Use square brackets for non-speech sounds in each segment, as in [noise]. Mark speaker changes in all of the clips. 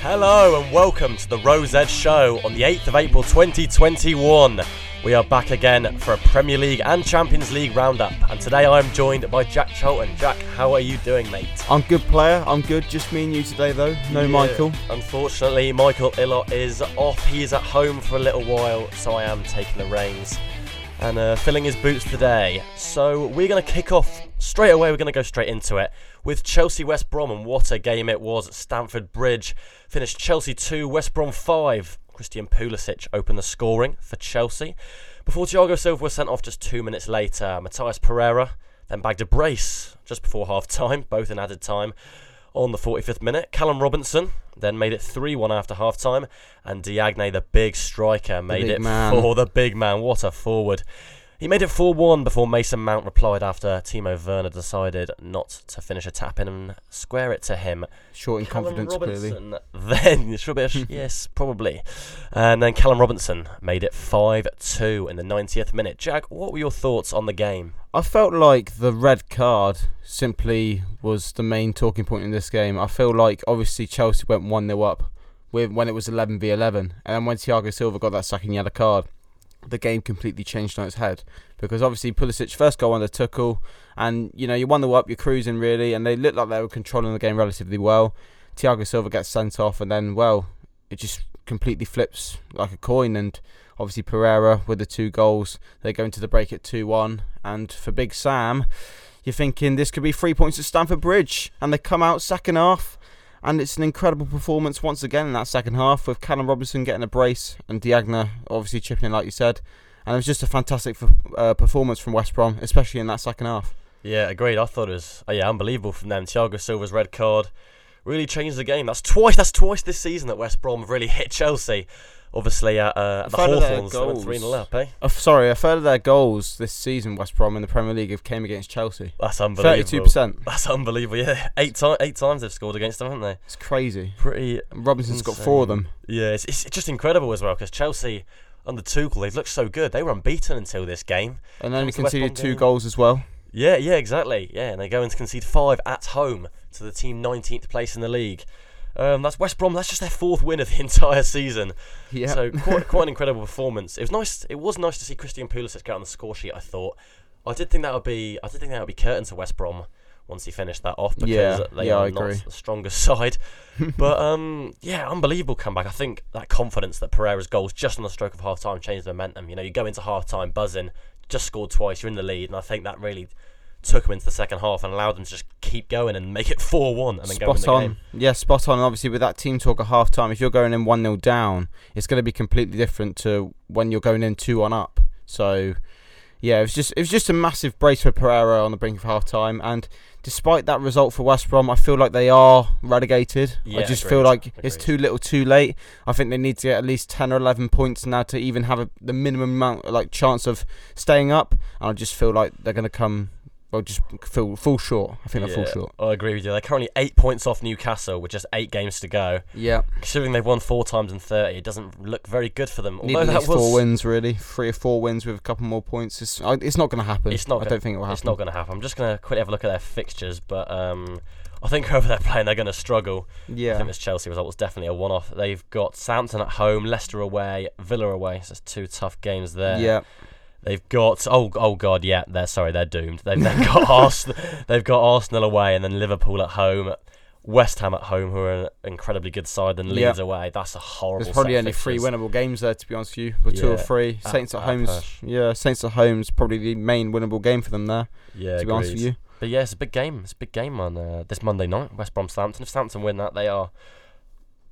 Speaker 1: Hello and welcome to the Rose Ed Show on the 8th of April 2021. We are back again for a Premier League and Champions League roundup, and today I am joined by Jack Cholton. Jack, how are you doing, mate?
Speaker 2: I'm good player. I'm good. Just me and you today, though. No
Speaker 1: Yeah.
Speaker 2: Michael.
Speaker 1: Unfortunately, Michael Illot is off. He is at home for a little while, so I am taking the reins and uh, filling his boots today. So we're going to kick off straight away. We're going to go straight into it with Chelsea West Brom, and what a game it was at Stamford Bridge. Finished Chelsea 2, West Brom 5. Christian Pulisic opened the scoring for Chelsea. Before Thiago Silva was sent off just two minutes later, Matthias Pereira then bagged a brace just before half time, [laughs] both in added time. On the 45th minute, Callum Robinson then made it 3 1 after half time, and Diagne, the big striker, made
Speaker 2: big
Speaker 1: it
Speaker 2: man.
Speaker 1: for the big man. What a forward. He made it 4 1 before Mason Mount replied after Timo Werner decided not to finish a tap in and square it to him.
Speaker 2: Short in
Speaker 1: Callum
Speaker 2: confidence, clearly.
Speaker 1: Robinson [laughs] then
Speaker 2: [laughs]
Speaker 1: rubbish, yes, probably. And then Callum Robinson made it 5 2 in the 90th minute. Jack, what were your thoughts on the game?
Speaker 2: I felt like the red card simply was the main talking point in this game. I feel like obviously Chelsea went 1 0 up with when it was 11 v 11. And then when Thiago Silva got that second yellow card, the game completely changed on its head. Because obviously Pulisic first goal under Tuchel, and you know, you 1 0 up, you're cruising really, and they looked like they were controlling the game relatively well. Thiago Silva gets sent off, and then, well, it just completely flips like a coin. And obviously Pereira with the two goals. They go into the break at 2 1. And for Big Sam, you're thinking this could be three points at Stamford Bridge. And they come out second half. And it's an incredible performance once again in that second half with Callum Robinson getting a brace and Diagna obviously chipping in, like you said. And it was just a fantastic f- uh, performance from West Brom, especially in that second half.
Speaker 1: Yeah, agreed. I thought it was oh yeah, unbelievable from them. Thiago Silva's red card really changed the game. That's twice. That's twice this season that West Brom have really [laughs] hit Chelsea. Obviously, at uh, the
Speaker 2: third of their
Speaker 1: Hawthorns, they went
Speaker 2: goals.
Speaker 1: three 0 up. Eh,
Speaker 2: Uh, sorry, a third of their goals this season, West Brom in the Premier League, have came against Chelsea.
Speaker 1: that's unbelievable.
Speaker 2: 32%.
Speaker 1: That's unbelievable. Yeah, [laughs] eight times. Eight times they've scored against them, haven't they?
Speaker 2: It's crazy.
Speaker 1: Pretty
Speaker 2: And Robinson's got four of them.
Speaker 1: Yeah, it's, it's just incredible as well because Chelsea under Tuchel they've looked so good. They were unbeaten until this game.
Speaker 2: And
Speaker 1: Comes
Speaker 2: only
Speaker 1: to West
Speaker 2: conceded
Speaker 1: Brom
Speaker 2: two
Speaker 1: game.
Speaker 2: goals as well.
Speaker 1: Yeah, yeah, exactly. Yeah, and they go and concede five at home to the team 19th place in the league. Um, that's West Brom. That's just their fourth win of the [laughs] entire season. [laughs]
Speaker 2: Yeah. [laughs]
Speaker 1: So quite, quite an incredible performance. It was nice. It was nice to see Christian Pulisic get on the score sheet. I thought. I did think that would be. I did think that would be curtain to West Brom once he finished that off because
Speaker 2: Yeah,
Speaker 1: they
Speaker 2: yeah,
Speaker 1: are
Speaker 2: I agree.
Speaker 1: not the strongest [laughs] side. but um, yeah, unbelievable comeback. I think that confidence that Pereira's goals just on the stroke of half time changed the momentum. You know, you go into half time buzzing, just scored twice, you're in the lead, and I think that really took them into the second half and allowed them to just keep going and make it [laughs] four one and then go and win
Speaker 2: spot
Speaker 1: the
Speaker 2: on.
Speaker 1: game.
Speaker 2: Yeah, spot on. And obviously, with that team talk at half time, if you're going in 1 0 down, it's going to be completely different to when you're going in 2 1 up. So, yeah, it was just it was just a massive brace for Pereira on the brink of half time. And despite that result for West Brom, I feel like they are relegated.
Speaker 1: Yeah,
Speaker 2: I just
Speaker 1: agreed.
Speaker 2: feel like it's
Speaker 1: Agreed.
Speaker 2: too little too late. I think they need to get at least 10 or 11 points now to even have a, the minimum amount, like, chance of staying up. And I just feel like they're going to come. Well, just fall, fall short. I think they'll
Speaker 1: Yeah,
Speaker 2: fall short.
Speaker 1: I agree with you. They're currently eight points off Newcastle with just eight games to go.
Speaker 2: Yeah.
Speaker 1: Considering they've won four times in 30, it doesn't look very good for them.
Speaker 2: Need
Speaker 1: Although
Speaker 2: at
Speaker 1: that
Speaker 2: least four
Speaker 1: was,
Speaker 2: wins, really. Three or four wins with a couple more points. It's, I- it's not going to happen.
Speaker 1: It's not
Speaker 2: I
Speaker 1: gonna-
Speaker 2: don't think it will happen.
Speaker 1: it's not going to happen. I'm just going to quickly have a look at their fixtures, but um, I think [laughs] whoever they're playing, they're going to struggle. I
Speaker 2: Yeah.
Speaker 1: think this Chelsea result was definitely a one-off. They've got Southampton at home, Leicester away, Villa away. So that's two tough games there.
Speaker 2: Yeah.
Speaker 1: They've got oh oh god yeah they're sorry they're doomed. They've then
Speaker 2: [laughs]
Speaker 1: got Arsenal. They've got Arsenal away and then Liverpool at home. West Ham at home, who are an incredibly good side, then
Speaker 2: Yeah.
Speaker 1: Leeds away. That's a horrible. set
Speaker 2: There's probably
Speaker 1: of
Speaker 2: only three
Speaker 1: fixtures.
Speaker 2: winnable games there, to be honest with you. Or two or
Speaker 1: Yeah. Ah,
Speaker 2: three.
Speaker 1: At-
Speaker 2: Saints at,
Speaker 1: at
Speaker 2: home's
Speaker 1: Perth.
Speaker 2: Yeah, Saints at home's probably the main winnable game for them there,
Speaker 1: Yeah,
Speaker 2: to be honest
Speaker 1: agreed.
Speaker 2: with you.
Speaker 1: But yeah, it's a big game. It's a big game on uh, this Monday night. West Brom Southampton. If Southampton win that, they are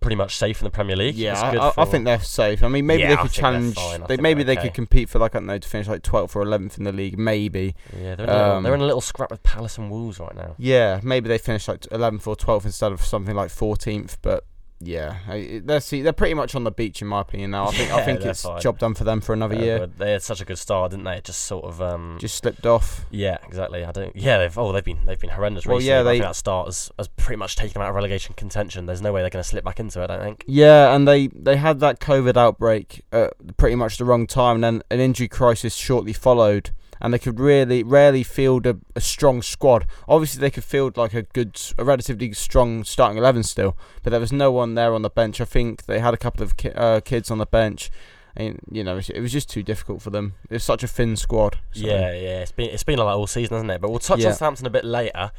Speaker 1: pretty much safe in the Premier League.
Speaker 2: Yeah,
Speaker 1: It's
Speaker 2: I,
Speaker 1: good
Speaker 2: I- I
Speaker 1: for-
Speaker 2: think they're safe. I mean, maybe
Speaker 1: Yeah,
Speaker 2: they
Speaker 1: I
Speaker 2: could
Speaker 1: think they're
Speaker 2: challenge.
Speaker 1: fine. I
Speaker 2: They
Speaker 1: think
Speaker 2: maybe
Speaker 1: they're
Speaker 2: they
Speaker 1: okay.
Speaker 2: could compete for like I don't know to finish like 12th or 11th in the league, maybe.
Speaker 1: Yeah, they're in, a little-
Speaker 2: um,
Speaker 1: they're in a little scrap with Palace and Wolves right now.
Speaker 2: Yeah, maybe they finish like 11th or 12th instead of something like 14th. But yeah, I- they're see, they're pretty much on the beach in my opinion now. I think
Speaker 1: [laughs]
Speaker 2: I
Speaker 1: Yeah,
Speaker 2: think
Speaker 1: they're
Speaker 2: it's
Speaker 1: fine.
Speaker 2: job done for them for another
Speaker 1: Uh,
Speaker 2: year.
Speaker 1: but they had such a good start, didn't they? It Just sort of um,
Speaker 2: Just slipped off.
Speaker 1: Yeah, exactly. I don't. Yeah, they've oh they've been they've been horrendous
Speaker 2: Well,
Speaker 1: recently.
Speaker 2: yeah,
Speaker 1: but I
Speaker 2: they-
Speaker 1: think that start has, has pretty much taken them out of relegation contention. There's no way they're going to slip back into it. I don't think.
Speaker 2: Yeah, and they they had that COVID outbreak at pretty much the wrong time, and then an injury crisis shortly followed, and they could really rarely field a, a strong squad. Obviously, they could field like a good, a relatively strong starting eleven still, but there was no one there on the bench. I think they had a couple of ki- uh, kids on the bench, and you know it was just too difficult for them. It's such a thin squad. so-
Speaker 1: Yeah, yeah. It's been it's been like that all season, hasn't it? But we'll touch
Speaker 2: Yeah.
Speaker 1: on Southampton a bit later.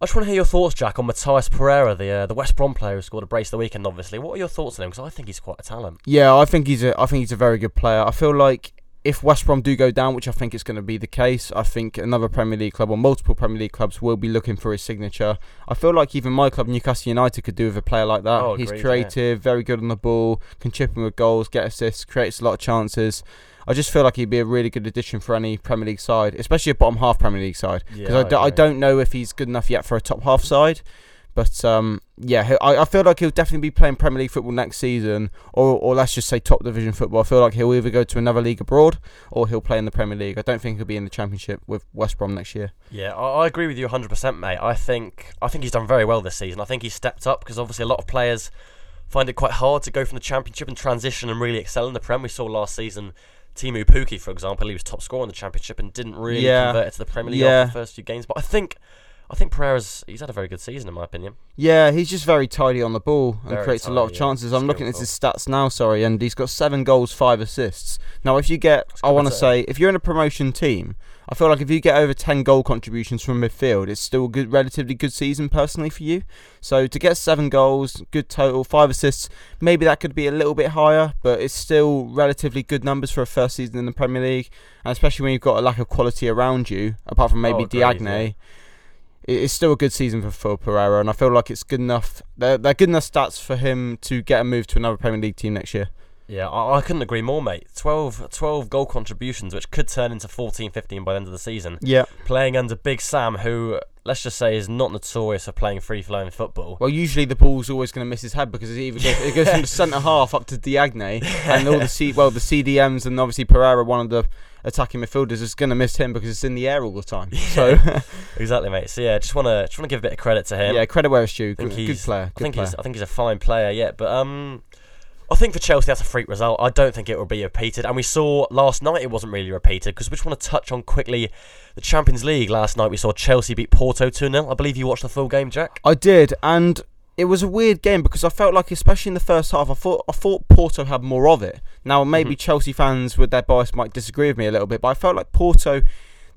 Speaker 1: I just want to hear your thoughts, Jack, on Matthias Pereira, the uh, the West Brom player who scored a brace the weekend. Obviously, what are your thoughts on him? Because I think he's quite a talent.
Speaker 2: Um, Yeah, I think he's a I think he's a very good player. I feel like if West Brom do go down, which I think is going to be the case, I think another Premier League club or multiple Premier League clubs will be looking for his signature. I feel like even my club, Newcastle United, could do with a player like that.
Speaker 1: Oh,
Speaker 2: he's
Speaker 1: agreed, yeah.
Speaker 2: creative, very good on the ball, can chip in with goals, get assists, creates a lot of chances. I just feel like he'd be a really good addition for any Premier League side, especially a bottom half Premier League side.
Speaker 1: Yeah,
Speaker 2: Because I, do, I don't know if he's good enough yet for a top half side. But um, yeah, he- I, I feel like he'll definitely be playing Premier League football next season, or or let's just say top division football. I feel like he'll either go to another league abroad or he'll play in the Premier League. I don't think he'll be in the Championship with West Brom next year.
Speaker 1: Yeah, I, I agree with you 100%, mate. I think I think he's done very well this season. I think he's stepped up because obviously a lot of players find it quite hard to go from the Championship and transition and really excel in the Prem. We saw last season Timu Puki, for example, he was top scorer in the Championship and didn't really
Speaker 2: Yeah.
Speaker 1: convert it to the Premier League
Speaker 2: Yeah.
Speaker 1: after the first few games. But I think I think Pereira's he's had a very good season in my opinion.
Speaker 2: Yeah, he's just very tidy on the ball and
Speaker 1: Very
Speaker 2: creates a lot of
Speaker 1: tidy, yeah.
Speaker 2: chances. I'm looking at
Speaker 1: Skillful.
Speaker 2: his stats now, sorry, and he's got seven goals, five assists. Now, if you get, I
Speaker 1: good
Speaker 2: want to
Speaker 1: return.
Speaker 2: say, if you're in a promotion team, I feel like if you get over 10 goal contributions from midfield, it's still a good, relatively good season personally for you. So to get seven goals, good total, five assists, maybe that could be a little bit higher, but it's still relatively good numbers for a first season in the Premier League, and especially when you've got a lack of quality around you, apart from maybe
Speaker 1: Oh, agreed,
Speaker 2: Diagne
Speaker 1: yeah.
Speaker 2: it- it's still a good season for Phil Pereira, and I feel like it's good enough. They're, they're good enough stats for him to get a move to another Premier League team next year.
Speaker 1: Yeah, I, I couldn't agree more, mate. 12, 12 goal contributions, which could turn into 14, 15 by the end of the season.
Speaker 2: Yeah.
Speaker 1: Playing under Big Sam, who, let's just say, is not notorious for playing free flowing football.
Speaker 2: Well, usually the ball's always going to miss his head because it either goes, it goes
Speaker 1: [laughs]
Speaker 2: from the centre half up to Diagne, and all the C, well the CDMs and obviously Pereira, one of the attacking midfielders, is going to miss him because it's in the air all the [laughs] time. So
Speaker 1: [laughs] Exactly, mate. So yeah, just wanna just wanna give a bit of credit to him.
Speaker 2: yeah, credit where it's due.
Speaker 1: I think
Speaker 2: Good, good
Speaker 1: he's-
Speaker 2: player.
Speaker 1: I
Speaker 2: Good
Speaker 1: think
Speaker 2: player.
Speaker 1: he's I think he's a fine player. Yeah, but um, I think for Chelsea that's a freak result. I don't think it will be repeated. And we saw last night it wasn't really repeated because we just want to touch on quickly the Champions League last night. We saw Chelsea beat Porto two 0 I believe you watched the full game, Jack.
Speaker 2: I did, and it was a weird game because I felt like, especially in the first half, I thought I thought Porto had more of it. Now, maybe
Speaker 1: Mhm.
Speaker 2: Chelsea fans with their bias might disagree with me a little bit, but I felt like Porto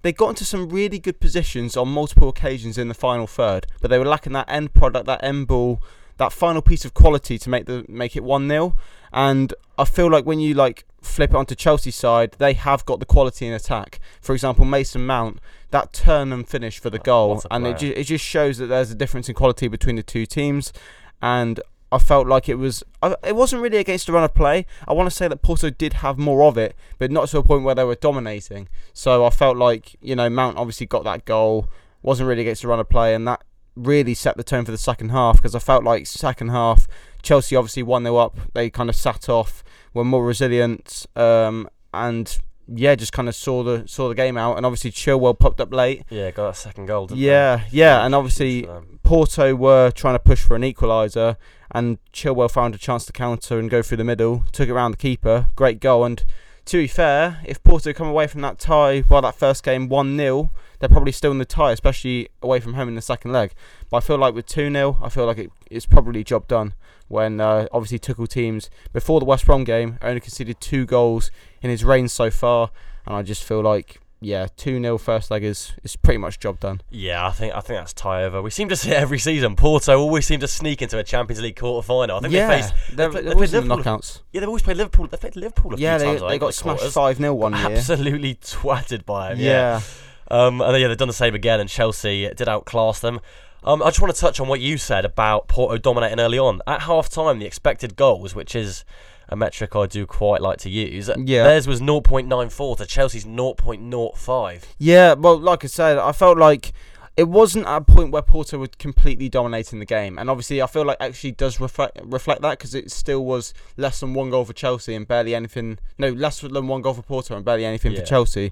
Speaker 2: they got into some really good positions on multiple occasions in the final third, but they were lacking that end product, that end ball, that final piece of quality to make the make it one 0 And I feel like when you like flip it onto Chelsea's side, they have got the quality in attack. For example, Mason Mount, that turn and finish for the
Speaker 1: Oh,
Speaker 2: goal,
Speaker 1: what a
Speaker 2: and it,
Speaker 1: player.
Speaker 2: ju- it just shows that there's a difference in quality between the two teams. And I felt like it was I, it wasn't really against the run of play. I want to say that Porto did have more of it, but not to a point where they were dominating. So I felt like you know Mount obviously got that goal, wasn't really against the run of play, and that really set the tone for the second half because I felt like second half Chelsea obviously one 0 up. They kind of sat off, were more resilient, um, and yeah, just kind of saw the saw the game out. And obviously Chilwell popped up late.
Speaker 1: Yeah, got that second goal. Didn't
Speaker 2: Yeah,
Speaker 1: they?
Speaker 2: yeah, and obviously
Speaker 1: Um,
Speaker 2: Porto were trying to push for an equaliser, and Chilwell found a chance to counter and go through the middle. Took it round the keeper, great goal. And to be fair, if Porto come away from that tie by that first game one 0 they're probably still in the tie, especially away from home in the second leg. But I feel like with two 0 I feel like it, it's probably job done. When uh, obviously Tuchel teams before the West Brom game only conceded two goals in his reign so far, and I just feel like yeah, two 0 first leg is is pretty much job done.
Speaker 1: yeah, I think I think that's tie over. We seem to see it every season. Porto always seem to sneak into a Champions League quarter final. I think they faced
Speaker 2: they're,
Speaker 1: pla- they played
Speaker 2: they're always in the
Speaker 1: Liverpool.
Speaker 2: knockouts.
Speaker 1: yeah they've always played Liverpool. They played Liverpool a few
Speaker 2: Yeah, they,
Speaker 1: times. I
Speaker 2: they
Speaker 1: think, in the
Speaker 2: got smashed
Speaker 1: quarters.
Speaker 2: five 0 one year.
Speaker 1: Absolutely twatted by him.
Speaker 2: Yeah,
Speaker 1: Um, and then, yeah, they've done the same again, and Chelsea did outclass them. Um, I just want to touch on what you said about Porto dominating early on. At half time, the expected goals, which is a metric I do quite like to use, [laughs]
Speaker 2: Yeah.
Speaker 1: theirs was 0.94 to Chelsea's 0.05.
Speaker 2: yeah. Well, like I said, I felt like it wasn't at a point where Porto were completely dominating the game, and obviously I feel like actually does reflect reflect that because it still was less than one goal for Chelsea and barely anything. No, less than one goal for Porto and barely anything
Speaker 1: Yeah.
Speaker 2: for Chelsea.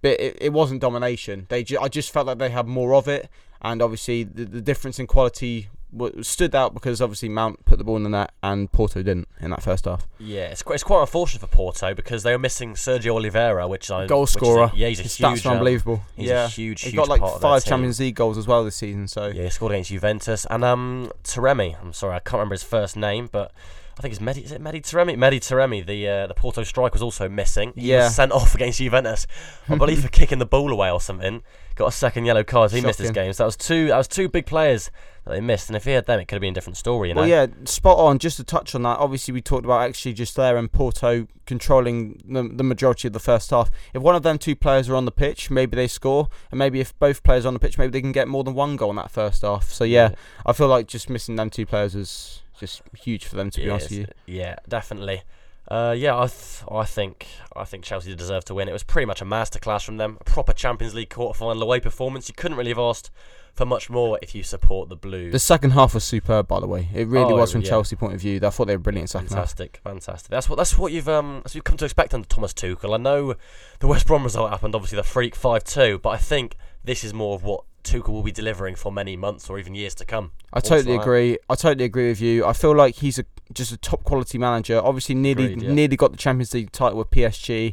Speaker 2: But it, it wasn't domination. They ju- I just felt like they had more of it, and obviously the, the difference in quality w- stood out because obviously Mount put the ball in the net and Porto didn't in that first half.
Speaker 1: Yeah, it's quite, it's quite unfortunate for Porto because they were missing Sergio Oliveira, which I
Speaker 2: Goal
Speaker 1: which is a-
Speaker 2: scorer.
Speaker 1: yeah, he's a
Speaker 2: His
Speaker 1: huge.
Speaker 2: stats are
Speaker 1: um,
Speaker 2: unbelievable.
Speaker 1: he's
Speaker 2: yeah,
Speaker 1: a huge.
Speaker 2: he
Speaker 1: huge
Speaker 2: got like
Speaker 1: part of their
Speaker 2: five
Speaker 1: team.
Speaker 2: Champions League goals as well this season. So
Speaker 1: Yeah, he scored against Juventus and um Taremi. I'm sorry, I can't remember his first name, but I think it's Medi. Is it Medi Taremi? Medi Taremi, the uh, the Porto strike was also missing. He
Speaker 2: Yeah.
Speaker 1: was sent off against Juventus, I believe,
Speaker 2: [laughs]
Speaker 1: for kicking the ball away or something. Got a second yellow card. so He missed his
Speaker 2: Shocking.
Speaker 1: game. So that was two. That was two big players that they missed. And if he had them, it could have been a different story. You know.
Speaker 2: Well, yeah, spot on. Just to touch on that, obviously we talked about actually just there and Porto controlling the, the majority of the first half. If one of them two players are on the pitch, maybe they score, and maybe if both players are on the pitch, maybe they can get more than one goal in that first half. So yeah, I feel like just missing them two players is just huge for them. To be honest with
Speaker 1: Yes,
Speaker 2: you,
Speaker 1: Yeah, definitely. Uh, yeah, I th- I think I think Chelsea deserved to win. It was pretty much a masterclass from them. A proper Champions League quarter-final away performance. You couldn't really have asked for much more if you support the Blues.
Speaker 2: the second half was superb. By the way, it really
Speaker 1: Oh,
Speaker 2: was from
Speaker 1: yeah.
Speaker 2: Chelsea point of view. I thought they were brilliant second half.
Speaker 1: Fantastic, fantastic. That's what that's what you've um that's what you've come to expect under Thomas Tuchel. I know the West Brom result happened, obviously the freak five two, but I think this is more of what Tuchel will be delivering for many months or even years to come.
Speaker 2: I totally
Speaker 1: like that.
Speaker 2: agree. I totally agree with you. I feel like he's a just a top quality manager. Obviously, nearly
Speaker 1: Agreed, yeah.
Speaker 2: nearly got the Champions League title with PSG.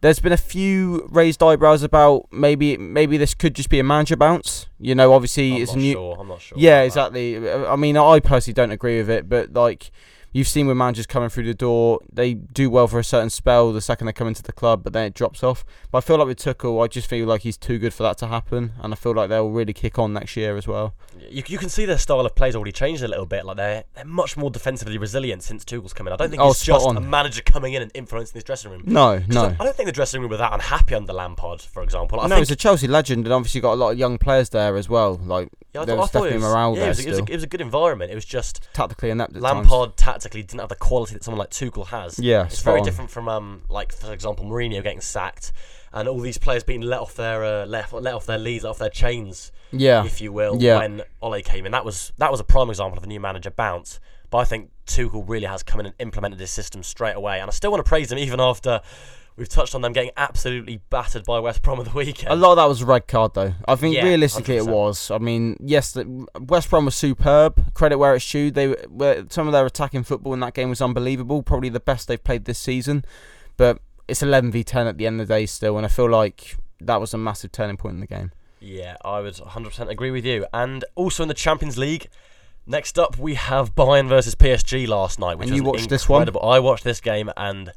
Speaker 2: There's been a few raised eyebrows about maybe maybe this could just be a manager bounce. You know, obviously
Speaker 1: I'm
Speaker 2: it's
Speaker 1: not
Speaker 2: a new.
Speaker 1: sure. I'm not sure.
Speaker 2: Yeah,
Speaker 1: about that.
Speaker 2: exactly. I mean, I personally don't agree with it, but like you've seen with managers coming through the door, they do well for a certain spell the second they come into the club, but then it drops off. But I feel like with Tuchel, I just feel like he's too good for that to happen, and I feel like they'll really kick on next year as well.
Speaker 1: You, you can see their style of play's already changed a little bit. Like they're they're much more defensively resilient since Tuchel's come in. I don't think
Speaker 2: Oh,
Speaker 1: it's
Speaker 2: spot
Speaker 1: just
Speaker 2: on.
Speaker 1: a manager coming in and influencing this dressing room.
Speaker 2: No,
Speaker 1: 'Cause
Speaker 2: no.
Speaker 1: I, I don't think the dressing room were that unhappy under Lampard, for example. I
Speaker 2: no,
Speaker 1: think
Speaker 2: he's a Chelsea legend, and obviously got a lot of young players there as well. Like
Speaker 1: yeah, I
Speaker 2: there
Speaker 1: thought-
Speaker 2: was
Speaker 1: I thought
Speaker 2: definitely
Speaker 1: it was,
Speaker 2: morale
Speaker 1: yeah,
Speaker 2: there
Speaker 1: It was, a- it, was a,
Speaker 2: still.
Speaker 1: it was a good environment. It was just
Speaker 2: tactically inept at times.
Speaker 1: Lampard tactically didn't have the quality that someone like Tuchel has.
Speaker 2: Yeah,
Speaker 1: it's
Speaker 2: spot
Speaker 1: very
Speaker 2: on.
Speaker 1: different from um like for example Mourinho getting sacked and all these players being let off their uh, let, let off their leads, let off their chains,
Speaker 2: Yeah,
Speaker 1: if you will,
Speaker 2: Yeah.
Speaker 1: when Ole came in. That was that was a prime example of a new manager bounce. But I think Tuchel really has come in and implemented his system straight away, and I still want to praise him even after we've touched on them getting absolutely battered by West Brom of the weekend.
Speaker 2: a lot of that was a red card though. I think
Speaker 1: Yeah,
Speaker 2: realistically it
Speaker 1: 100%.
Speaker 2: was. I mean, yes, the, West Brom was superb. Credit where it's due. They were- were some of their attacking football in that game was unbelievable. Probably the best they've played this season. But it's 11 v 10 at the end of the day still, and I feel like that was a massive turning point in the game.
Speaker 1: Yeah, I would 100% agree with you. And also in the Champions League, next up we have Bayern versus PSG last night, which
Speaker 2: And
Speaker 1: was
Speaker 2: you
Speaker 1: an
Speaker 2: watched this one?
Speaker 1: incredible. I watched this game and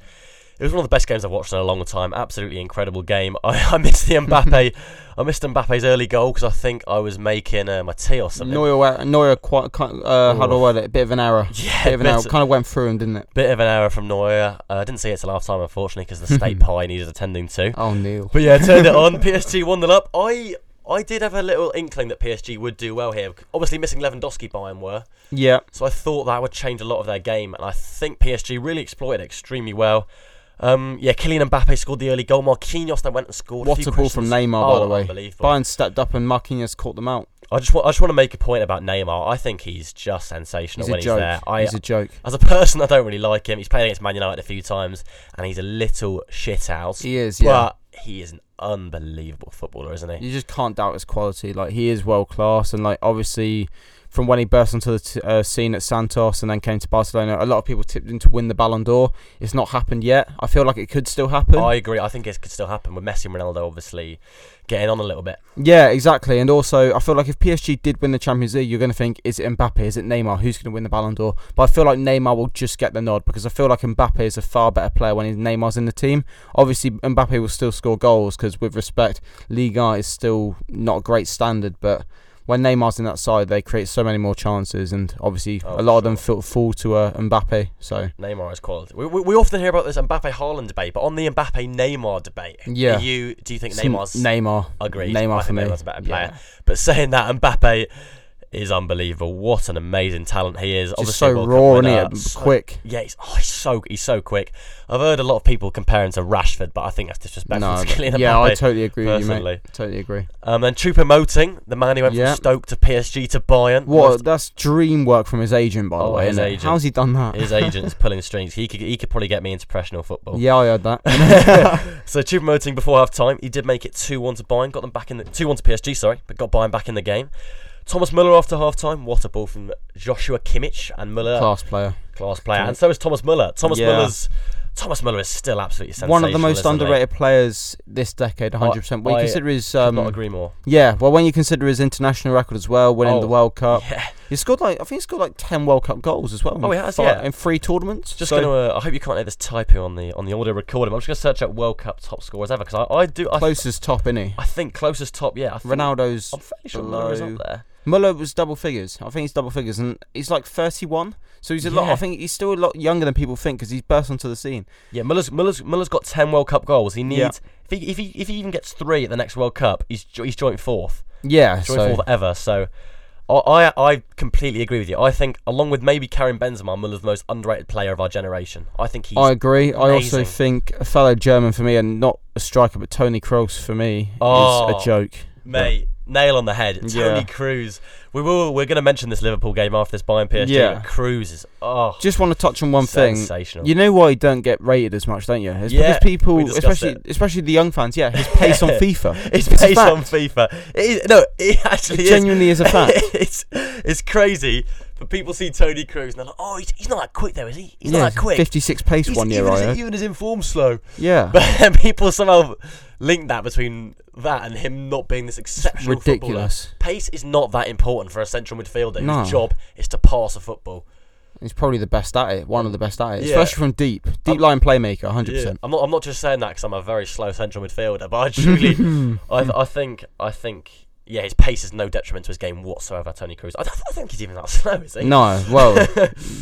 Speaker 1: it was one of the best games I've watched in a long time. Absolutely incredible game. [laughs] I, I missed the Mbappe.
Speaker 2: [laughs]
Speaker 1: I missed Mbappe's early goal because I think I was making uh, my tea or something.
Speaker 2: Neuer, Neuer, quite, kind- uh, how do I word it? A bit of an
Speaker 1: [laughs]
Speaker 2: error.
Speaker 1: yeah,
Speaker 2: Bit of an error.
Speaker 1: bit-
Speaker 2: Kind of went through him, didn't it?
Speaker 1: bit of an error from Neuer. Uh, I didn't see it till half time, unfortunately, because
Speaker 2: [laughs]
Speaker 1: the state pie needed attending to.
Speaker 2: Oh, Neil.
Speaker 1: But yeah, turned it on. [laughs] PSG one 0 up. I I did have a little inkling that PSG would do well here. Obviously, missing Lewandowski, Bayern were.
Speaker 2: Yeah.
Speaker 1: So I thought that would change a lot of their game, and I think PSG really exploited it extremely well. Um, yeah, Kylian Mbappe scored the early goal. Marquinhos then went and scored.
Speaker 2: What
Speaker 1: few
Speaker 2: a ball from
Speaker 1: cushions.
Speaker 2: Neymar, by
Speaker 1: Oh,
Speaker 2: the way.
Speaker 1: unbelievable.
Speaker 2: Bayern stepped up and Marquinhos caught them out.
Speaker 1: I just want I just want to make a point about Neymar. I think he's just sensational
Speaker 2: He's
Speaker 1: when
Speaker 2: a
Speaker 1: he's
Speaker 2: joke.
Speaker 1: there. I,
Speaker 2: he's a joke.
Speaker 1: as a person, [laughs] I don't really like him. He's played against Man United a few times, and he's a little shit house.
Speaker 2: He is, yeah.
Speaker 1: But he is an unbelievable footballer, isn't he?
Speaker 2: you just can't doubt his quality. Like he is world class, and like obviously, from when he burst onto the t- uh, scene at Santos and then came to Barcelona, a lot of people tipped him to win the Ballon d'Or. It's not happened yet. I feel like it could still happen.
Speaker 1: I agree. I think it could still happen with Messi and Ronaldo, obviously getting on a little bit.
Speaker 2: yeah, exactly. And also, I feel like if PSG did win the Champions League, you're going to think, is it Mbappe? Is it Neymar? Who's going to win the Ballon d'Or? But I feel like Neymar will just get the nod because I feel like Mbappe is a far better player when Neymar's in the team. Obviously, Mbappe will still score goals because, with respect, Liga is still not a great standard, but when Neymar's in that side, they create so many more chances, and obviously
Speaker 1: Oh,
Speaker 2: a lot
Speaker 1: sure.
Speaker 2: of them fall, fall to uh, Mbappe. So
Speaker 1: Neymar is quality. We, we, we often hear about this Mbappe Haaland debate, but on the Mbappe Neymar debate,
Speaker 2: Yeah.
Speaker 1: are you do you think
Speaker 2: it's
Speaker 1: Neymar's
Speaker 2: Neymar,
Speaker 1: agreed? I
Speaker 2: Neymar
Speaker 1: think
Speaker 2: for me.
Speaker 1: Neymar's a better
Speaker 2: Yeah.
Speaker 1: player. But saying that Mbappe is unbelievable. What an amazing talent he is.
Speaker 2: Just
Speaker 1: Obviously,
Speaker 2: so
Speaker 1: World Cup
Speaker 2: raw
Speaker 1: winner,
Speaker 2: and
Speaker 1: so-
Speaker 2: quick.
Speaker 1: Yeah, he's, oh, he's so he's so quick. I've heard a lot of people compare him to Rashford, but I think that's disrespectful
Speaker 2: No,
Speaker 1: to Kylian
Speaker 2: yeah, I
Speaker 1: Mbappe.
Speaker 2: totally agree with you, mate.
Speaker 1: personally.
Speaker 2: Totally agree.
Speaker 1: Um, then Chupa Moting, the man who went
Speaker 2: Yeah.
Speaker 1: from Stoke to PSG to Bayern.
Speaker 2: What? That's dream work from his agent, by the
Speaker 1: Oh,
Speaker 2: way.
Speaker 1: his
Speaker 2: innit?
Speaker 1: agent.
Speaker 2: How's he done that?
Speaker 1: His agent's pulling strings. He could he could probably get me into professional football.
Speaker 2: yeah, I heard that.
Speaker 1: [laughs] So Chupamoting before half time, he did make it two one to Bayern, got them back in the two one to PSG, sorry, but got Bayern back in the game. Thomas Muller after half time. What a ball from Joshua Kimmich and Muller.
Speaker 2: Class player.
Speaker 1: Class player. And so is Thomas Muller. Thomas
Speaker 2: Yeah.
Speaker 1: Muller's Thomas Muller is still absolutely sensational.
Speaker 2: One of the most
Speaker 1: isn't he?
Speaker 2: underrated players this decade, 100%. When
Speaker 1: I
Speaker 2: you consider his.
Speaker 1: Could
Speaker 2: Um,
Speaker 1: not agree more.
Speaker 2: yeah, well, when you consider his international record as well, winning the
Speaker 1: Oh,
Speaker 2: World Cup.
Speaker 1: yeah.
Speaker 2: He scored like, I think he scored like 10 World Cup goals as well.
Speaker 1: Oh,
Speaker 2: in
Speaker 1: he has,
Speaker 2: fi-
Speaker 1: yeah.
Speaker 2: In three tournaments.
Speaker 1: Just
Speaker 2: so
Speaker 1: gonna. Uh, I hope you can't hear this typo on the on the audio recording. I'm just gonna search up World Cup top scorers ever because I, I do. I,
Speaker 2: Closest top, innit?
Speaker 1: I think closest top. Yeah. I think,
Speaker 2: Ronaldo's.
Speaker 1: I'm fairly sure Muller is up
Speaker 2: below-
Speaker 1: there.
Speaker 2: Muller was double figures. I think he's double figures, and he's like 31. So he's a lot.
Speaker 1: Yeah.
Speaker 2: I think he's still a lot younger than people think because he's burst onto the scene.
Speaker 1: Yeah, Muller's Muller's Muller's got ten World Cup goals. He
Speaker 2: Yeah.
Speaker 1: needs if he if he if he even gets three at the next World Cup, he's jo- he's joint fourth,
Speaker 2: Yeah.
Speaker 1: joint
Speaker 2: So
Speaker 1: fourth ever. So. I, I I completely agree with you. I think, along with maybe Karim Benzema, Muller's the most underrated player of our generation. I think he's.
Speaker 2: I agree. I also
Speaker 1: amazing.
Speaker 2: think a fellow German for me, and not a striker, but Tony Kroos for me is
Speaker 1: Oh.
Speaker 2: a joke.
Speaker 1: Mate, nail on the head. Tony
Speaker 2: Yeah.
Speaker 1: Cruz. We will. We're going to mention this Liverpool game after this Bayern PSG.
Speaker 2: Yeah.
Speaker 1: Yeah. Cruz is oh
Speaker 2: Just want to touch on one thing.
Speaker 1: sensational.
Speaker 2: You know why he don't get rated as much, don't you? It's because
Speaker 1: Yeah, we
Speaker 2: people,
Speaker 1: discussed
Speaker 2: especially especially the young fans, yeah, his
Speaker 1: [laughs]
Speaker 2: pace on FIFA.
Speaker 1: it's
Speaker 2: a
Speaker 1: based
Speaker 2: fact.
Speaker 1: on FIFA. It is, no, it [laughs]
Speaker 2: It
Speaker 1: actually is.
Speaker 2: genuinely is a fact.
Speaker 1: it's it's crazy. But people see Tony Cruz and they're like, oh, he's, he's not that quick though, is he? He's
Speaker 2: yeah,
Speaker 1: not that quick.
Speaker 2: 56 pace
Speaker 1: He's,
Speaker 2: one year,
Speaker 1: even,
Speaker 2: I
Speaker 1: his-
Speaker 2: heard.
Speaker 1: even his inform slow. [laughs]
Speaker 2: Yeah.
Speaker 1: But people somehow link that between that and him not being this exceptional footballer.
Speaker 2: Ridiculous.
Speaker 1: Pace is not that important for a central midfielder
Speaker 2: No.
Speaker 1: whose job is to pass a football.
Speaker 2: He's probably the best at it, one of the best at it,
Speaker 1: Yeah. Uh,
Speaker 2: especially from deep, deep line playmaker, hundred
Speaker 1: Yeah.
Speaker 2: percent.
Speaker 1: I'm not. I'm not just saying that because I'm a very slow central midfielder, but I
Speaker 2: [laughs]
Speaker 1: truly, I, I think, I think, yeah, his pace is no detriment to his game whatsoever. Tony Cruz. I, don't- I don't think he's even that [laughs] slow, is he?
Speaker 2: No,
Speaker 1: [laughs]
Speaker 2: well,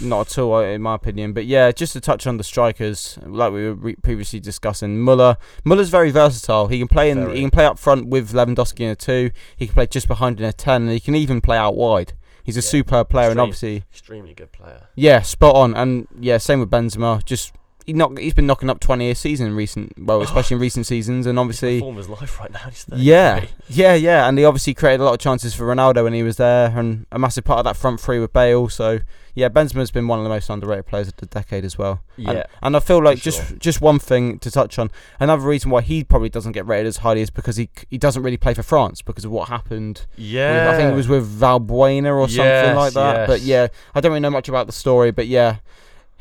Speaker 2: not at all, uh, in my opinion. But yeah, just to touch on the strikers, like we were re- previously discussing, Muller. Muller's very versatile. He can play in,
Speaker 1: Very.
Speaker 2: he can play up front with Lewandowski in a two. He can play just behind in a ten, and he can even play out wide. He's a
Speaker 1: Yeah.
Speaker 2: superb player, and
Speaker 1: Extreme.
Speaker 2: obviously,
Speaker 1: Extremely good player.
Speaker 2: yeah, spot on. And yeah, same with Benzema. Just he knock, he's been knocking up twenty a season in recent, well, especially in recent seasons, and obviously.
Speaker 1: His form is life right now. He's 33.
Speaker 2: Yeah, yeah, yeah, and he obviously created a lot of chances for Ronaldo when he was there, and a massive part of that front three with Bale. So yeah, Benzema's been one of the most underrated players of the decade as well.
Speaker 1: yeah.
Speaker 2: and, and I feel like
Speaker 1: for
Speaker 2: just
Speaker 1: sure.
Speaker 2: just one thing to touch on. Another reason why he probably doesn't get rated as highly is because he he doesn't really play for France because of what happened.
Speaker 1: yeah.
Speaker 2: With, I think it was with Valbuena or something
Speaker 1: Yes,
Speaker 2: like that. But yeah,
Speaker 1: yes.
Speaker 2: I don't really know much about the story, but yeah.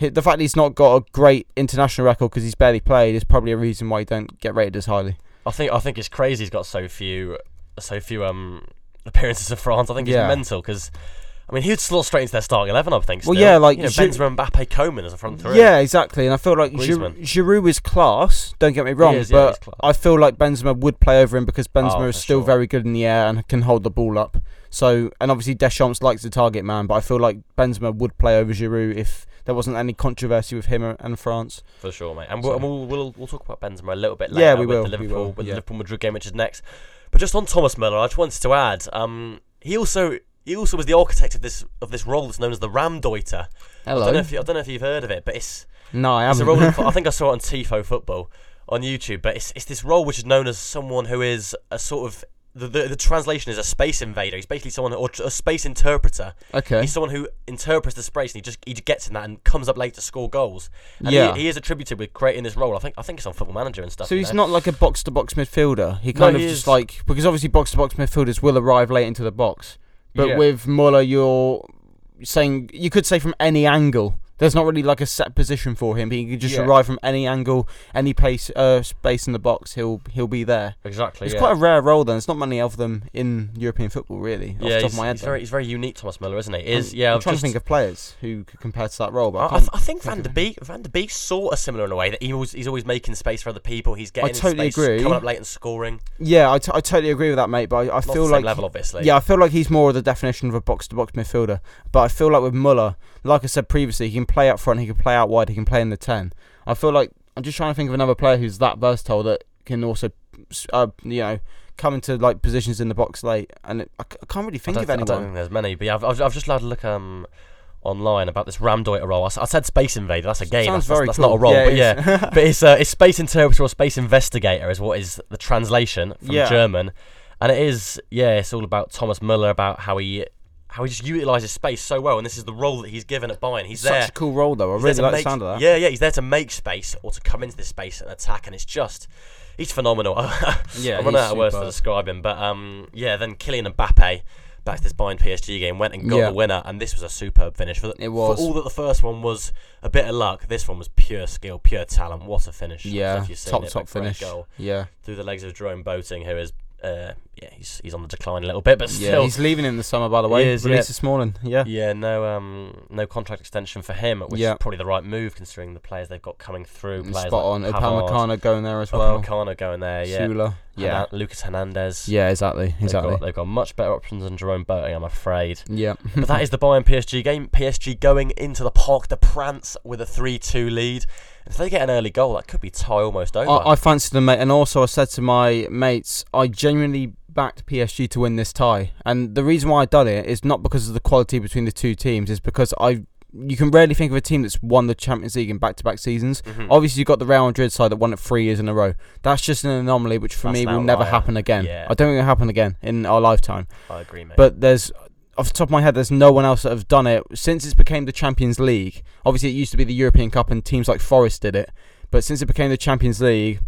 Speaker 2: hi- The fact he's not got a great international record because he's barely played is probably a reason why he don't get rated as highly.
Speaker 1: I think. I think it's crazy. He's got so few, so few um appearances in France. I think
Speaker 2: Yeah.
Speaker 1: it's mental because. I mean, he would slot straight into their starting eleven. I would think.
Speaker 2: Well,
Speaker 1: Still.
Speaker 2: yeah, like,
Speaker 1: you know, Benzema,
Speaker 2: Giroud-
Speaker 1: Mbappe, Coman as a front three.
Speaker 2: Yeah, exactly. And I feel like Giroud,
Speaker 1: Griezmann.
Speaker 2: Giroud is class. Don't get me wrong,
Speaker 1: He is, yeah,
Speaker 2: but
Speaker 1: he's class.
Speaker 2: I feel like Benzema would play over him because Benzema
Speaker 1: Oh,
Speaker 2: is
Speaker 1: for
Speaker 2: still
Speaker 1: sure.
Speaker 2: very good in the air and can hold the ball up. So, and obviously Deschamps likes the target man, but I feel like Benzema would play over Giroud if there wasn't any controversy with him and France.
Speaker 1: For sure, mate. And we'll,
Speaker 2: So-
Speaker 1: and we'll, we'll we'll talk about Benzema a little bit later.
Speaker 2: Yeah, we
Speaker 1: with
Speaker 2: will,
Speaker 1: The
Speaker 2: we
Speaker 1: Liverpool
Speaker 2: will,
Speaker 1: with
Speaker 2: yeah.
Speaker 1: the Liverpool Madrid game, which is next. But just on Thomas Muller, I just wanted to add. Um, he also he also was the architect of this of this role that's known as the Ramdeuter. I don't know
Speaker 2: Hello.
Speaker 1: if you, I don't know if you've heard of it, but it's
Speaker 2: No, I
Speaker 1: it's a
Speaker 2: haven't.
Speaker 1: role.
Speaker 2: [laughs]
Speaker 1: in [laughs] fo- I think I saw it on Tifo Football on YouTube. But it's it's this role which is known as someone who is a sort of the, the, the translation is a space invader. He's basically someone or tr- a space interpreter.
Speaker 2: okay.
Speaker 1: He's someone who interprets the space and he just he just gets in that and comes up late to score goals. And
Speaker 2: Yeah.
Speaker 1: he, he is attributed with creating this role. I think I think it's on Football Manager and stuff.
Speaker 2: So
Speaker 1: you
Speaker 2: he's
Speaker 1: know?
Speaker 2: not like a box to box midfielder. He kind of
Speaker 1: he
Speaker 2: just
Speaker 1: is-
Speaker 2: like because obviously box to box midfielders will arrive late into the box. But
Speaker 1: Yeah.
Speaker 2: with Muller, you're saying you could say from any angle. There's not really like a set position for him. He can just
Speaker 1: Yeah.
Speaker 2: arrive from any angle, any place, uh, space in the box. He'll he'll be there.
Speaker 1: exactly.
Speaker 2: It's
Speaker 1: yeah.
Speaker 2: quite a rare role. Then there's not many of them in European football, really. Off
Speaker 1: yeah,
Speaker 2: the top
Speaker 1: he's,
Speaker 2: of my head,
Speaker 1: he's
Speaker 2: though.
Speaker 1: very he's very unique, Thomas Miller, isn't he?
Speaker 2: I'm-
Speaker 1: Is yeah.
Speaker 2: I'm
Speaker 1: I've
Speaker 2: trying
Speaker 1: just-
Speaker 2: to think of players who could compare to that role, but I,
Speaker 1: I, I
Speaker 2: can't.
Speaker 1: th- I think Van
Speaker 2: think
Speaker 1: der
Speaker 2: of
Speaker 1: Beek Van der Beek sort of similar in a way that he was he's always making space for other people. He's getting in
Speaker 2: totally
Speaker 1: space,
Speaker 2: agree.
Speaker 1: coming up late and scoring.
Speaker 2: yeah, I, t- I totally agree with that, mate. But I, I
Speaker 1: Not
Speaker 2: feel
Speaker 1: the same
Speaker 2: like
Speaker 1: level, obviously.
Speaker 2: Yeah, I feel like he's more of the definition of a box to box midfielder. But I feel like with Muller, like I said previously, he can play up front, he can play out wide, he can play in the 10. I feel like I'm just trying to think of another player who's that versatile that can also, uh, you know, come into like positions in the box late. And it, I, c- I can't really think
Speaker 1: I
Speaker 2: of
Speaker 1: don't, thi- I don't
Speaker 2: anyone.
Speaker 1: think there's many, but yeah, I've, I've, I've just had a look um, online about this Ramdoiter role. I, s- I said Space Invader. That's a game. that's,
Speaker 2: Sounds
Speaker 1: that's-
Speaker 2: very
Speaker 1: that's,
Speaker 2: cool.
Speaker 1: not a role,
Speaker 2: Yeah,
Speaker 1: but
Speaker 2: it
Speaker 1: yeah.
Speaker 2: is. [laughs]
Speaker 1: but it's uh, it's Space Interpreter or Space Investigator is what is the translation from
Speaker 2: Yeah.
Speaker 1: German, and it is yeah, it's all about Thomas Muller about how he how he just utilizes space so well, and this is the role that he's given at Bayern. He's there.
Speaker 2: Such a cool role, though. I
Speaker 1: he's there
Speaker 2: really
Speaker 1: to
Speaker 2: like the
Speaker 1: make-
Speaker 2: sound of that.
Speaker 1: Yeah, yeah, he's there to make space or to come into this space and attack, and it's just. He's phenomenal. [laughs]
Speaker 2: Yeah,
Speaker 1: I run
Speaker 2: he's
Speaker 1: out of words to
Speaker 2: superb.
Speaker 1: describe him, but um, yeah. Then Kylian Mbappe, back to this Bayern PSG game, went and got
Speaker 2: Yeah.
Speaker 1: the winner, and this was a superb finish. For, the,
Speaker 2: It was.
Speaker 1: for all that the first one was a bit of luck, this one was pure skill, pure talent. What a finish! I don't know
Speaker 2: Yeah,
Speaker 1: if you've seen
Speaker 2: top
Speaker 1: it,
Speaker 2: top
Speaker 1: but great
Speaker 2: finish.
Speaker 1: goal
Speaker 2: Yeah,
Speaker 1: through the legs of Jerome Boating, who is uh, yeah, he's he's on the decline a little bit, but
Speaker 2: yeah.
Speaker 1: still.
Speaker 2: He's leaving in the summer, by the way.
Speaker 1: He is, yeah.
Speaker 2: Released this morning. Yeah,
Speaker 1: yeah, no, um, no contract extension for him, which
Speaker 2: Yeah.
Speaker 1: is probably the right move considering the players they've got coming through.
Speaker 2: And
Speaker 1: Players
Speaker 2: spot on.
Speaker 1: like Pavard,
Speaker 2: Opamecano going there as well.
Speaker 1: Upamecano going there, yeah.
Speaker 2: Sula. Yeah,
Speaker 1: Hernan- Lucas Hernandez.
Speaker 2: yeah. Exactly.
Speaker 1: They've
Speaker 2: Exactly.
Speaker 1: got, they've got much better options than Jerome Boating, I'm afraid.
Speaker 2: Yeah.
Speaker 1: But that is the Bayern PSG game. PSG going into the Parc de Prance with a 3 2 lead. If they get an early goal, that could be tie almost over.
Speaker 2: [laughs] I, I fancied them, mate. And also, I said to my mates, I genuinely backed PSG to win this tie. And the reason why I done it is not because of the quality between the two teams, is because I. You can rarely think of a team that's won the Champions League in back-to-back seasons.
Speaker 1: Mhm.
Speaker 2: Obviously, you've got the Real Madrid side that won it three years in a row. That's just an anomaly, which for
Speaker 1: That's
Speaker 2: me
Speaker 1: an
Speaker 2: will never
Speaker 1: outlier.
Speaker 2: happen again.
Speaker 1: Yeah.
Speaker 2: I don't think it'll happen again in our lifetime.
Speaker 1: I agree, mate.
Speaker 2: But there's off the top of my head, there's no one else that have done it since it became the Champions League. Obviously, it used to be the European Cup, and teams like Forest did it. But since it became the Champions League,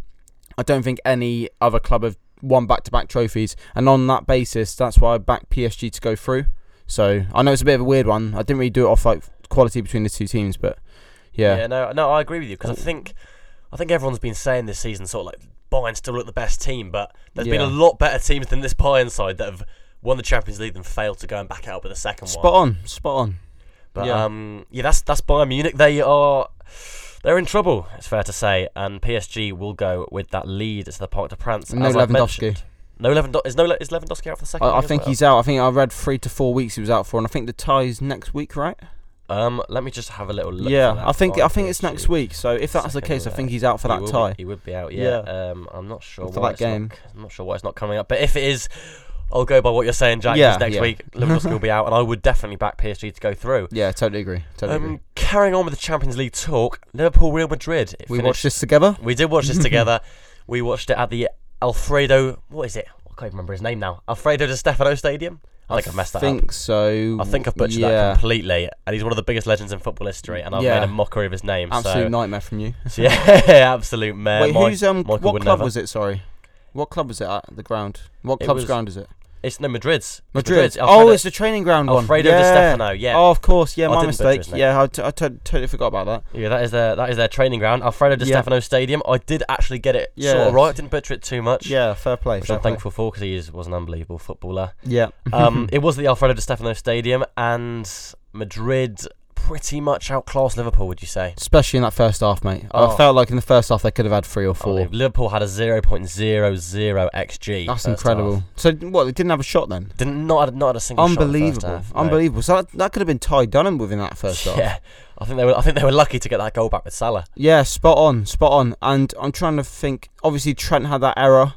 Speaker 2: I don't think any other club have won back-to-back trophies. And on that basis, that's why I backed PSG to go through. So I know it's a bit of a weird one. I didn't really do it off like quality between the two teams, but yeah, Oh.
Speaker 1: yeah, no, no, I agree with you because I think, I think everyone's been saying this season sort of like Bayern still look the best team, but there's been a
Speaker 2: Yeah.
Speaker 1: lot better teams than this Bayern side that have won the Champions League and failed to go and back it up with the second one.
Speaker 2: spot on, spot on.
Speaker 1: But
Speaker 2: Yeah.
Speaker 1: um, yeah, that's that's Bayern Munich. They are they're in trouble. It's fair to say, and PSG will go with that lead to the Parc de Prance.
Speaker 2: No
Speaker 1: as I've
Speaker 2: Lewandowski.
Speaker 1: mentioned. No Lewandowski. Is no Le- is Lewandowski out for the second?
Speaker 2: I, I
Speaker 1: leg as
Speaker 2: think
Speaker 1: well?
Speaker 2: he's out. I think I read three to four weeks he was out for, and I think the tie's next week, right?
Speaker 1: Um, let me just have a little look.
Speaker 2: yeah,
Speaker 1: for that
Speaker 2: I think
Speaker 1: for
Speaker 2: I think it's
Speaker 1: PSG.
Speaker 2: next week. So if that's the
Speaker 1: Second
Speaker 2: case, I
Speaker 1: leg.
Speaker 2: think he's out for
Speaker 1: he
Speaker 2: that
Speaker 1: will
Speaker 2: tie.
Speaker 1: Be, he would be out. Yeah. Um, I'm not sure
Speaker 2: For
Speaker 1: why
Speaker 2: that
Speaker 1: it's not-
Speaker 2: game.
Speaker 1: I'm not sure why it's not coming up. But if it is, I'll go by what you're saying, Jack. 'cause
Speaker 2: Yeah,
Speaker 1: next
Speaker 2: yeah.
Speaker 1: week Lewandowski
Speaker 2: [laughs]
Speaker 1: will be out, and I would definitely back PSG to go through.
Speaker 2: Yeah, totally agree. Totally agree.
Speaker 1: Um, carrying on with the Champions League talk, Liverpool Real Madrid. It
Speaker 2: We
Speaker 1: finished-
Speaker 2: watched this together.
Speaker 1: We did
Speaker 2: [laughs]
Speaker 1: watch this together. We watched it at the Alfredo. What is it? I can't even remember his name now. Alfredo Di Stefano Stadium. I think I've messed that
Speaker 2: think so.
Speaker 1: up. I think I've butchered that
Speaker 2: yeah.
Speaker 1: completely. And he's one of the biggest legends in football history. And I've
Speaker 2: Yeah.
Speaker 1: made a mockery of his name. [laughs]
Speaker 2: Absolute
Speaker 1: so.
Speaker 2: nightmare from you.
Speaker 1: so yeah, [laughs] absolute man.
Speaker 2: Wait,
Speaker 1: My-
Speaker 2: who's um?
Speaker 1: Michael
Speaker 2: what
Speaker 1: would
Speaker 2: club
Speaker 1: never.
Speaker 2: was it? Sorry, what club was it at the ground? What
Speaker 1: It
Speaker 2: club's
Speaker 1: was
Speaker 2: ground is it?
Speaker 1: It's no Madrid's. It's
Speaker 2: Madrid.
Speaker 1: Madrid's.
Speaker 2: oh,
Speaker 1: Alfredo-
Speaker 2: it's the training ground one.
Speaker 1: Alfredo
Speaker 2: yeah.
Speaker 1: Di Stefano. Yeah,
Speaker 2: Oh, of course.
Speaker 1: I
Speaker 2: Yeah, my
Speaker 1: didn't butcher
Speaker 2: mistake.
Speaker 1: his name.
Speaker 2: Yeah, I, t- I t- totally forgot about that.
Speaker 1: yeah. That is their that is their training ground. Alfredo Di
Speaker 2: Yeah.
Speaker 1: Stefano Stadium. I did actually get it
Speaker 2: Yeah.
Speaker 1: sort of right. I didn't butcher it too much.
Speaker 2: Yeah, fair play.
Speaker 1: Which
Speaker 2: fair
Speaker 1: I'm
Speaker 2: play.
Speaker 1: thankful for because he is, was an unbelievable footballer.
Speaker 2: [laughs] Yeah.
Speaker 1: um, it was the Alfredo Di Stefano Stadium, and Madrid pretty much outclassed Liverpool. Would you say?
Speaker 2: Especially in that first half, mate.
Speaker 1: Oh.
Speaker 2: I felt like in the first half they could have had three or four.
Speaker 1: Liverpool had a 0.00 xg.
Speaker 2: That's
Speaker 1: first
Speaker 2: incredible.
Speaker 1: half.
Speaker 2: So what? They didn't have a shot then.
Speaker 1: Didn't not had- not had a single
Speaker 2: Unbelievable.
Speaker 1: Shot in the first half, no.
Speaker 2: Unbelievable. So that, that could have been Ty Dunham within that first half.
Speaker 1: [laughs] Yeah, I think they were. I think they were lucky to get that goal back with Salah.
Speaker 2: Yeah, spot on, spot on. And I'm trying to think. Obviously, Trent had that error,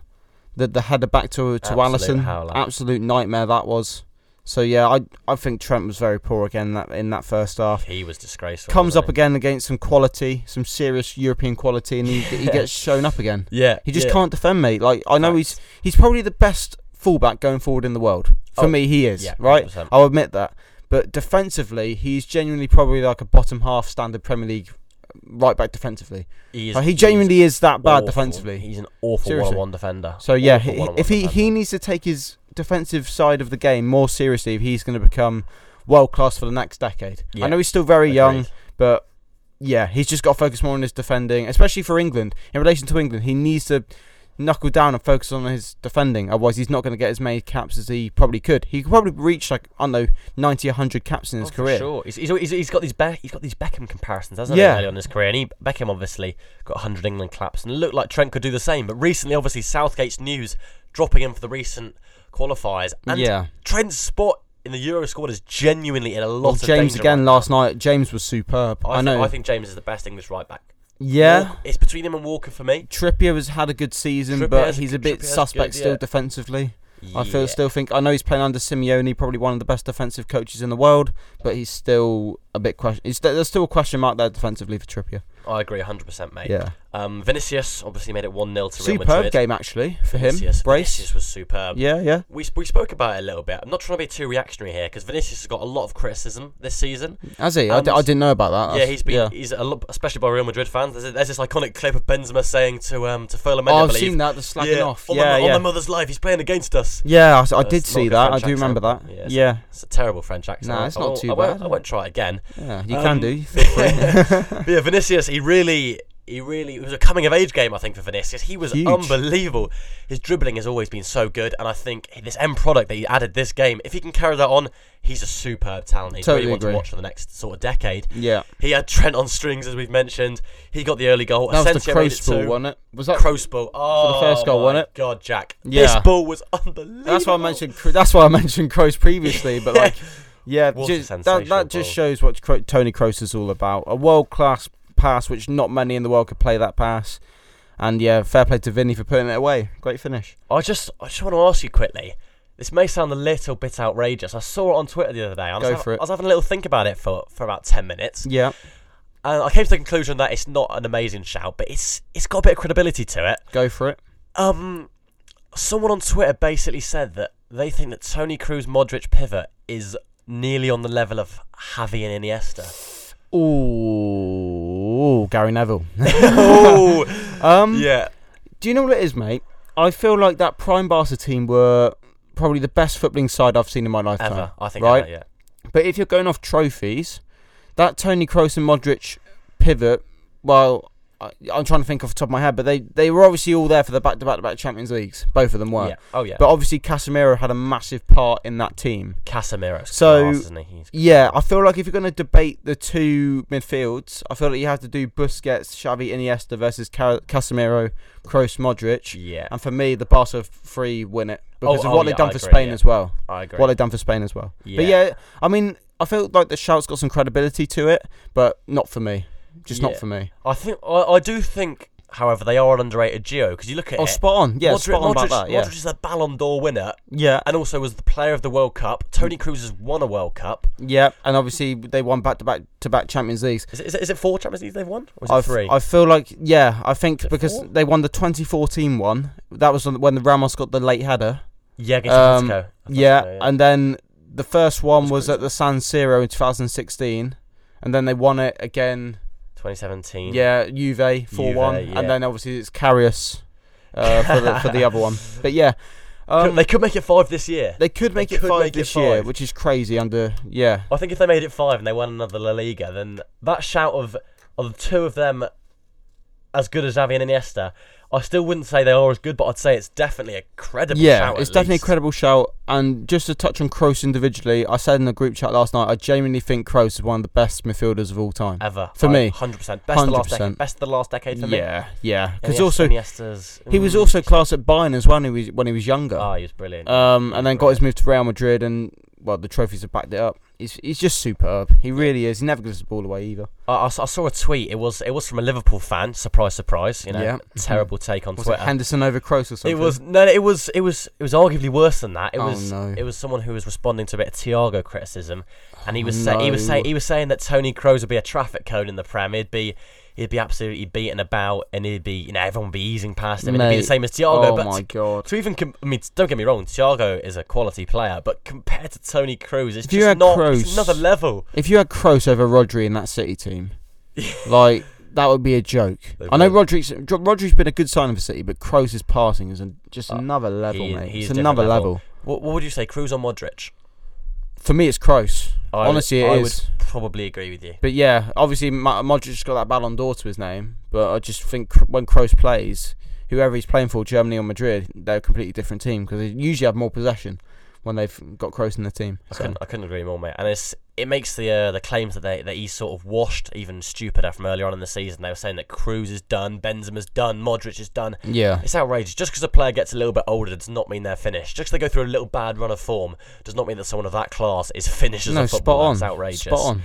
Speaker 2: that the header back to to
Speaker 1: Absolute
Speaker 2: Allison.
Speaker 1: howler.
Speaker 2: Absolute nightmare that was. So yeah, I I think Trent was very poor again that in that first half.
Speaker 1: He was eh? disgraceful.
Speaker 2: Comes
Speaker 1: wasn't
Speaker 2: up again against some quality, some serious European
Speaker 1: [laughs]
Speaker 2: quality, and he, he
Speaker 1: Yeah.
Speaker 2: gets shown up again.
Speaker 1: he? Yeah,
Speaker 2: He just
Speaker 1: yeah.
Speaker 2: can't defend, mate. Like I know he's
Speaker 1: Facts.
Speaker 2: he's probably the best fullback going forward in the world. For
Speaker 1: Oh,
Speaker 2: me, he is
Speaker 1: yeah,
Speaker 2: right.
Speaker 1: 100%.
Speaker 2: I'll admit that. But defensively, he's genuinely probably like a bottom half standard Premier League uh, right back defensively.
Speaker 1: He, is,
Speaker 2: Like, he
Speaker 1: is
Speaker 2: genuinely is that bad
Speaker 1: awful.
Speaker 2: defensively.
Speaker 1: He's an awful
Speaker 2: Seriously.
Speaker 1: one-on-one defender.
Speaker 2: So yeah,
Speaker 1: Awful
Speaker 2: he,
Speaker 1: one-on-one
Speaker 2: if he, he
Speaker 1: defender.
Speaker 2: needs to take his defensive side of the game more seriously, if he's going to become world class for the next decade.
Speaker 1: Yeah,
Speaker 2: I know he's still very young,
Speaker 1: Agreed.
Speaker 2: but yeah, he's just got to focus more on his defending, especially for England. In relation to England, he needs to knuckle down and focus on his defending. Otherwise, he's not going to get as many caps as he probably could. He could probably reach like I don't know 90, 100 caps in his
Speaker 1: Oh, for
Speaker 2: career.
Speaker 1: Sure, he's, he's, always- he's got these Be- he's got these Beckham comparisons, hasn't
Speaker 2: Yeah.
Speaker 1: he? Early on in his career, and he, Beckham obviously got 100 England claps, and it looked like Trent could do the same. But recently, obviously, Southgate's news dropping him for the recent qualifiers, and
Speaker 2: yeah.
Speaker 1: Trent's spot in the Euro squad is genuinely in a lot
Speaker 2: Well,
Speaker 1: of
Speaker 2: James
Speaker 1: danger
Speaker 2: again
Speaker 1: right
Speaker 2: last
Speaker 1: now.
Speaker 2: night. James was superb. I,
Speaker 1: I,
Speaker 2: know.
Speaker 1: Think, I think James is the best English right back.
Speaker 2: yeah.
Speaker 1: Walk- it's between him and Walker for me.
Speaker 2: Trippier has had a good season, but
Speaker 1: Trippier's-
Speaker 2: he's a bit
Speaker 1: Trippier's
Speaker 2: suspect
Speaker 1: good,
Speaker 2: still
Speaker 1: yeah.
Speaker 2: defensively. I
Speaker 1: Yeah.
Speaker 2: feel still think I know he's playing under Simeone, probably one of the best defensive coaches in the world, but he's still a bit question. It's, there's still a question mark there defensively for Trippier.
Speaker 1: I agree 100%, mate.
Speaker 2: Yeah.
Speaker 1: Um, Vinicius obviously made it 1 0 to Real
Speaker 2: Superb
Speaker 1: Madrid.
Speaker 2: game, actually, for him.
Speaker 1: Vinicius,
Speaker 2: Brace.
Speaker 1: Vinicius was superb.
Speaker 2: Yeah, yeah.
Speaker 1: We, sp- we spoke about it a little bit. I'm not trying to be too reactionary here because Vinicius has got a lot of criticism this season.
Speaker 2: Has he? I,
Speaker 1: And-
Speaker 2: d- I didn't know about that.
Speaker 1: yeah,
Speaker 2: That's-
Speaker 1: he's been he's a lot, especially by Real Madrid fans. There's, there's this iconic clip of Benzema saying to um to Furlan Mendy,
Speaker 2: Oh,
Speaker 1: I
Speaker 2: I've
Speaker 1: believe,
Speaker 2: seen that. The slacking
Speaker 1: yeah,
Speaker 2: off.
Speaker 1: On,
Speaker 2: Yeah,
Speaker 1: the,
Speaker 2: yeah.
Speaker 1: on the mother's life, he's playing against us.
Speaker 2: yeah, I, I
Speaker 1: That's not
Speaker 2: did see
Speaker 1: good
Speaker 2: that. I
Speaker 1: French
Speaker 2: do remember that.
Speaker 1: accent. Yeah, it's-
Speaker 2: Yeah,
Speaker 1: It's a terrible French accent.
Speaker 2: Nah, it's
Speaker 1: I
Speaker 2: not
Speaker 1: won't-
Speaker 2: too
Speaker 1: I won't,
Speaker 2: bad.
Speaker 1: I won't try it again.
Speaker 2: yeah. You
Speaker 1: Um, [laughs]
Speaker 2: can do. Feel free.
Speaker 1: But yeah, Vinicius, he really, he really, it was a coming of age game, I think, for Vinicius. He was
Speaker 2: Huge.
Speaker 1: unbelievable. His dribbling has always been so good, and I think this end product that he added this game, if he can carry that on, he's a superb talent. He's
Speaker 2: Totally
Speaker 1: really one to
Speaker 2: agree.
Speaker 1: watch for the next sort of decade.
Speaker 2: yeah.
Speaker 1: He had Trent on strings, as we've mentioned. He got the early goal.
Speaker 2: That was the
Speaker 1: Asensio made it
Speaker 2: Kroos ball,
Speaker 1: too.
Speaker 2: wasn't it? Was that?
Speaker 1: Kroos ball. Oh,
Speaker 2: the first goal,
Speaker 1: my
Speaker 2: wasn't it?
Speaker 1: God, Jack. This
Speaker 2: Yeah.
Speaker 1: ball was [laughs] unbelievable.
Speaker 2: That's why I mentioned. Kro- That's why I mentioned Kroos previously. But like, yeah,
Speaker 1: What a
Speaker 2: just, that that
Speaker 1: sensational
Speaker 2: just
Speaker 1: ball.
Speaker 2: shows what Kro- Tony Kroos is all about. A world class pass, which not many in the world could play that pass. And yeah, fair play to Vinny for putting it away. Great finish.
Speaker 1: I just, I just want to ask you quickly. This may sound a little bit outrageous. I saw it on Twitter the other day. I was,
Speaker 2: Go
Speaker 1: hav-
Speaker 2: for it.
Speaker 1: I was having a little think about it for, for about ten minutes,
Speaker 2: Yeah,
Speaker 1: and I came to the conclusion that it's not an amazing shout, but it's it's got a bit of credibility to it.
Speaker 2: go for it.
Speaker 1: Um, someone on Twitter basically said that they think that Tony Cruz Modric pivot is nearly on the level of Javi and
Speaker 2: [laughs]
Speaker 1: Iniesta.
Speaker 2: Ooh, Gary Neville.
Speaker 1: oh,
Speaker 2: Um,
Speaker 1: [laughs] yeah.
Speaker 2: Do you know what it is, mate? I feel like that Prime Barca team were probably the best footballing side I've seen in my lifetime.
Speaker 1: Ever, I think.
Speaker 2: Right.
Speaker 1: Ever, yeah.
Speaker 2: But if you're going off trophies, that Tony Kroos and Modric pivot, well, I, I'm trying to think off the top of my head, but they, they were obviously all there for the back to back to back Champions Leagues. Both of them were.
Speaker 1: yeah. Oh yeah.
Speaker 2: But obviously, Casemiro had a massive part in that team.
Speaker 1: Casemiro's
Speaker 2: So-
Speaker 1: class, isn't he? He's-
Speaker 2: Yeah, I feel like if you're going to debate the two midfields, I feel like you have to do Busquets, Xavi, Iniesta versus Ca- Casemiro, Kroos, Modric.
Speaker 1: yeah.
Speaker 2: And for me, the Barca three win it because
Speaker 1: Oh,
Speaker 2: of
Speaker 1: oh,
Speaker 2: what
Speaker 1: yeah,
Speaker 2: they've done
Speaker 1: I
Speaker 2: for
Speaker 1: agree,
Speaker 2: Spain
Speaker 1: yeah.
Speaker 2: as well.
Speaker 1: I agree.
Speaker 2: What they've done for Spain as well. But yeah, I mean, I feel like the shout's got some credibility to it, but not for me. Just not
Speaker 1: Yeah.
Speaker 2: for me.
Speaker 1: I think I, I do think, however, they are an underrated duo because you look at
Speaker 2: Oh,
Speaker 1: it.
Speaker 2: spot on. Yeah,
Speaker 1: Modric,
Speaker 2: spot on
Speaker 1: Modric,
Speaker 2: about that. Yeah.
Speaker 1: Modric is a Ballon d'Or winner
Speaker 2: yeah, uh,
Speaker 1: and also was the player of the World Cup. Tony Cruz has won a World Cup.
Speaker 2: yeah. And obviously, they won back to back to back Champions Leagues.
Speaker 1: Is it, is it, is it four Champions Leagues they've won? Or is it
Speaker 2: I f-
Speaker 1: three?
Speaker 2: I feel like yeah, I think
Speaker 1: it
Speaker 2: because
Speaker 1: four?
Speaker 2: they won the 2014 one. That was when the Ramos got the late header.
Speaker 1: yeah, against
Speaker 2: um,
Speaker 1: Atletico. I thought
Speaker 2: Yeah,
Speaker 1: so,
Speaker 2: and then the first one
Speaker 1: That's
Speaker 2: was
Speaker 1: crazy.
Speaker 2: at the San Siro in 2016, and then they won it again
Speaker 1: 2017.
Speaker 2: Yeah, Juve four one,
Speaker 1: Mm. Juve, yeah.
Speaker 2: and then obviously it's Carrius uh, for the for the other
Speaker 1: [laughs]
Speaker 2: one. But yeah,
Speaker 1: Could-
Speaker 2: um,
Speaker 1: they
Speaker 2: they,
Speaker 1: could make it five this year.
Speaker 2: could make
Speaker 1: they
Speaker 2: it
Speaker 1: could
Speaker 2: five
Speaker 1: make it
Speaker 2: this year,
Speaker 1: five.
Speaker 2: which is crazy. Under yeah,
Speaker 1: I think if they made it five and they won another La Liga, then that shout of of the two of them as good as Xavi and Iniesta, I still wouldn't say they are as good, but I'd say it's definitely a credible
Speaker 2: yeah,
Speaker 1: shout.
Speaker 2: it's
Speaker 1: at
Speaker 2: definitely
Speaker 1: least.
Speaker 2: a credible shout. And just to touch on Kroos individually, I said in the group chat last night, I genuinely think Kroos is one of the best midfielders of all time.
Speaker 1: ever
Speaker 2: For me.
Speaker 1: Hundred percent. Best of the last decade.
Speaker 2: 100%.
Speaker 1: Best of the last decade for me.
Speaker 2: Yeah, yeah, because
Speaker 1: Iniesta-
Speaker 2: also
Speaker 1: Iniesta's,
Speaker 2: he was
Speaker 1: mm,
Speaker 2: also class at Bayern as well when he was when he was younger.
Speaker 1: Ah, he was brilliant.
Speaker 2: Um, and then got his move to Real Madrid, and well, the trophies have backed it up. He's he's just superb. He really is. He never gives the ball away either.
Speaker 1: I, I s- I saw a tweet. It was it was from a Liverpool fan. Surprise, surprise. You know,
Speaker 2: Yeah.
Speaker 1: [laughs] terrible take on
Speaker 2: Was it
Speaker 1: Twitter.
Speaker 2: Henderson over Kroos or something?
Speaker 1: It was no, no, it was it was it was arguably worse than that. It
Speaker 2: Oh,
Speaker 1: was
Speaker 2: no.
Speaker 1: it was someone who was responding to a bit of Thiago criticism, and he was
Speaker 2: Oh,
Speaker 1: say, he was saying
Speaker 2: no.
Speaker 1: he was saying that Tony Kroos would be a traffic cone in the Prem. He'd be he'd be absolutely beaten about, and he'd be you know everyone would be easing past him, and he'd be the
Speaker 2: Mate,
Speaker 1: same as Thiago.
Speaker 2: Oh
Speaker 1: but
Speaker 2: my god!
Speaker 1: to even com- I mean, don't get me wrong, Thiago is a quality player, but compared to Tony Kroos, it's
Speaker 2: If you
Speaker 1: just
Speaker 2: had
Speaker 1: not
Speaker 2: Kroos-
Speaker 1: it's another level.
Speaker 2: If you had Kroos over Rodri in that City [laughs] team, like that would be a joke.
Speaker 1: They
Speaker 2: I know
Speaker 1: would.
Speaker 2: Rodri's Dro- Rodri's been a good sign for City, but Kroos' passing is a, just
Speaker 1: Uh,
Speaker 2: another level,
Speaker 1: he-
Speaker 2: mate.
Speaker 1: he's
Speaker 2: It's
Speaker 1: different
Speaker 2: another
Speaker 1: level.
Speaker 2: level.
Speaker 1: What, what would you say, Kroos or Modric?
Speaker 2: For me, it's Kroos.
Speaker 1: I would-
Speaker 2: Honestly, it
Speaker 1: I
Speaker 2: is.
Speaker 1: would probably agree with you.
Speaker 2: But yeah, obviously Ma- Modric's got that Ballon d'Or to his name, but I just think Kr- when Kroos plays, whoever he's playing for, Germany or Madrid, they're a completely different team because they usually have more possession when they've got Kroos in the team.
Speaker 1: I
Speaker 2: So-
Speaker 1: couldn't, I couldn't agree more, mate. And it's it makes the uh, the claims that they that he's sort of washed even stupider from earlier on in the season. They were saying that Kroos is done, Benzema's done, Modric is done.
Speaker 2: yeah,
Speaker 1: It's outrageous. Just because a player gets a little bit older does not mean they're finished. Just 'cause they go through a little bad run of form does not mean that someone of that class is finished as
Speaker 2: no,
Speaker 1: a
Speaker 2: spot
Speaker 1: footballer.
Speaker 2: on.
Speaker 1: It's outrageous.
Speaker 2: Spot on.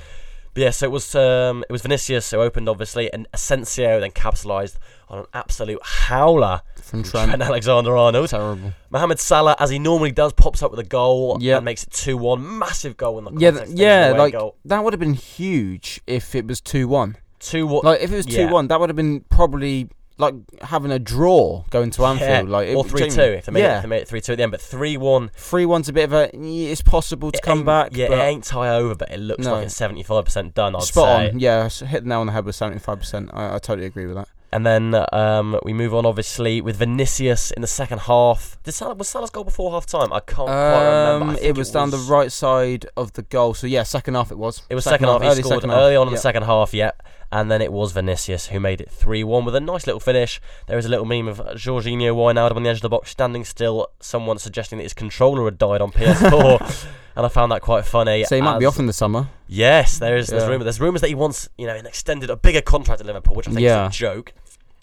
Speaker 1: But yeah, so it was um, it was Vinicius who opened obviously, and Asensio then capitalised on an absolute howler from
Speaker 2: From
Speaker 1: [laughs]
Speaker 2: Trent.
Speaker 1: Trent Alexander-Arnold.
Speaker 2: Terrible.
Speaker 1: Mohamed Salah, as he normally does, pops up with a goal
Speaker 2: Yeah.
Speaker 1: and makes it two-one. Massive goal in the
Speaker 2: Yeah,
Speaker 1: context. It
Speaker 2: th-
Speaker 1: was an
Speaker 2: yeah,
Speaker 1: away
Speaker 2: like
Speaker 1: goal.
Speaker 2: that would have been huge if it was two one.
Speaker 1: Two what?
Speaker 2: Like if it was two
Speaker 1: Yeah.
Speaker 2: one, that would have been probably like having a draw going to Anfield. Like it
Speaker 1: or
Speaker 2: would
Speaker 1: three
Speaker 2: change-
Speaker 1: two if they made it,
Speaker 2: yeah,
Speaker 1: if they made it three two at the end, but three one.
Speaker 2: three one's a bit of a. yeah, It's possible to come back.
Speaker 1: Yeah,
Speaker 2: but
Speaker 1: it ain't tie over, but it looks
Speaker 2: No.
Speaker 1: like it's seventy five percent done. I'd
Speaker 2: spot
Speaker 1: say.
Speaker 2: on. Yeah, s- hit the nail on the head with seventy five percent. I I totally agree with that.
Speaker 1: And then um, we move on, obviously, with Vinicius in the second half. Did Salah, was Salah's goal before half time? I can't quite remember. I
Speaker 2: Um,
Speaker 1: think
Speaker 2: it was down the right side of the goal. So yeah, second half it was.
Speaker 1: It was second, half.
Speaker 2: early
Speaker 1: He scored
Speaker 2: second half.
Speaker 1: early on in
Speaker 2: Yeah.
Speaker 1: the second half, yeah. And then it was Vinicius who made it 3 1 with a nice little finish. There is a little meme of Jorginho Wijnaldum on the edge of the box standing still, someone suggesting that his controller had died on
Speaker 2: [laughs]
Speaker 1: PS4. and I found that quite funny.
Speaker 2: So he might be
Speaker 1: as-
Speaker 2: off in the summer.
Speaker 1: Yes, there is. There's
Speaker 2: Yeah.
Speaker 1: rumor. There's rumors that he wants, you know, an extended, a bigger contract at Liverpool, which I think
Speaker 2: Yeah.
Speaker 1: is a joke.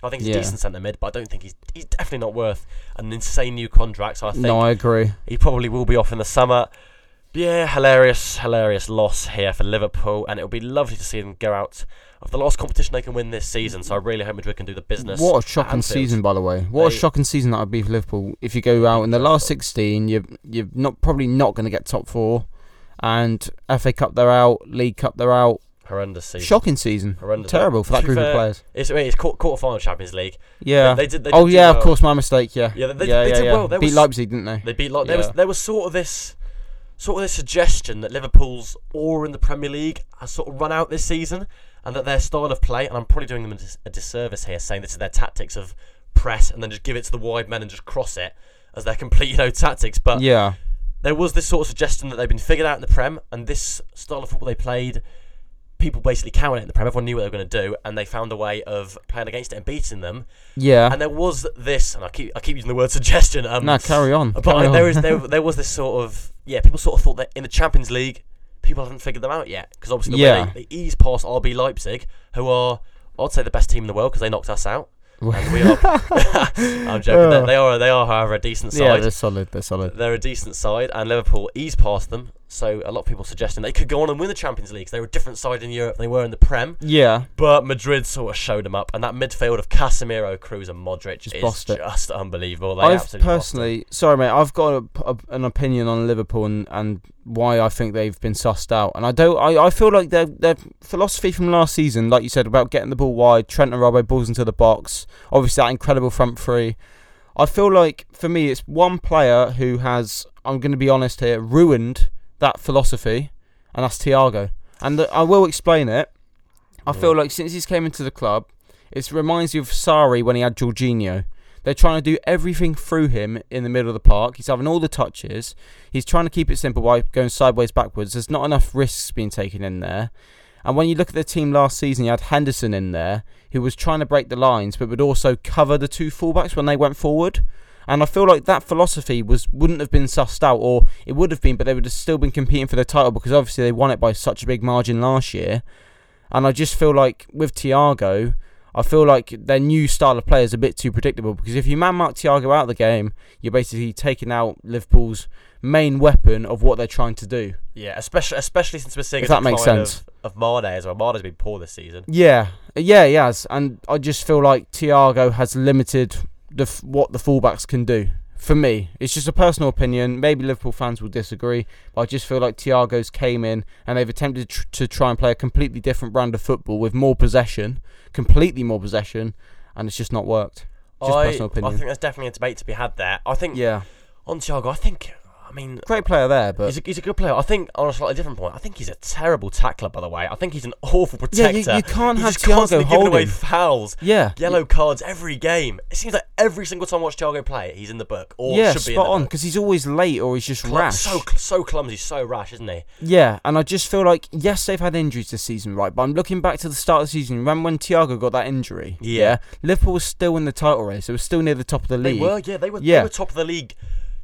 Speaker 1: I think he's
Speaker 2: Yeah.
Speaker 1: a decent centre mid, but I don't think he's he's definitely not worth an insane new contract. So I think
Speaker 2: No, I agree.
Speaker 1: he probably will be off in the summer. But yeah, hilarious, hilarious loss here for Liverpool, and it'll be lovely to see them go out of the last competition they can win this season. So I really hope Madrid can do the business.
Speaker 2: What a shocking
Speaker 1: Anfield.
Speaker 2: season, by the way. What
Speaker 1: They-
Speaker 2: a shocking season that would be for Liverpool. If you go out in the last
Speaker 1: Dreadful.
Speaker 2: sixteen, you're you're not probably not going to get top four, and FA Cup they're out, League Cup they're out.
Speaker 1: Horrendous season.
Speaker 2: Shocking season,
Speaker 1: Horrendous.
Speaker 2: terrible for
Speaker 1: To
Speaker 2: that
Speaker 1: be
Speaker 2: group
Speaker 1: fair,
Speaker 2: of players.
Speaker 1: It's, it's quarter, quarter final Champions League.
Speaker 2: Yeah.
Speaker 1: They did. They
Speaker 2: oh
Speaker 1: did do
Speaker 2: yeah,
Speaker 1: well.
Speaker 2: of course, my mistake. Yeah.
Speaker 1: Yeah, they- they-
Speaker 2: yeah,
Speaker 1: they
Speaker 2: yeah,
Speaker 1: did
Speaker 2: yeah.
Speaker 1: well. There
Speaker 2: Beat
Speaker 1: was-
Speaker 2: Leipzig, didn't they?
Speaker 1: They beat like there
Speaker 2: Yeah.
Speaker 1: was there was sort of this sort of this suggestion that Liverpool's awe in the Premier League has sort of run out this season, and that their style of play. And I'm probably doing them a, dis- a disservice here, saying this is their tactics of press and then just give it to the wide men and just cross it as their complete you know tactics. But
Speaker 2: yeah.
Speaker 1: there was this sort of suggestion that they've been figured out in the Prem, and this style of football they played. People basically counted it in the Prem. Everyone knew what they were going to do, and they found a way of playing against it and beating them.
Speaker 2: Yeah.
Speaker 1: And there was this, and I keep I keep using the word [laughs] suggestion. Um,
Speaker 2: no, carry on.
Speaker 1: but
Speaker 2: carry
Speaker 1: I- there
Speaker 2: on.
Speaker 1: is there,
Speaker 2: [laughs]
Speaker 1: there was this sort of yeah people sort of thought that in the Champions League people haven't figured them out yet because obviously the
Speaker 2: Yeah.
Speaker 1: way they, they ease past RB Leipzig who are I'd say the best team in the world because they knocked us out and
Speaker 2: [laughs]
Speaker 1: we are I'm joking they, they are they are however a decent
Speaker 2: Uh. yeah,
Speaker 1: side
Speaker 2: they're solid. They're solid.
Speaker 1: they're a decent side and Liverpool ease past them so a lot of people suggesting they could go on and win the Champions League 'cause they were a different side in Europe than they were in the Prem
Speaker 2: Yeah.
Speaker 1: but Madrid sort of showed them up and that midfield of Casemiro, Cruz and Modric
Speaker 2: Just
Speaker 1: is
Speaker 2: bossed it.
Speaker 1: just unbelievable they
Speaker 2: I've
Speaker 1: absolutely bossed it.
Speaker 2: personally, sorry mate, I've got a, a, an opinion on Liverpool and, and why I think they've been sussed out. And I don't, I, I feel like their their philosophy from last season, like you said, about getting the ball wide, Trent and Robbo balls into the box, obviously that incredible front three. I feel like for me, it's one player who has, I'm going to be honest here, ruined that philosophy, and that's Thiago. And the, I will explain it. I feel like since he's came into the club, it reminds you of Sari when he had Jorginho. They're trying to do everything through him in the middle of the park. He's having all the touches. He's trying to keep it simple by going sideways backwards. There's not enough risks being taken in there. And when you look at the team last season, you had Henderson in there who was trying to break the lines but would also cover the two fullbacks when they went forward. And I feel like that philosophy was wouldn't have been sussed out, or it would have been, but they would have still been competing for the title because obviously they won it by such a big margin last year. And I just feel like with Thiago, I feel like their new style of play is a bit too predictable because if you man mark Thiago out of the game, you're basically taking out Liverpool's main weapon of what they're trying to do.
Speaker 1: Yeah, especially especially since we're seeing
Speaker 2: If
Speaker 1: a
Speaker 2: that makes
Speaker 1: decline
Speaker 2: sense.
Speaker 1: of, of Mane as well. Mane's been poor this season.
Speaker 2: Yeah, yeah, he has, and I just feel like Thiago has limited the f- what the fullbacks can do. For me, it's just a personal opinion. Maybe Liverpool fans will disagree, but I just feel like Thiago's came in and they've attempted tr- to try and play a completely different brand of football with more possession, completely more possession, and it's just not worked. Just
Speaker 1: I,
Speaker 2: personal opinion.
Speaker 1: I think there's definitely a debate to be had there. I think
Speaker 2: yeah,
Speaker 1: on Thiago, I think I mean
Speaker 2: great player there, but
Speaker 1: he's a, he's a good player. I think on a slightly different point, I think he's a terrible tackler. By the way, I think he's an awful
Speaker 2: yeah,
Speaker 1: protector.
Speaker 2: you, you can't
Speaker 1: he's
Speaker 2: have
Speaker 1: just constantly
Speaker 2: Thiago
Speaker 1: giving away
Speaker 2: holding.
Speaker 1: fouls,
Speaker 2: Yeah,
Speaker 1: yellow cards every game. It seems like every single time I watch Thiago play, he's in the book or
Speaker 2: yeah,
Speaker 1: should be
Speaker 2: spot
Speaker 1: in the
Speaker 2: on
Speaker 1: book.
Speaker 2: because he's always late or he's just
Speaker 1: Cl-
Speaker 2: rash.
Speaker 1: So cl- so clumsy, so rash, isn't he?
Speaker 2: Yeah, and I just feel like yes, they've had injuries this season, right? But I'm looking back to the start of the season. Remember when Thiago got that injury?
Speaker 1: Yeah.
Speaker 2: Liverpool was still in the title race. It was still near the top of the
Speaker 1: They
Speaker 2: league.
Speaker 1: were, yeah, they were. They
Speaker 2: Yeah.
Speaker 1: were top of the league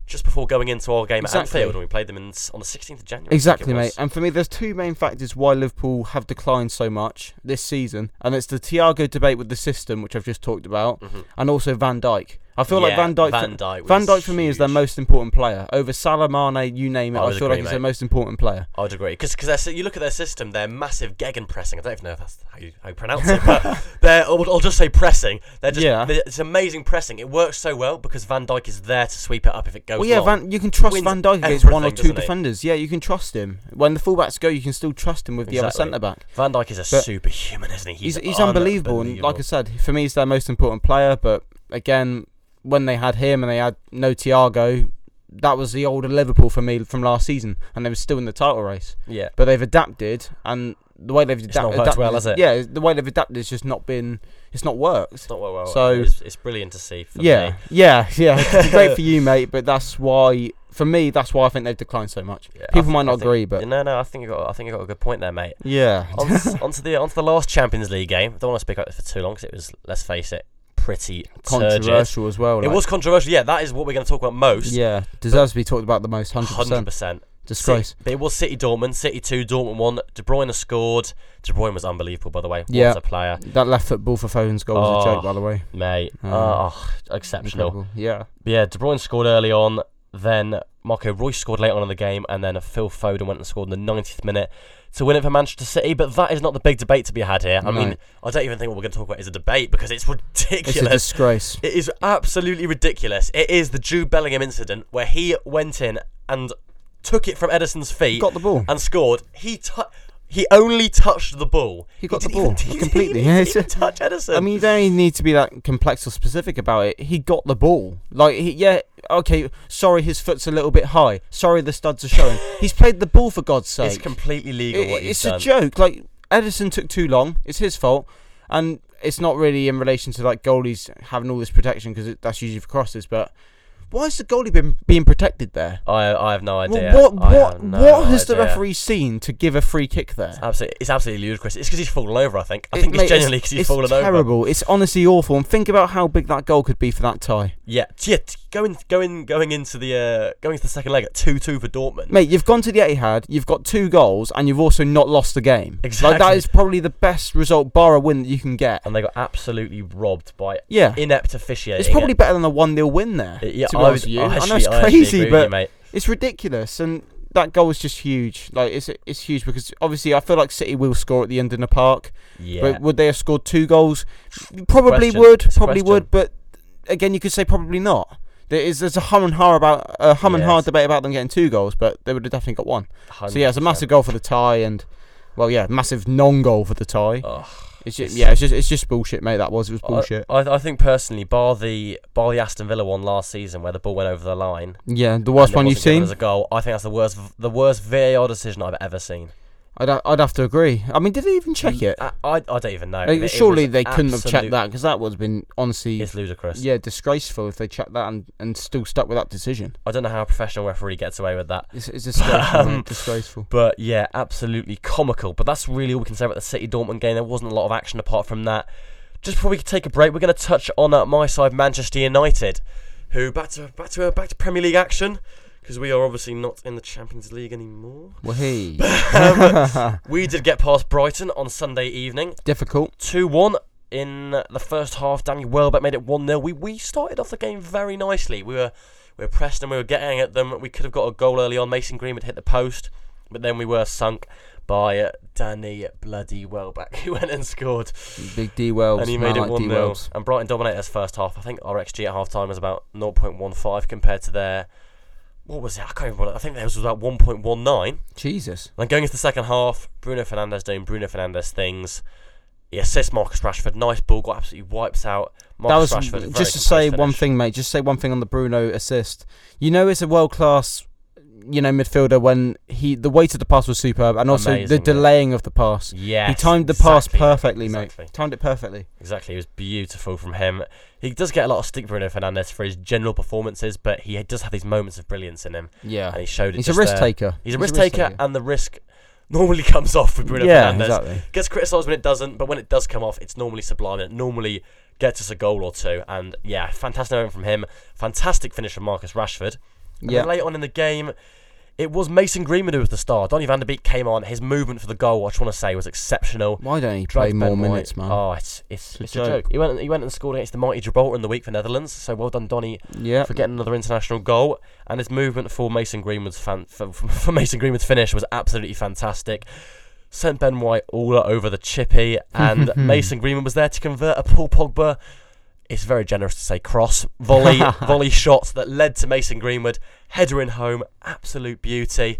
Speaker 1: just before going into our game
Speaker 2: Exactly.
Speaker 1: at Anfield when we played them in, s- on the 16th of January. I think it
Speaker 2: Exactly,
Speaker 1: was.
Speaker 2: mate. And for me, there's two main factors why Liverpool have declined so much this season, and it's the Thiago debate with the system, which I've just talked about, and also Van Dijk. I feel like
Speaker 1: Mm-hmm. Yeah,
Speaker 2: Van Dijk.
Speaker 1: Van Dijk. was
Speaker 2: Van Dijk for me is their
Speaker 1: huge.
Speaker 2: most important player over Salah, Mane, you name it.
Speaker 1: I
Speaker 2: I,
Speaker 1: would
Speaker 2: feel
Speaker 1: agree,
Speaker 2: like he's
Speaker 1: mate.
Speaker 2: their most important player.
Speaker 1: I would agree because you look at their system, their massive gegenpressing. I don't even know if that's how you, how you pronounce it,
Speaker 2: [laughs]
Speaker 1: but they're I'll, I'll just say pressing. They're just
Speaker 2: Yeah.
Speaker 1: they- it's amazing pressing. It works so well because Van Dijk is there to sweep it up if it goes.
Speaker 2: Well, yeah,
Speaker 1: long.
Speaker 2: Van, you can trust
Speaker 1: wins
Speaker 2: Van Dijk against one or
Speaker 1: everything,
Speaker 2: two
Speaker 1: doesn't he?
Speaker 2: defenders. Yeah, you can trust him. When the fullbacks go, you can still trust him with the other
Speaker 1: Exactly.
Speaker 2: centre back.
Speaker 1: Van Dijk is a
Speaker 2: But
Speaker 1: superhuman, isn't he?
Speaker 2: He's, he's, unbelievable. And like I said, for me, he's their most important player. But again, when they had him and they had no Tiago, that was the older Liverpool for me from last season, and they were still in the title race.
Speaker 1: yeah,
Speaker 2: But they've adapted, and the way they've
Speaker 1: not
Speaker 2: adap-
Speaker 1: worked
Speaker 2: adapted,
Speaker 1: well, has it?
Speaker 2: yeah, the way they've adapted has just not been, it's not worked.
Speaker 1: it's not well. well
Speaker 2: So-
Speaker 1: it's, it's brilliant to see. For
Speaker 2: yeah,
Speaker 1: me.
Speaker 2: yeah, yeah.
Speaker 1: [laughs]
Speaker 2: It's great for you, mate. But that's why, for me, that's why I think they've declined so much.
Speaker 1: Yeah, I
Speaker 2: People
Speaker 1: think-
Speaker 2: might
Speaker 1: I
Speaker 2: not
Speaker 1: think-
Speaker 2: agree, but
Speaker 1: no, no, I think you got I think you got a good point there, mate.
Speaker 2: [laughs] yeah,
Speaker 1: On, onto the onto the last Champions League game. I don't want to speak about it for too long because it was, let's face it, pretty turgid.
Speaker 2: controversial as well.
Speaker 1: It
Speaker 2: like-
Speaker 1: was controversial. Yeah, that is what we're going to talk about most.
Speaker 2: Yeah, deserves to be talked about the most. Hundred
Speaker 1: Hundred
Speaker 2: percent
Speaker 1: percent.
Speaker 2: disgrace.
Speaker 1: But it was City Dortmund, City two, Dortmund one. De Bruyne scored. De Bruyne was unbelievable, by the way.
Speaker 2: Yeah.
Speaker 1: What a player,
Speaker 2: That left foot ball for Foden's goal was a
Speaker 1: Oh,
Speaker 2: joke, by the way.
Speaker 1: mate.
Speaker 2: Mm.
Speaker 1: Oh, exceptional.
Speaker 2: Incredible. Yeah.
Speaker 1: But [laughs] yeah, De Bruyne scored early on. Then Marco Royce scored late on in the game, and then Phil Foden went and scored in the 90th minute to win it for Manchester City. But that is not the big debate to be had here. I mean,
Speaker 2: No.
Speaker 1: I don't even think what we're going to talk about is a debate because it's ridiculous.
Speaker 2: It's a disgrace.
Speaker 1: [laughs] It is absolutely ridiculous. It is the Jude Bellingham incident where he went in and took it from Edison's feet
Speaker 2: Got the ball.
Speaker 1: and scored. He tu- he only touched the ball.
Speaker 2: He got the
Speaker 1: didn't even-
Speaker 2: ball
Speaker 1: [laughs] he didn't
Speaker 2: completely. [laughs]
Speaker 1: even-
Speaker 2: Yeah,
Speaker 1: He
Speaker 2: it's-
Speaker 1: didn't touch Edison.
Speaker 2: I mean, you don't even need to be that complex or specific about it. He got the ball. Like, he, yeah, okay, sorry, his foot's a little bit high. Sorry, the studs are showing. He's played the ball, for God's sake.
Speaker 1: it's completely legal
Speaker 2: It-
Speaker 1: what he's
Speaker 2: it's
Speaker 1: done.
Speaker 2: a joke. Like Edison took too long. It's his fault, and it's not really in relation to like goalies having all this protection because that's usually for crosses. But why has the goalie been being protected there?
Speaker 1: I I have no idea.
Speaker 2: Well, what
Speaker 1: I
Speaker 2: what
Speaker 1: have no
Speaker 2: what has the
Speaker 1: idea.
Speaker 2: referee seen to give a free kick there?
Speaker 1: It's absolutely, it's absolutely ludicrous. It's because he's fallen over. I think. I
Speaker 2: It-
Speaker 1: think
Speaker 2: mate,
Speaker 1: it's genuinely because he's
Speaker 2: it's
Speaker 1: fallen
Speaker 2: terrible.
Speaker 1: over.
Speaker 2: It's honestly awful. And think about how big that goal could be for that tie,
Speaker 1: Yeah, t- yeah. t- Going going going into the uh, going into the second leg at two two for Dortmund.
Speaker 2: mate. You've gone to the Etihad. You've got two goals, and you've also not lost the game. Like
Speaker 1: Exactly.
Speaker 2: that is probably the best result bar a win that you can get.
Speaker 1: and they got absolutely robbed by
Speaker 2: Yeah.
Speaker 1: inept officiating.
Speaker 2: It's probably better than a 1 0 win there.
Speaker 1: Uh, yeah,
Speaker 2: to be
Speaker 1: I,
Speaker 2: honest
Speaker 1: was,
Speaker 2: with you.
Speaker 1: I,
Speaker 2: I know
Speaker 1: actually-
Speaker 2: it's
Speaker 1: I actually agree
Speaker 2: crazy,
Speaker 1: with you,
Speaker 2: but
Speaker 1: mate.
Speaker 2: it's ridiculous. And that goal is just huge. Like, it's it's huge because obviously I feel like City will score at the end in the park.
Speaker 1: Yeah.
Speaker 2: But would they have scored two goals? Probably
Speaker 1: question.
Speaker 2: would.
Speaker 1: It's a
Speaker 2: Probably
Speaker 1: question.
Speaker 2: would. But again, you could say probably not. There is there's a hum and har about a hum and
Speaker 1: Yes.
Speaker 2: har debate about them getting two goals, but they would have definitely got one. So yeah, it's a
Speaker 1: 100%.
Speaker 2: massive goal for the tie and. Well, yeah, massive non-goal for the tie.
Speaker 1: Ugh.
Speaker 2: It's
Speaker 1: Oh, it's- Oh,
Speaker 2: just, yeah, it's just it's just bullshit, mate. That was it was
Speaker 1: I-
Speaker 2: bullshit.
Speaker 1: I, I think personally, bar the bar the Aston Villa one last season where the ball went over the line.
Speaker 2: yeah, the worst
Speaker 1: and it
Speaker 2: one you've
Speaker 1: wasn't given
Speaker 2: seen.
Speaker 1: as a goal. I think that's the worst the worst VAR decision I've ever seen.
Speaker 2: I'd, ha- I'd have to agree. I mean, did they even check it?
Speaker 1: I, I, I don't even know.
Speaker 2: Like,
Speaker 1: It- it
Speaker 2: Uh, surely
Speaker 1: was
Speaker 2: they couldn't have checked
Speaker 1: absolute-
Speaker 2: that because that would have been honestly,
Speaker 1: It's ludicrous.
Speaker 2: yeah, disgraceful if they checked that and, and still stuck with that decision.
Speaker 1: I don't know how a professional referee gets away with that.
Speaker 2: It's,
Speaker 1: [laughs]
Speaker 2: it's disgraceful.
Speaker 1: Um,
Speaker 2: mate, disgraceful.
Speaker 1: But yeah, absolutely comical. But that's really all we can say about the City Dortmund game. There wasn't a lot of action apart from that. Just before we take a break, we're going to touch on uh, my side, Manchester United, who back to back to uh, back to Premier League action because we are obviously not in the Champions League anymore.
Speaker 2: Well, hey,
Speaker 1: [laughs] We did get past Brighton on Sunday evening,
Speaker 2: [laughs] difficult.
Speaker 1: two one in the first half. Danny Welbeck made it one 0 We we started off the game very nicely. We were we were pressed and we were getting at them. We could have got a goal early on. Mason Greenwood hit the post, but then we were sunk by uh, Danny bloody Welbeck, [laughs] who went and scored,
Speaker 2: Big D Wells.
Speaker 1: and he
Speaker 2: man,
Speaker 1: made it
Speaker 2: like
Speaker 1: one
Speaker 2: D
Speaker 1: 0
Speaker 2: Wells.
Speaker 1: And Brighton dominated this first half. I think our xG at half time was about 0.15 compared to their. What was it? I can't remember. what it- I think theirs was about 1.19.
Speaker 2: Jesus.
Speaker 1: Then going into the second half, Bruno Fernandes doing Bruno Fernandes things. He assists Marcus Rashford. Nice ball, got absolutely wiped out. Marcus
Speaker 2: that was
Speaker 1: Rashford, a very
Speaker 2: just to
Speaker 1: composed
Speaker 2: say one
Speaker 1: finish.
Speaker 2: thing, mate. Just say one thing on the Bruno assist. You know, it's a world class, you know, midfielder when he the weight of the pass was superb, and also
Speaker 1: Amazing,
Speaker 2: the
Speaker 1: yeah.
Speaker 2: delaying of the pass.
Speaker 1: Yes,
Speaker 2: he timed the pass
Speaker 1: exactly,
Speaker 2: perfectly, mate.
Speaker 1: Exactly.
Speaker 2: Timed it perfectly.
Speaker 1: Exactly, it was beautiful from him. He does get a lot of stick, Bruno Fernandes, for his general performances, but he does have these moments of brilliance in him, and
Speaker 2: Yeah.
Speaker 1: he showed it.
Speaker 2: He's a
Speaker 1: just uh,
Speaker 2: risk
Speaker 1: there.
Speaker 2: taker.
Speaker 1: He's a risk taker, and the risk normally [laughs] comes off with Bruno
Speaker 2: yeah,
Speaker 1: Fernandes.
Speaker 2: exactly.
Speaker 1: Gets criticised when it doesn't, but when it does come off, it's normally sublime. It normally gets us a goal or two, and yeah, fantastic moment from him. Fantastic finish from Marcus Rashford. And
Speaker 2: Yeah.
Speaker 1: then late on in the game, It was Mason Greenwood who was the star. Donny van der Beek came on. His movement for the goal, I just want to say, was exceptional.
Speaker 2: Why don't he
Speaker 1: Drives
Speaker 2: play more
Speaker 1: Ben White.
Speaker 2: minutes, man?
Speaker 1: Oh, it's it's,
Speaker 2: It's a
Speaker 1: it's a, joke.
Speaker 2: joke.
Speaker 1: He went he went and scored against the mighty Gibraltar in the week for Netherlands. So well done, Donny,
Speaker 2: yeah.
Speaker 1: [laughs] for getting another international goal. And his movement for Mason Greenwood's fan for, [laughs] for- for Mason Greenwood's finish was absolutely fantastic. Sent Ben White all over the
Speaker 2: [laughs]
Speaker 1: chippy, and Mason Greenwood was there to convert a Paul Pogba. It's very generous to say cross
Speaker 2: [laughs]
Speaker 1: volley volley shot that led to Mason Greenwood header in home, absolute beauty,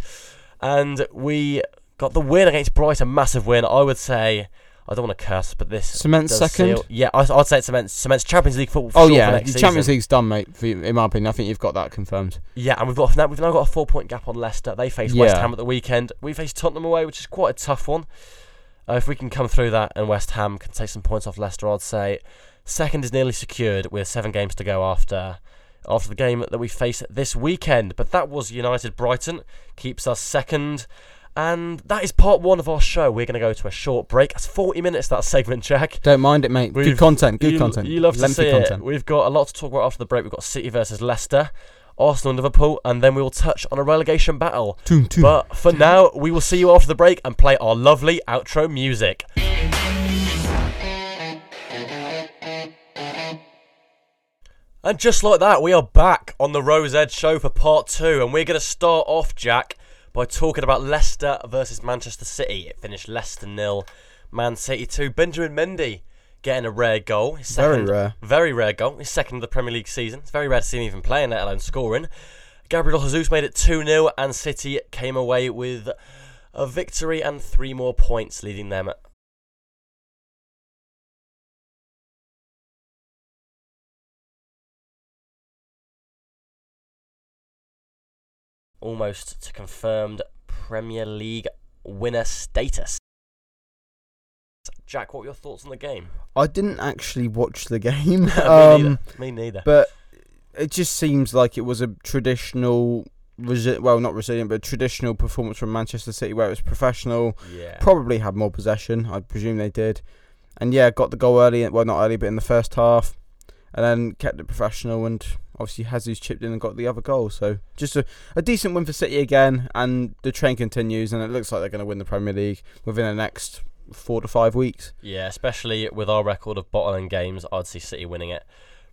Speaker 1: and we got the win against Brighton, massive win. I would say I don't want to curse, but this
Speaker 2: Cement
Speaker 1: does
Speaker 2: second.
Speaker 1: seal- yeah, I, I'd say it cements cements Champions League football. For
Speaker 2: Oh
Speaker 1: sure for
Speaker 2: yeah,
Speaker 1: next
Speaker 2: the Champions
Speaker 1: season.
Speaker 2: League's done, mate. For, in my opinion, I think you've got that confirmed.
Speaker 1: Yeah, and we've got now we've now got a four point gap on Leicester. They face West
Speaker 2: Yeah.
Speaker 1: Ham at the weekend. We face Tottenham away, which is quite a tough one. Uh, if we can come through that and West Ham can take some points off Leicester, I'd say second is nearly secured with seven games to go after after the game that we face this weekend. But that was United Brighton keeps us second. And that is part one of our show. We're going to go to a short break. That's 40 minutes, that segment, Jack.
Speaker 2: Don't mind it, mate.
Speaker 1: We've-
Speaker 2: good content. Good
Speaker 1: you,
Speaker 2: content.
Speaker 1: You love to
Speaker 2: Lengthy
Speaker 1: see
Speaker 2: content.
Speaker 1: it. We've got a lot to talk about after the break. We've got City versus Leicester, Arsenal and Liverpool, and then we will touch on a relegation battle.
Speaker 2: Toon, toon.
Speaker 1: But for now, we will see you after the break and play our lovely outro music. And just like that, we are back on the Rose Edge show for part two, and we're going to start off, Jack, by talking about Leicester versus Manchester City. It finished Leicester nil, Man City two. Benjamin Mendy getting a rare goal, his
Speaker 2: Very
Speaker 1: second-
Speaker 2: rare.
Speaker 1: very rare goal, his second of the Premier League season. It's very rare to see him even playing, let alone scoring. Gabriel Jesus made it 2 0, and City came away with a victory and three more points, leading them almost to confirmed Premier League winner status. Jack, what were your thoughts on the game? [laughs]
Speaker 2: I didn't actually watch the [laughs] game,
Speaker 1: Me
Speaker 2: um,
Speaker 1: neither. Me neither.
Speaker 2: but it just seems like it was a traditional, resi- well, not resilient, but traditional performance from Manchester City where it was professional.
Speaker 1: yeah.
Speaker 2: Probably had more possession. I presume they did, and yeah, got the goal early. Well, not early, but in the first half, and then kept it professional. And obviously, Jesus chipped in and got the other goal. So just a, a decent win for City again, and the train continues. And it looks like they're going to win the Premier League within the next four to five weeks.
Speaker 1: Yeah, especially with our record of bottling games, I'd see City winning it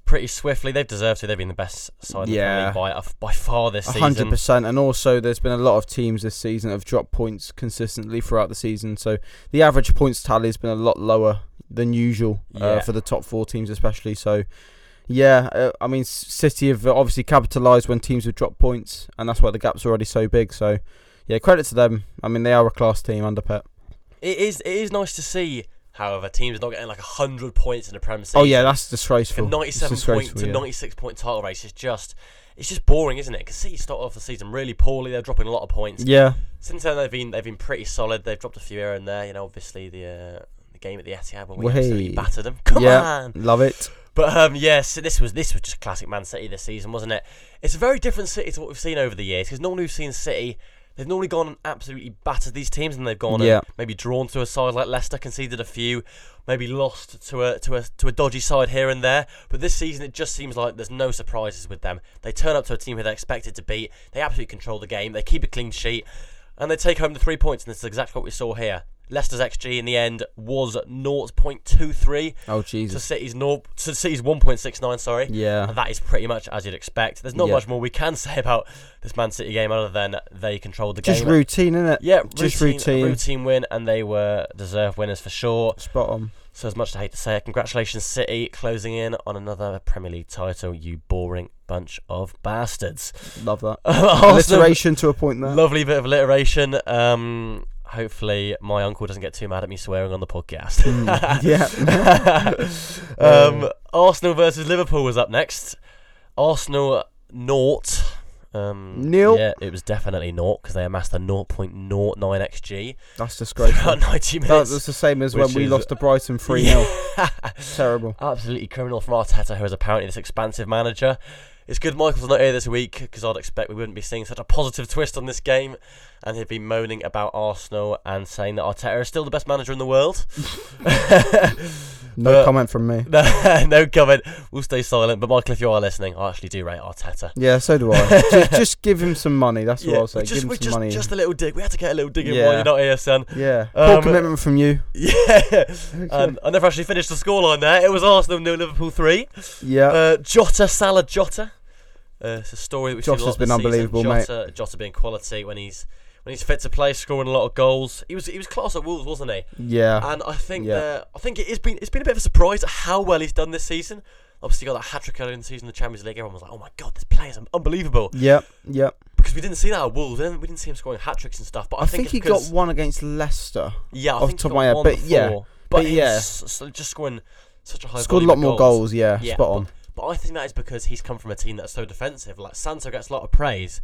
Speaker 1: pretty swiftly. They've deserved to. They've been the best side
Speaker 2: Yeah.
Speaker 1: in the Premier League by, by far this
Speaker 2: A
Speaker 1: season.
Speaker 2: hundred percent, and also there's been a lot of teams this season that have dropped points consistently throughout the season. So the average points tally has been a lot lower than usual
Speaker 1: Yeah.
Speaker 2: uh, for the top four teams, especially. So yeah, uh, I mean S- City have uh, obviously capitalised when teams have dropped points, and that's why the gap's already so big. So yeah, credit to them. I mean they are a class team under Pep.
Speaker 1: It is. It is nice to see. However, teams not getting like hundred points in the Premier League.
Speaker 2: Oh yeah, that's disgraceful.
Speaker 1: a
Speaker 2: It's
Speaker 1: ninety-seven point
Speaker 2: disgraceful,
Speaker 1: to
Speaker 2: yeah.
Speaker 1: ninety-six point title race is just. It's just boring, isn't it? Because City started off the season really poorly. They're dropping a lot of points.
Speaker 2: Yeah,
Speaker 1: Since then, they've been they've been pretty solid. They've dropped a few here and there. You know, obviously the uh, the game at the Etihad when we
Speaker 2: Wahey.
Speaker 1: absolutely battered them. Come
Speaker 2: Yeah.
Speaker 1: on,
Speaker 2: love it.
Speaker 1: But um, yes, this was this was just classic Man City this season, wasn't it? It's a very different City to what we've seen over the years because normally we've seen City. They've normally gone and absolutely battered these teams, and they've gone
Speaker 2: Yeah.
Speaker 1: and maybe drawn to a side like Leicester, conceded a few, maybe lost to a to a to a dodgy side here and there. But this season, it just seems like there's no surprises with them. They turn up to a team who they're expected to beat. They absolutely control the game. They keep a clean sheet, and they take home the three points. And this is exactly what we saw here. Leicester's xG in the end was 0.23
Speaker 2: Oh
Speaker 1: to
Speaker 2: Jesus.
Speaker 1: City's nor to City's 1.69. Sorry,
Speaker 2: Yeah,
Speaker 1: and that is pretty much as you'd expect. There's not
Speaker 2: Yeah.
Speaker 1: much more we can [laughs] say about this Man City game other than they controlled the
Speaker 2: just
Speaker 1: game.
Speaker 2: routine, innit?
Speaker 1: yeah,
Speaker 2: just
Speaker 1: routine,
Speaker 2: routine.
Speaker 1: routine win, and they were deserved winners for sure.
Speaker 2: Spot on.
Speaker 1: So as much as I hate to say it, congratulations City, closing in on another Premier League title. You boring bunch of bastards. [laughs]
Speaker 2: Love that.
Speaker 1: Arsenal-
Speaker 2: Alliteration to a point there.
Speaker 1: Lovely bit of alliteration. Um, hopefully, my uncle doesn't get too mad at me swearing on the podcast.
Speaker 2: Hmm.
Speaker 1: [laughs]
Speaker 2: [laughs]
Speaker 1: yeah. um, Arsenal versus Liverpool was up next. Arsenal naught. Um,
Speaker 2: Nil.
Speaker 1: Yeah, it was definitely naught because they amassed a 0.09 xg
Speaker 2: That's
Speaker 1: throughout [laughs]
Speaker 2: disgraceful.
Speaker 1: 90
Speaker 2: That
Speaker 1: minutes.
Speaker 2: was the same as when
Speaker 1: Which
Speaker 2: we
Speaker 1: is-
Speaker 2: lost to
Speaker 1: [laughs]
Speaker 2: Brighton 3 0. Terrible.
Speaker 1: Absolutely criminal from Arteta, who is apparently this expansive manager. It's good Michael's not here this week because I'd expect we wouldn't be seeing such a positive twist on this game, and he'd be moaning about Arsenal and saying that Arteta is still the best manager in the
Speaker 2: [laughs]
Speaker 1: world.
Speaker 2: No
Speaker 1: But-
Speaker 2: comment from me.
Speaker 1: no, [laughs] no comment. We'll stay silent. But Michael, if you are listening, I actually do rate Arteta.
Speaker 2: Yeah, so do I.
Speaker 1: [laughs]
Speaker 2: just, just give him some money. That's what I'll say.
Speaker 1: we just,
Speaker 2: give
Speaker 1: we
Speaker 2: him some
Speaker 1: just,
Speaker 2: money.
Speaker 1: just a little dig. We had to get a little dig in
Speaker 2: Yeah.
Speaker 1: while you're not here, son. [laughs]
Speaker 2: yeah.
Speaker 1: Um,
Speaker 2: Poor commitment from you.
Speaker 1: Yeah. Um, I never actually finished the scoreline there. It was Arsenal nil, Liverpool three.
Speaker 2: yeah.
Speaker 1: Uh, Jota, Salah, Jota. Uh, it's a story that we've
Speaker 2: Jota's
Speaker 1: seen a lot
Speaker 2: been
Speaker 1: this
Speaker 2: unbelievable,
Speaker 1: season.
Speaker 2: mate.
Speaker 1: Jota, Jota being quality when he's when he's fit to play, scoring a lot of goals. He was he was class at Wolves, wasn't he?
Speaker 2: yeah.
Speaker 1: And I think
Speaker 2: Yeah.
Speaker 1: uh, I think it has been it's been a bit of a surprise at how well he's done this season. Obviously, got that hat trick earlier in the season in the Champions League. Everyone was like, "Oh my god, this player is unbelievable!"
Speaker 2: Yep. Yep.
Speaker 1: Because we didn't see that at Wolves. We didn't, we didn't see him scoring hat tricks and stuff. But I,
Speaker 2: I think
Speaker 1: it's
Speaker 2: he got
Speaker 1: because-
Speaker 2: one against Leicester.
Speaker 1: yeah, I
Speaker 2: off
Speaker 1: think he
Speaker 2: top of
Speaker 1: got
Speaker 2: my head,
Speaker 1: one
Speaker 2: but yeah,
Speaker 1: before.
Speaker 2: but
Speaker 1: he's
Speaker 2: yeah.
Speaker 1: s- s- just scoring such a high.
Speaker 2: Scored a
Speaker 1: volume
Speaker 2: lot
Speaker 1: of
Speaker 2: more
Speaker 1: goals.
Speaker 2: goals. Yeah.
Speaker 1: Yeah,
Speaker 2: Spot on.
Speaker 1: But I think that is because he's come from a team that's so defensive. Like Santo gets a lot of praise,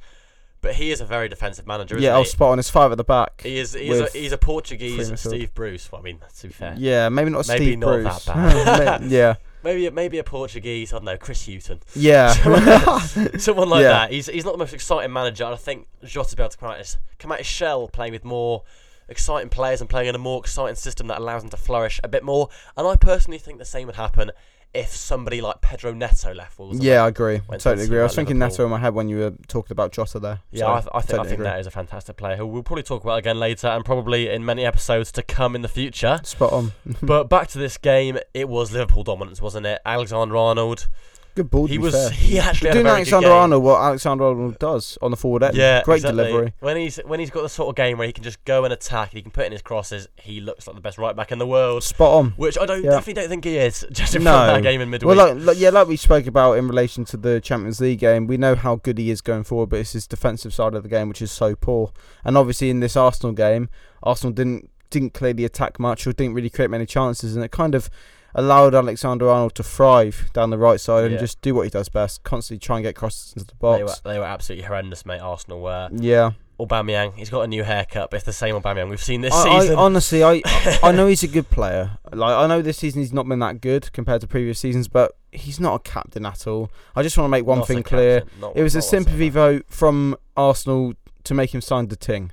Speaker 1: but he is a very defensive manager. Isn't
Speaker 2: Yeah. I
Speaker 1: he?
Speaker 2: was spot on. It's five at the back.
Speaker 1: he is. He is a,
Speaker 2: with
Speaker 1: he's a Portuguese
Speaker 2: Freeman Field.
Speaker 1: Steve Bruce. Well, I mean, to be fair,
Speaker 2: Yeah. Maybe not
Speaker 1: Maybe
Speaker 2: Steve
Speaker 1: not
Speaker 2: Bruce.
Speaker 1: that bad.
Speaker 2: [laughs] Ma-
Speaker 1: [laughs]
Speaker 2: yeah.
Speaker 1: maybe maybe a Portuguese. I don't know, Chris Houghton,
Speaker 2: [laughs] Yeah.
Speaker 1: someone like
Speaker 2: [laughs] Yeah.
Speaker 1: that. He's he's not the most exciting manager. and I think Jota's be able to come out of his, come out his shell, playing with more exciting players and playing in a more exciting system that allows him to flourish a bit more. And I personally think the same would happen if somebody like Pedro Neto left Wolves.
Speaker 2: yeah. I agree.
Speaker 1: Went to see
Speaker 2: totally agree. I was
Speaker 1: about
Speaker 2: thinking
Speaker 1: Liverpool.
Speaker 2: Nato in my head when you were talking about Jota there.
Speaker 1: Yeah,
Speaker 2: So,
Speaker 1: I, th- I think, I
Speaker 2: totally
Speaker 1: think
Speaker 2: agree.
Speaker 1: that is a fantastic player who we'll probably talk about again later and probably in many episodes to come in the
Speaker 2: [laughs]
Speaker 1: future.
Speaker 2: Spot on.
Speaker 1: But back to this game, it was Liverpool dominance, wasn't it? Alexander Arnold,
Speaker 2: Good ball. to
Speaker 1: he
Speaker 2: be
Speaker 1: was [laughs]
Speaker 2: fair.
Speaker 1: he actually had a
Speaker 2: doing
Speaker 1: very
Speaker 2: Alexander
Speaker 1: good game.
Speaker 2: Arnold what Alexander Arnold does on the forward end.
Speaker 1: Yeah,
Speaker 2: great
Speaker 1: exactly.
Speaker 2: delivery.
Speaker 1: When he's when he's got the sort of game where he can just go and attack, he can put in his crosses. He looks like the best right back in the world,
Speaker 2: Spot on.
Speaker 1: which I don't
Speaker 2: Yeah.
Speaker 1: definitely don't think he is. [laughs] Just in
Speaker 2: No.
Speaker 1: front of that game in midweek.
Speaker 2: Well, like, like- yeah, like we spoke about in relation to the Champions League game, we know how good he is going forward, but it's his defensive side of the game which is so poor. And obviously, in this Arsenal game, Arsenal didn't didn't clearly attack much or didn't really create many chances, and it kind of allowed Alexander Arnold to thrive down the right side
Speaker 1: Yeah.
Speaker 2: and just do what he does best, constantly try and get crosses into the
Speaker 1: they were
Speaker 2: box.
Speaker 1: they were absolutely horrendous, mate. Arsenal were.
Speaker 2: Yeah,
Speaker 1: Aubameyang, he's got a new haircut, but it's the same Aubameyang we've seen this
Speaker 2: I, I,
Speaker 1: season.
Speaker 2: honestly, I I
Speaker 1: [laughs]
Speaker 2: know he's a good player. Like I know this season he's not been that good compared to previous seasons, but he's not a captain at all. I just want to make one
Speaker 1: Not a
Speaker 2: thing clear.
Speaker 1: captain, not-
Speaker 2: It was a
Speaker 1: not whatsoever.
Speaker 2: sympathy vote from Arsenal to make him sign the ting,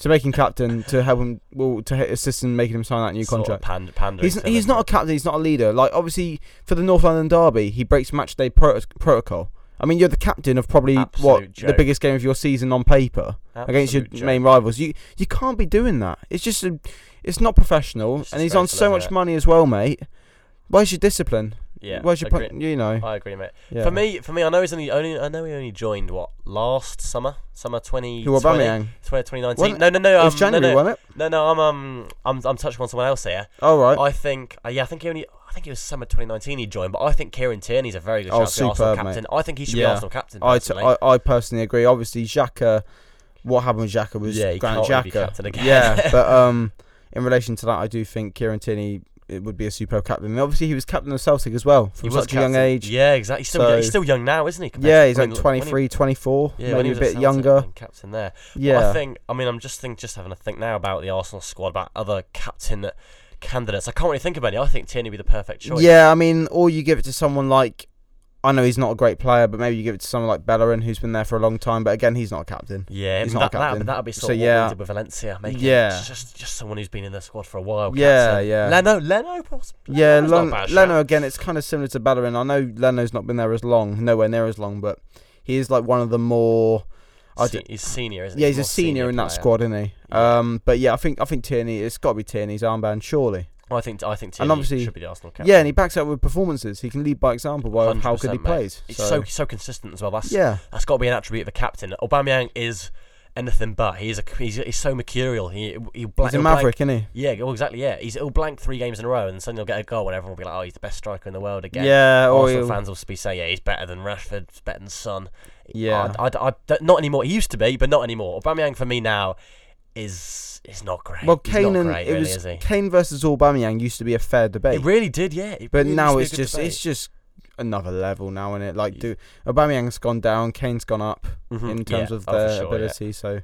Speaker 2: to make him captain, to help him, well, to h- assist in making him sign that new
Speaker 1: Sort of
Speaker 2: contract.
Speaker 1: pand- pandering
Speaker 2: He's,
Speaker 1: to
Speaker 2: he's
Speaker 1: them.
Speaker 2: not a captain. He's not a leader. Like obviously for the North London derby, he breaks match day pro- protocol. I mean, you're the captain of probably
Speaker 1: Absolute
Speaker 2: what the
Speaker 1: joke.
Speaker 2: biggest game of your season on paper against your
Speaker 1: Absolute joke.
Speaker 2: main rivals. You you can't be doing that. It's just a, it's not professional,
Speaker 1: It's
Speaker 2: and he's on
Speaker 1: disgraceful,
Speaker 2: so
Speaker 1: isn't
Speaker 2: much
Speaker 1: it?
Speaker 2: money as well, mate. Where's your discipline?
Speaker 1: Yeah,
Speaker 2: Where's your
Speaker 1: agree.
Speaker 2: point? You know.
Speaker 1: I agree, mate.
Speaker 2: Yeah.
Speaker 1: For me, for me, I know he's only, only I know he only joined what last summer, summer 20, 20
Speaker 2: who Aubameyang?
Speaker 1: 2019.
Speaker 2: Wasn't
Speaker 1: No, no, no.
Speaker 2: it
Speaker 1: Um,
Speaker 2: was January,
Speaker 1: no, no,
Speaker 2: wasn't it?
Speaker 1: no, no. I'm um, I'm, I'm touching on someone else here.
Speaker 2: All right.
Speaker 1: I think, uh, yeah, I think he only, I think it was summer 2019 he joined, but I think Kieran Tierney's a very good
Speaker 2: Oh,
Speaker 1: shout to be Arsenal
Speaker 2: superb, mate.
Speaker 1: captain. I think he should be
Speaker 2: Yeah.
Speaker 1: Arsenal captain.
Speaker 2: I, t-
Speaker 1: Personally.
Speaker 2: I, I personally agree. Obviously, Xhaka, what happened with Xhaka was
Speaker 1: Yeah, he
Speaker 2: Granit
Speaker 1: can't really be
Speaker 2: Xhaka.
Speaker 1: captain again. [laughs]
Speaker 2: Yeah, but um, in relation to that, I do think Kieran Tierney it would be a superb captain. And obviously, he was captain of Celtic as well
Speaker 1: He
Speaker 2: from
Speaker 1: was
Speaker 2: such a young
Speaker 1: captain.
Speaker 2: age.
Speaker 1: Yeah, exactly. He's still,
Speaker 2: So-
Speaker 1: he's still young now, isn't he? compared
Speaker 2: Yeah,
Speaker 1: to
Speaker 2: he's
Speaker 1: when
Speaker 2: like
Speaker 1: he- when he-
Speaker 2: 23, 24,
Speaker 1: yeah, when
Speaker 2: maybe
Speaker 1: he
Speaker 2: a
Speaker 1: was at
Speaker 2: bit
Speaker 1: Celtic,
Speaker 2: younger.
Speaker 1: when Captain there.
Speaker 2: Yeah,
Speaker 1: I think. I mean, I'm just think just having a think now about the Arsenal squad, about other captain candidates. I can't really think of any. I think Tierney would be the perfect choice.
Speaker 2: yeah. I mean, or you give it to someone like. I know he's not a great player, but maybe you give it to someone like Bellerin, who's been there for a long time. But again, he's not a captain.
Speaker 1: Yeah, I
Speaker 2: He's
Speaker 1: mean,
Speaker 2: not
Speaker 1: that,
Speaker 2: a
Speaker 1: that,
Speaker 2: captain.
Speaker 1: that'd be sort
Speaker 2: So,
Speaker 1: of what
Speaker 2: yeah.
Speaker 1: we did with Valencia. Making
Speaker 2: Yeah.
Speaker 1: yeah. just just someone who's been in the squad for a while.
Speaker 2: Yeah,
Speaker 1: captain.
Speaker 2: yeah.
Speaker 1: Leno, Leno, poss-
Speaker 2: Yeah,
Speaker 1: Leno's not a
Speaker 2: Len-
Speaker 1: bad
Speaker 2: Leno
Speaker 1: shout.
Speaker 2: again. It's kind of similar to Bellerin. I know Leno's not been there as long, nowhere near as long, but he is like one of the more. I
Speaker 1: Se-
Speaker 2: d-
Speaker 1: he's senior, isn't he?
Speaker 2: yeah, he's a
Speaker 1: more
Speaker 2: senior, in that
Speaker 1: player.
Speaker 2: squad, isn't he?
Speaker 1: Yeah.
Speaker 2: Um, but yeah, I think I think Tierney. It's got to be Tierney's armband, surely.
Speaker 1: I think I think Tierney
Speaker 2: And obviously-
Speaker 1: should be the Arsenal captain.
Speaker 2: Yeah, and he backs up with performances. He can lead by example by how good he
Speaker 1: 100%, mate.
Speaker 2: plays.
Speaker 1: he's
Speaker 2: So,
Speaker 1: so so consistent as well. That's
Speaker 2: yeah,
Speaker 1: that's got to be an attribute of a captain. Aubameyang is anything but. He's a he's, he's so mercurial. He he
Speaker 2: he's a maverick, isn't he?
Speaker 1: Yeah, well, exactly. Yeah, he's he'll blank three games in a row, and suddenly he'll get a goal, and everyone will be like, "Oh, he's the best striker in the world again."
Speaker 2: Oh, Yeah, or
Speaker 1: Arsenal
Speaker 2: he'll,
Speaker 1: fans will be saying, "Yeah, he's better than Rashford, he's better than Son."
Speaker 2: Yeah.
Speaker 1: I, I, I don't- not anymore. He used to be, but not anymore. Aubameyang for me now is is not great.
Speaker 2: well,
Speaker 1: He's
Speaker 2: Kane
Speaker 1: not
Speaker 2: and
Speaker 1: great,
Speaker 2: it
Speaker 1: really,
Speaker 2: was
Speaker 1: is he?
Speaker 2: Kane versus Aubameyang used to be a fair debate,
Speaker 1: It really did, yeah. It
Speaker 2: but
Speaker 1: really
Speaker 2: now it's
Speaker 1: used to be a
Speaker 2: just
Speaker 1: good
Speaker 2: it's just another level now, isn't it? Like,
Speaker 1: Yeah.
Speaker 2: do Aubameyang's gone down, Kane's gone up.
Speaker 1: debate. Mhm,
Speaker 2: in terms
Speaker 1: yeah,
Speaker 2: of
Speaker 1: oh, for
Speaker 2: their
Speaker 1: sure, yeah.
Speaker 2: ability. So,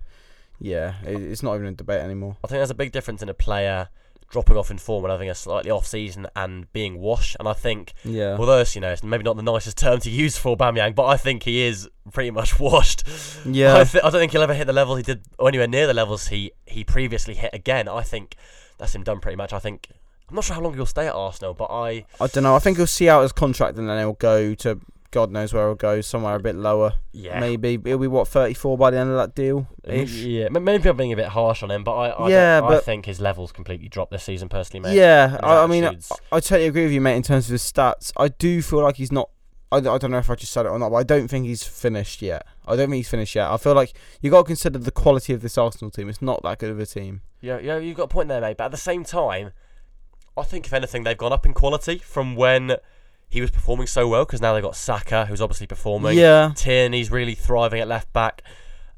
Speaker 2: yeah, it, it's not even a debate anymore.
Speaker 1: I think there's a big difference in a player dropping off in form and having a slightly off season and being washed. And I think,
Speaker 2: Yeah.
Speaker 1: although it's, you know, it's maybe not the nicest [laughs] term to use for Bamyang, but I think he is pretty much [laughs] washed.
Speaker 2: yeah.
Speaker 1: I, th- I don't think he'll ever hit the levels he did, or anywhere near the levels he, he previously hit again. I think that's him done pretty much. I think, I'm not sure how long he'll stay at Arsenal, but I,
Speaker 2: I don't know. I think he'll see out his contract and then he'll go to God knows where he'll go, somewhere a bit lower.
Speaker 1: yeah.
Speaker 2: Maybe he'll be what 34 by the end of that deal.
Speaker 1: M-
Speaker 2: Ish.
Speaker 1: Yeah, m- maybe I'm being a bit harsh on him, but I, I, don't-
Speaker 2: Yeah,
Speaker 1: I
Speaker 2: but-
Speaker 1: think his levels completely dropped this season, personally, mate.
Speaker 2: Yeah,
Speaker 1: His
Speaker 2: I, I mean, I,
Speaker 1: attitudes.
Speaker 2: I totally agree with you, mate. In terms of his stats, I do feel like he's not. I, I don't know if I just said it or not, but I don't think he's finished yet. I don't think he's finished yet. I feel like you got to consider the quality of this Arsenal team. It's not that good of a team.
Speaker 1: Yeah, yeah, you've got a point there, mate. But at the same time, I think if anything, they've gone up in quality from when he was performing so well. Because now they've got Saka, who's obviously performing.
Speaker 2: Yeah,
Speaker 1: Tierney's really thriving at left back.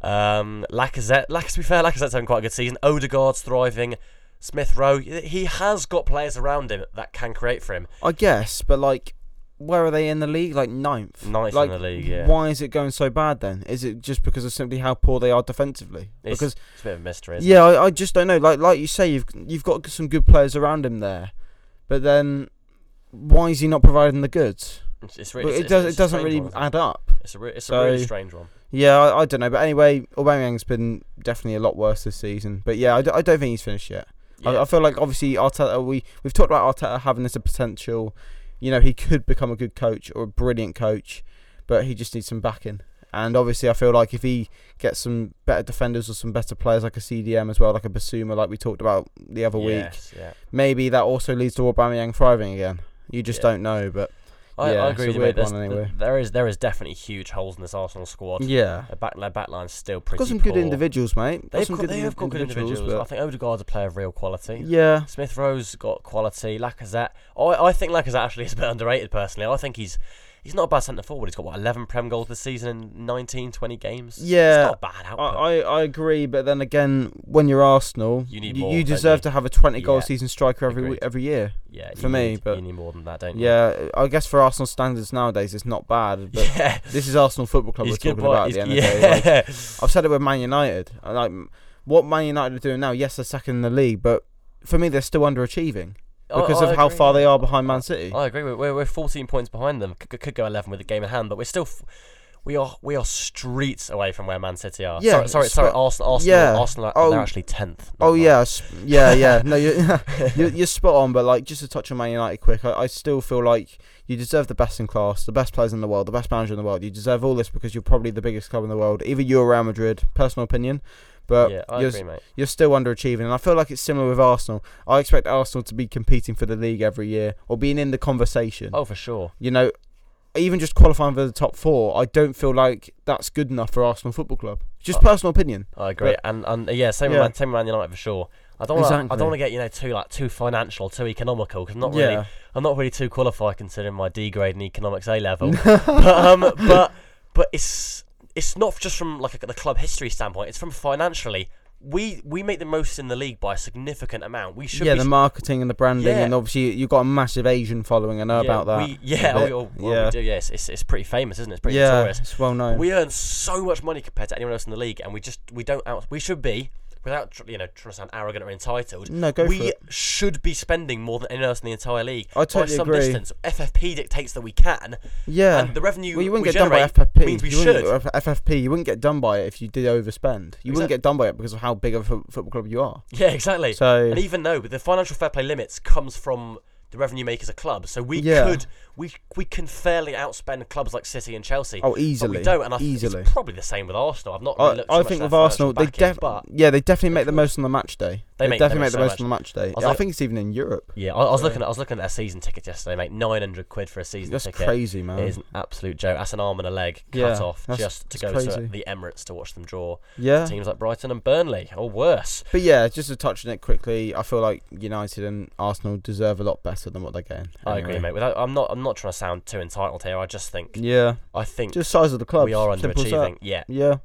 Speaker 1: Um, Lacazette, Lac- to be fair, Lacazette's having quite a good season. Odegaard's thriving. Smith Rowe, he has got players around him that can create for him.
Speaker 2: I guess, but like, where are they in the league? Like ninth.
Speaker 1: Ninth
Speaker 2: Like,
Speaker 1: in the league, yeah.
Speaker 2: Why is it going so bad then? Is it just because of simply how poor they are defensively?
Speaker 1: It's-
Speaker 2: because
Speaker 1: It's a bit of a mystery. Isn't it?
Speaker 2: yeah, I, I just don't know. Like like you say, you've you've got some good players around him there, but then why is he not providing the goods?
Speaker 1: It's, it's,
Speaker 2: But
Speaker 1: really-
Speaker 2: it
Speaker 1: it's-
Speaker 2: does
Speaker 1: it's a
Speaker 2: it doesn't
Speaker 1: strange
Speaker 2: really
Speaker 1: one, isn't it?
Speaker 2: add up.
Speaker 1: It's a, re- it's a
Speaker 2: So-
Speaker 1: really strange one.
Speaker 2: Yeah, I, I don't know, but anyway, Aubameyang's been definitely a lot worse this season. But yeah, I, d- I don't think he's finished yet. I, I feel like obviously Arteta, we we've talked about Arteta having this a potential. You know, he could become a good coach or a brilliant coach, but he just needs some backing. And obviously, I feel like if he gets some better defenders or some better players like a CDM as well, like a Basuma, like we talked about the other week,
Speaker 1: Yes, yeah.
Speaker 2: maybe that also leads to Aubameyang thriving again. You just
Speaker 1: Yeah.
Speaker 2: don't know, but
Speaker 1: I,
Speaker 2: Yeah,
Speaker 1: I
Speaker 2: it's
Speaker 1: agree
Speaker 2: a
Speaker 1: with you,
Speaker 2: weird
Speaker 1: mate. There's-
Speaker 2: one anyway.
Speaker 1: There is there is definitely huge holes in this Arsenal squad.
Speaker 2: yeah,
Speaker 1: The back, their back line's still pretty
Speaker 2: got some
Speaker 1: poor.
Speaker 2: good individuals, mate. Got
Speaker 1: They've
Speaker 2: some
Speaker 1: got, they have got good individuals. I
Speaker 2: but-
Speaker 1: think Odegaard's a player of real quality.
Speaker 2: yeah,
Speaker 1: Smith Rowe's got quality. Lacazette, I, I think Lacazette actually is a bit underrated personally. I think he's he's not a bad centre forward. He's got what 11 prem goals this season in 19, 20 games.
Speaker 2: yeah.
Speaker 1: it's not a bad
Speaker 2: I,
Speaker 1: output.
Speaker 2: I, I agree, but then again, when you're Arsenal,
Speaker 1: You need
Speaker 2: you,
Speaker 1: more,
Speaker 2: you
Speaker 1: don't
Speaker 2: deserve
Speaker 1: you?
Speaker 2: to have a 20 goal
Speaker 1: Yeah.
Speaker 2: season striker every
Speaker 1: Agreed.
Speaker 2: w- every year.
Speaker 1: yeah, you
Speaker 2: for me,
Speaker 1: need-
Speaker 2: but-
Speaker 1: you need more than that, don't you? [laughs]
Speaker 2: Yeah, I guess for Arsenal standards nowadays, it's not bad. But
Speaker 1: yeah.
Speaker 2: this is Arsenal Football Club
Speaker 1: He's
Speaker 2: we're talking
Speaker 1: boy.
Speaker 2: about
Speaker 1: He's-
Speaker 2: at the end of the day.
Speaker 1: [laughs]
Speaker 2: Like,
Speaker 1: yeah.
Speaker 2: I've said it with Man United. I Like what Man United are doing now, yes, they're second in the league, but for me, they're still underachieving
Speaker 1: I-
Speaker 2: because
Speaker 1: Oh, I
Speaker 2: of how
Speaker 1: agree,
Speaker 2: far
Speaker 1: yeah.
Speaker 2: they are behind Man City.
Speaker 1: I agree. We're, we're, we're 14 points behind them. Could, could go 11 with the game in hand, but we're still. F- we are we are streets away from where Man City are.
Speaker 2: Yeah,
Speaker 1: sorry, sorry, sorry. Arsenal, Arsenal,
Speaker 2: yeah.
Speaker 1: Arsenal. Are,
Speaker 2: Oh.
Speaker 1: they're actually tenth.
Speaker 2: Oh yeah, s-
Speaker 1: [laughs]
Speaker 2: yeah, yeah. No, [laughs] you're, you're you're spot on. But like, just to touch on Man United quick, I, I still feel like you deserve the best in class, the best players in the world, the best manager in the world. You deserve all this because you're probably the biggest club in the world. Either you or Real Madrid, personal opinion. But
Speaker 1: yeah, I
Speaker 2: you're,
Speaker 1: agree, mate.
Speaker 2: you're still underachieving, and I feel like it's similar with Arsenal. I expect Arsenal to be competing for the league every year or being in the conversation.
Speaker 1: Oh, for sure.
Speaker 2: You know, even just qualifying for the top four, I don't feel like that's good enough for Arsenal Football Club. Just
Speaker 1: Uh,
Speaker 2: personal opinion.
Speaker 1: I agree. and and uh, yeah, same
Speaker 2: Yeah.
Speaker 1: with Man, same with Man United for sure. I don't wanna, I
Speaker 2: Exactly.
Speaker 1: don't want to get you know too like too financial, too economical because I'm not really I'm not really too qualified considering my D grade in economics A
Speaker 2: [laughs]
Speaker 1: level. but um, but but it's it's not just from like a, the club history standpoint. It's from financially. We we make the most in the league by a significant amount. We should
Speaker 2: yeah,
Speaker 1: be
Speaker 2: the marketing and the branding,
Speaker 1: Yeah.
Speaker 2: and obviously you've got a massive Asian following. I know
Speaker 1: yeah,
Speaker 2: about that.
Speaker 1: We, yeah,
Speaker 2: bit.
Speaker 1: we, all- well,
Speaker 2: Yeah.
Speaker 1: we do. Yes, it's, it's pretty famous, isn't it? It's pretty
Speaker 2: yeah,
Speaker 1: notorious.
Speaker 2: it's well known.
Speaker 1: We earn so much money compared to anyone else in the league, and we just we don't out. We should be without tr- you know trying to sound arrogant or entitled.
Speaker 2: no, go for
Speaker 1: we
Speaker 2: it.
Speaker 1: should be spending more than anyone else in the entire league
Speaker 2: I
Speaker 1: by
Speaker 2: totally
Speaker 1: some
Speaker 2: agree.
Speaker 1: distance. FFP dictates that we can,
Speaker 2: Yeah.
Speaker 1: and the revenue
Speaker 2: well, you
Speaker 1: we
Speaker 2: wouldn't get done
Speaker 1: generate
Speaker 2: by FFP.
Speaker 1: means we
Speaker 2: you wouldn't-
Speaker 1: should.
Speaker 2: F- FFP, you wouldn't get done by it if you did overspend. You
Speaker 1: Exact-
Speaker 2: wouldn't get done by it because of how big of a fo- football club you are.
Speaker 1: Yeah, exactly.
Speaker 2: So
Speaker 1: and even though but the financial fair play limits comes from the revenue make as a club, so we
Speaker 2: Yeah.
Speaker 1: could we we can fairly outspend clubs like City and Chelsea.
Speaker 2: oh,
Speaker 1: but we
Speaker 2: easily,
Speaker 1: don't, and I think
Speaker 2: easily.
Speaker 1: it's probably the same with Arsenal. I've not. Really
Speaker 2: I,
Speaker 1: looked too
Speaker 2: I
Speaker 1: much
Speaker 2: think
Speaker 1: at
Speaker 2: with
Speaker 1: their financial
Speaker 2: Arsenal, they
Speaker 1: backing,
Speaker 2: def-
Speaker 1: but
Speaker 2: yeah, they definitely make the
Speaker 1: could.
Speaker 2: most on the match day.
Speaker 1: They
Speaker 2: They,
Speaker 1: make- they
Speaker 2: definitely
Speaker 1: make
Speaker 2: make the
Speaker 1: so
Speaker 2: most
Speaker 1: much.
Speaker 2: on the match day.
Speaker 1: was
Speaker 2: I
Speaker 1: like-
Speaker 2: think it's even in Europe.
Speaker 1: Yeah, I, I was
Speaker 2: So-
Speaker 1: looking. At, I was looking at their season tickets yesterday, mate. Nine hundred quid for a season
Speaker 2: That's
Speaker 1: ticket.
Speaker 2: crazy, man.
Speaker 1: It is an absolute joke. That's an arm and a leg cut
Speaker 2: Yeah,
Speaker 1: off
Speaker 2: that's-
Speaker 1: just to
Speaker 2: that's
Speaker 1: go to
Speaker 2: crazy.
Speaker 1: the Emirates to watch them draw
Speaker 2: Yeah,
Speaker 1: teams like Brighton and Burnley, or worse.
Speaker 2: But yeah, just to touch on it quickly, I feel like United and Arsenal deserve a lot better than what they're getting.
Speaker 1: I agree, mate. Without, I'm not. I'm not trying to sound too entitled here. I just think.
Speaker 2: Yeah,
Speaker 1: I think
Speaker 2: just size of the club.
Speaker 1: we are
Speaker 2: simple as that.
Speaker 1: underachieving. Yeah,
Speaker 2: Yeah,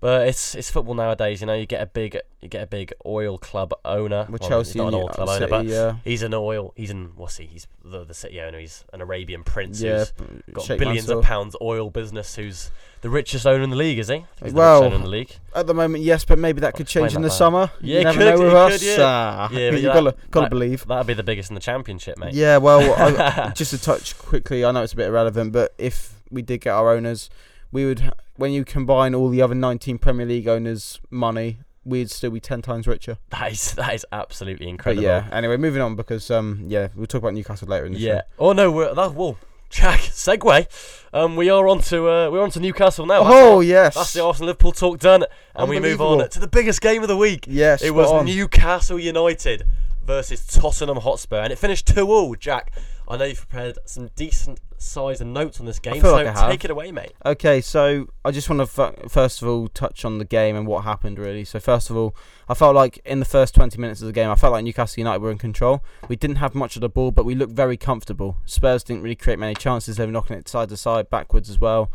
Speaker 1: But it's it's football nowadays. You know, you get a big you get a big oil club owner.
Speaker 2: With
Speaker 1: Well,
Speaker 2: Chelsea,
Speaker 1: he's not
Speaker 2: and
Speaker 1: an oil
Speaker 2: uh,
Speaker 1: club
Speaker 2: City,
Speaker 1: owner, but
Speaker 2: yeah,
Speaker 1: he's an oil. He's an what's he? He's the the city owner. He's an Arabian prince
Speaker 2: yeah,
Speaker 1: who's got
Speaker 2: Sheikh
Speaker 1: billions
Speaker 2: Mansour.
Speaker 1: of pounds oil business. Who's the richest owner in the league? Is he? I think he's the
Speaker 2: Well,
Speaker 1: richest owner in the league.
Speaker 2: At the moment, yes, but maybe that
Speaker 1: I'll
Speaker 2: could
Speaker 1: explain
Speaker 2: change in
Speaker 1: that
Speaker 2: the
Speaker 1: later.
Speaker 2: summer.
Speaker 1: Yeah, it
Speaker 2: you never
Speaker 1: could,
Speaker 2: know with
Speaker 1: it
Speaker 2: us.
Speaker 1: could, yeah.
Speaker 2: Ah, [laughs]
Speaker 1: Yeah, but
Speaker 2: you
Speaker 1: that-
Speaker 2: gotta gotta
Speaker 1: that-
Speaker 2: believe.
Speaker 1: That'd be the biggest in the championship, mate. [laughs]
Speaker 2: Yeah, well, I, just a touch quickly. I know it's a bit irrelevant, but if we did get our owners, we would. When you combine all the other 19 Premier League owners' money, we'd still be 10 times richer.
Speaker 1: That is that is absolutely
Speaker 2: But
Speaker 1: incredible.
Speaker 2: yeah. Anyway, moving on because um yeah we'll talk about Newcastle later in the
Speaker 1: Yeah. Oh no, we're that well, [laughs] Jack, segue. Um we are on to uh, we're on to Newcastle now.
Speaker 2: show.
Speaker 1: That's
Speaker 2: Oh
Speaker 1: it.
Speaker 2: yes.
Speaker 1: That's the Arsenal Liverpool talk done. And we move on
Speaker 2: Unbelievable.
Speaker 1: to the biggest game of the week.
Speaker 2: Yes.
Speaker 1: it
Speaker 2: spot
Speaker 1: was
Speaker 2: on.
Speaker 1: Newcastle United versus Tottenham Hotspur and it finished 2 all, Jack. I know you've prepared some decent size and notes on this game,
Speaker 2: feel
Speaker 1: so
Speaker 2: like I have.
Speaker 1: take it away, mate.
Speaker 2: Okay, so I just want to f- first of all touch on the game and what happened really. So first of all, I felt like in the first 20 minutes of the game, I felt like Newcastle United were in control. We didn't have much of the ball, but we looked very comfortable. Spurs didn't really create many chances. They were knocking it side to side, backwards as well,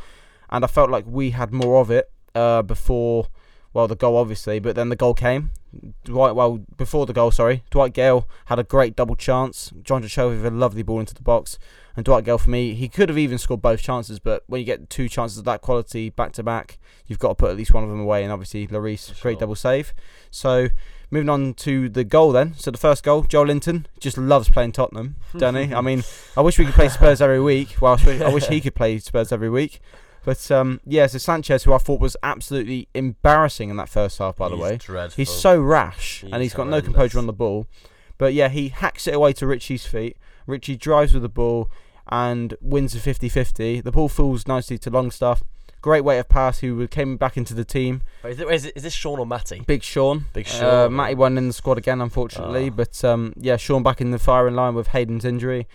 Speaker 2: and I felt like we had more of it uh, before. Well, the goal obviously, but then the goal came. Dwight, well, before the goal, sorry, Dwight Gale had a great double chance. John Joshua with a lovely ball into the box. And Dwight Gale, for me, he could have even scored both chances, but when you get two chances of that quality back to back, you've got to put at least one of them away. And obviously, Lloris,
Speaker 1: For sure.
Speaker 2: great double save. So, moving on to the goal then. So, the first goal, Joel Linton just loves playing
Speaker 1: [laughs]
Speaker 2: Tottenham, doesn't he? I mean, I wish we could play Spurs every week. Well, I wish, I wish he could play Spurs every week. But um, yeah, so Sanchez, who I thought was absolutely embarrassing in that first half, by the
Speaker 1: He's
Speaker 2: way.
Speaker 1: dreadful.
Speaker 2: He's so rash and
Speaker 1: He's
Speaker 2: he's got
Speaker 1: horrendous.
Speaker 2: no composure on the ball. But yeah, he hacks it away to Richie's feet. Richie drives with the ball and wins a 50 50. The ball falls nicely to Longstaff. Great way of pass, who came back into the team.
Speaker 1: Wait, is, it, is, it, is this Sean or Matty?
Speaker 2: Big Sean.
Speaker 1: Big
Speaker 2: Uh,
Speaker 1: Sean.
Speaker 2: Matty won in the squad again, unfortunately.
Speaker 1: Ah.
Speaker 2: But um, yeah, Sean back in the firing line with Hayden's injury.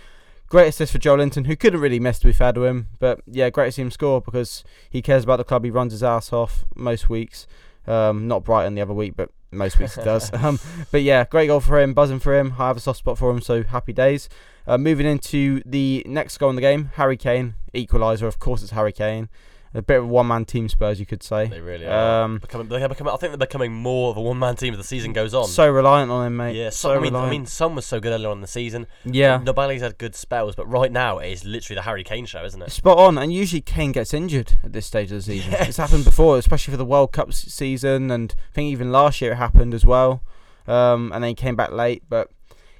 Speaker 2: Great assist for Joe Linton, who couldn't really miss, to be fair to him. But yeah, great to see him score because he cares about the club. He runs his ass off most weeks. Um, not Brighton the other week, but most weeks he
Speaker 1: [laughs]
Speaker 2: does. Um, but yeah, great goal for him, buzzing for him. I have a soft spot for him, so happy days. Uh, moving into the next goal in the game, Harry Kane, equaliser. Of course, it's Harry Kane. A bit of a one man team, Spurs, you could say.
Speaker 1: They really are.
Speaker 2: Um,
Speaker 1: becoming, they're becoming, I think they're becoming more of a one-man team as the season goes on.
Speaker 2: so reliant on him, mate.
Speaker 1: yeah, so,
Speaker 2: so,
Speaker 1: I mean, I
Speaker 2: reliant.
Speaker 1: mean, some was so good earlier on in the season.
Speaker 2: yeah.
Speaker 1: Nobali's had good spells, but right now it is literally the Harry Kane show, isn't it?
Speaker 2: Spot on, and usually Kane gets injured at this stage of the season.
Speaker 1: Yeah.
Speaker 2: It's happened before, especially for the World Cup s- season, and I think even last year it happened as well. Um, and then he came back late, but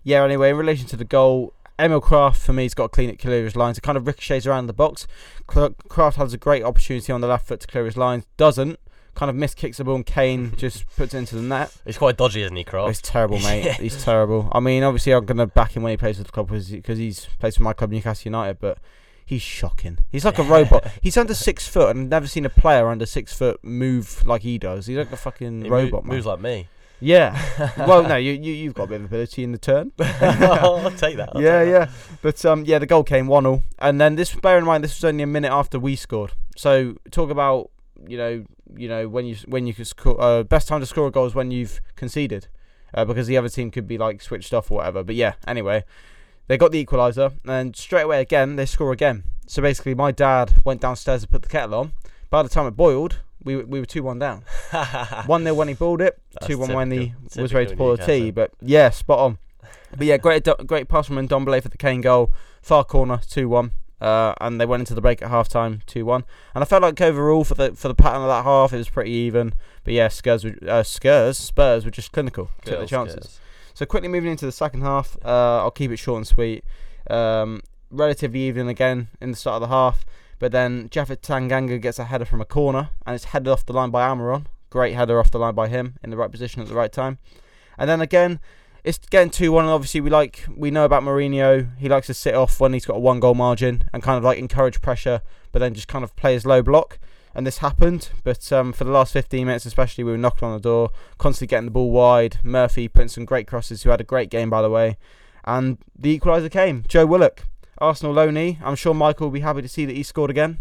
Speaker 2: yeah. Anyway, in relation to the goal, Emil Kraft for me has got to clean it, clear his lines. It kind of ricochets around the box. Cl- Kraft has a great opportunity on the left foot to clear his lines, doesn't. Kind of miskicks the ball,
Speaker 1: [laughs]
Speaker 2: and Kane just puts it into the net.
Speaker 1: He's quite dodgy, isn't he,
Speaker 2: Oh,
Speaker 1: Kraft? [laughs]
Speaker 2: He's terrible, mate.
Speaker 1: Yeah.
Speaker 2: He's terrible. I mean, obviously, I'm going to back him when he plays with the club because he's plays for my club, Newcastle United. But he's shocking. He's like a robot. He's under six foot, and I've never seen a player under six foot move like he does. He's like a fucking
Speaker 1: He mo-
Speaker 2: robot, man.
Speaker 1: moves like me.
Speaker 2: yeah.
Speaker 1: [laughs]
Speaker 2: [laughs] well, no, you, you you've got a bit of ability in the turn.
Speaker 1: I'll take that. I'll
Speaker 2: yeah,
Speaker 1: take that.
Speaker 2: yeah. But um, yeah, the goal came one all, and then this. Bear in mind, this was only a minute after we scored. So talk about you know you know when you when you can score. Uh, best time to score a goal is when you've conceded, uh, because the other team could be like switched off or whatever. But yeah, anyway, they got the equaliser, and straight away again they score again. So basically, my dad went downstairs to put the kettle on. By the time it boiled, we were- we were two one down.
Speaker 1: [laughs]
Speaker 2: One 0 when he balled it.
Speaker 1: That's
Speaker 2: Two one when he
Speaker 1: typical-
Speaker 2: was ready to
Speaker 1: typical
Speaker 2: pull the tee.
Speaker 1: Newcastle.
Speaker 2: But yeah, spot on. But yeah, great do- great pass from Ndombele for the Kane goal. Far corner, two one. Uh, and they went into the break at half time, two one. And I felt like overall for the for the pattern of that half, it was pretty even. But yeah, Spurs were, uh, Spurs Spurs were just clinical, took their
Speaker 1: Girls,
Speaker 2: chances.
Speaker 1: girls.
Speaker 2: So quickly moving into the second half, uh, I'll keep it short and sweet. Um, relatively even again in the start of the half, but then Jaffet Tanganga gets a header from a corner and it's headed off the line by Amaron. Great header off the line by him in the right position at the right time. And then again, it's getting two one. And obviously, we like we know about Mourinho. He likes to sit off when he's got a one goal margin and kind of like encourage pressure, but then just kind of play his low block. And this happened, but um, for the last 15 minutes, especially, we were knocking on the door constantly getting the ball wide. Murphy putting some great crosses, who had a great game, by the way. And the equaliser came. Joe Willock, Arsenal loanee. I'm sure Michael will be happy to see that he scored again.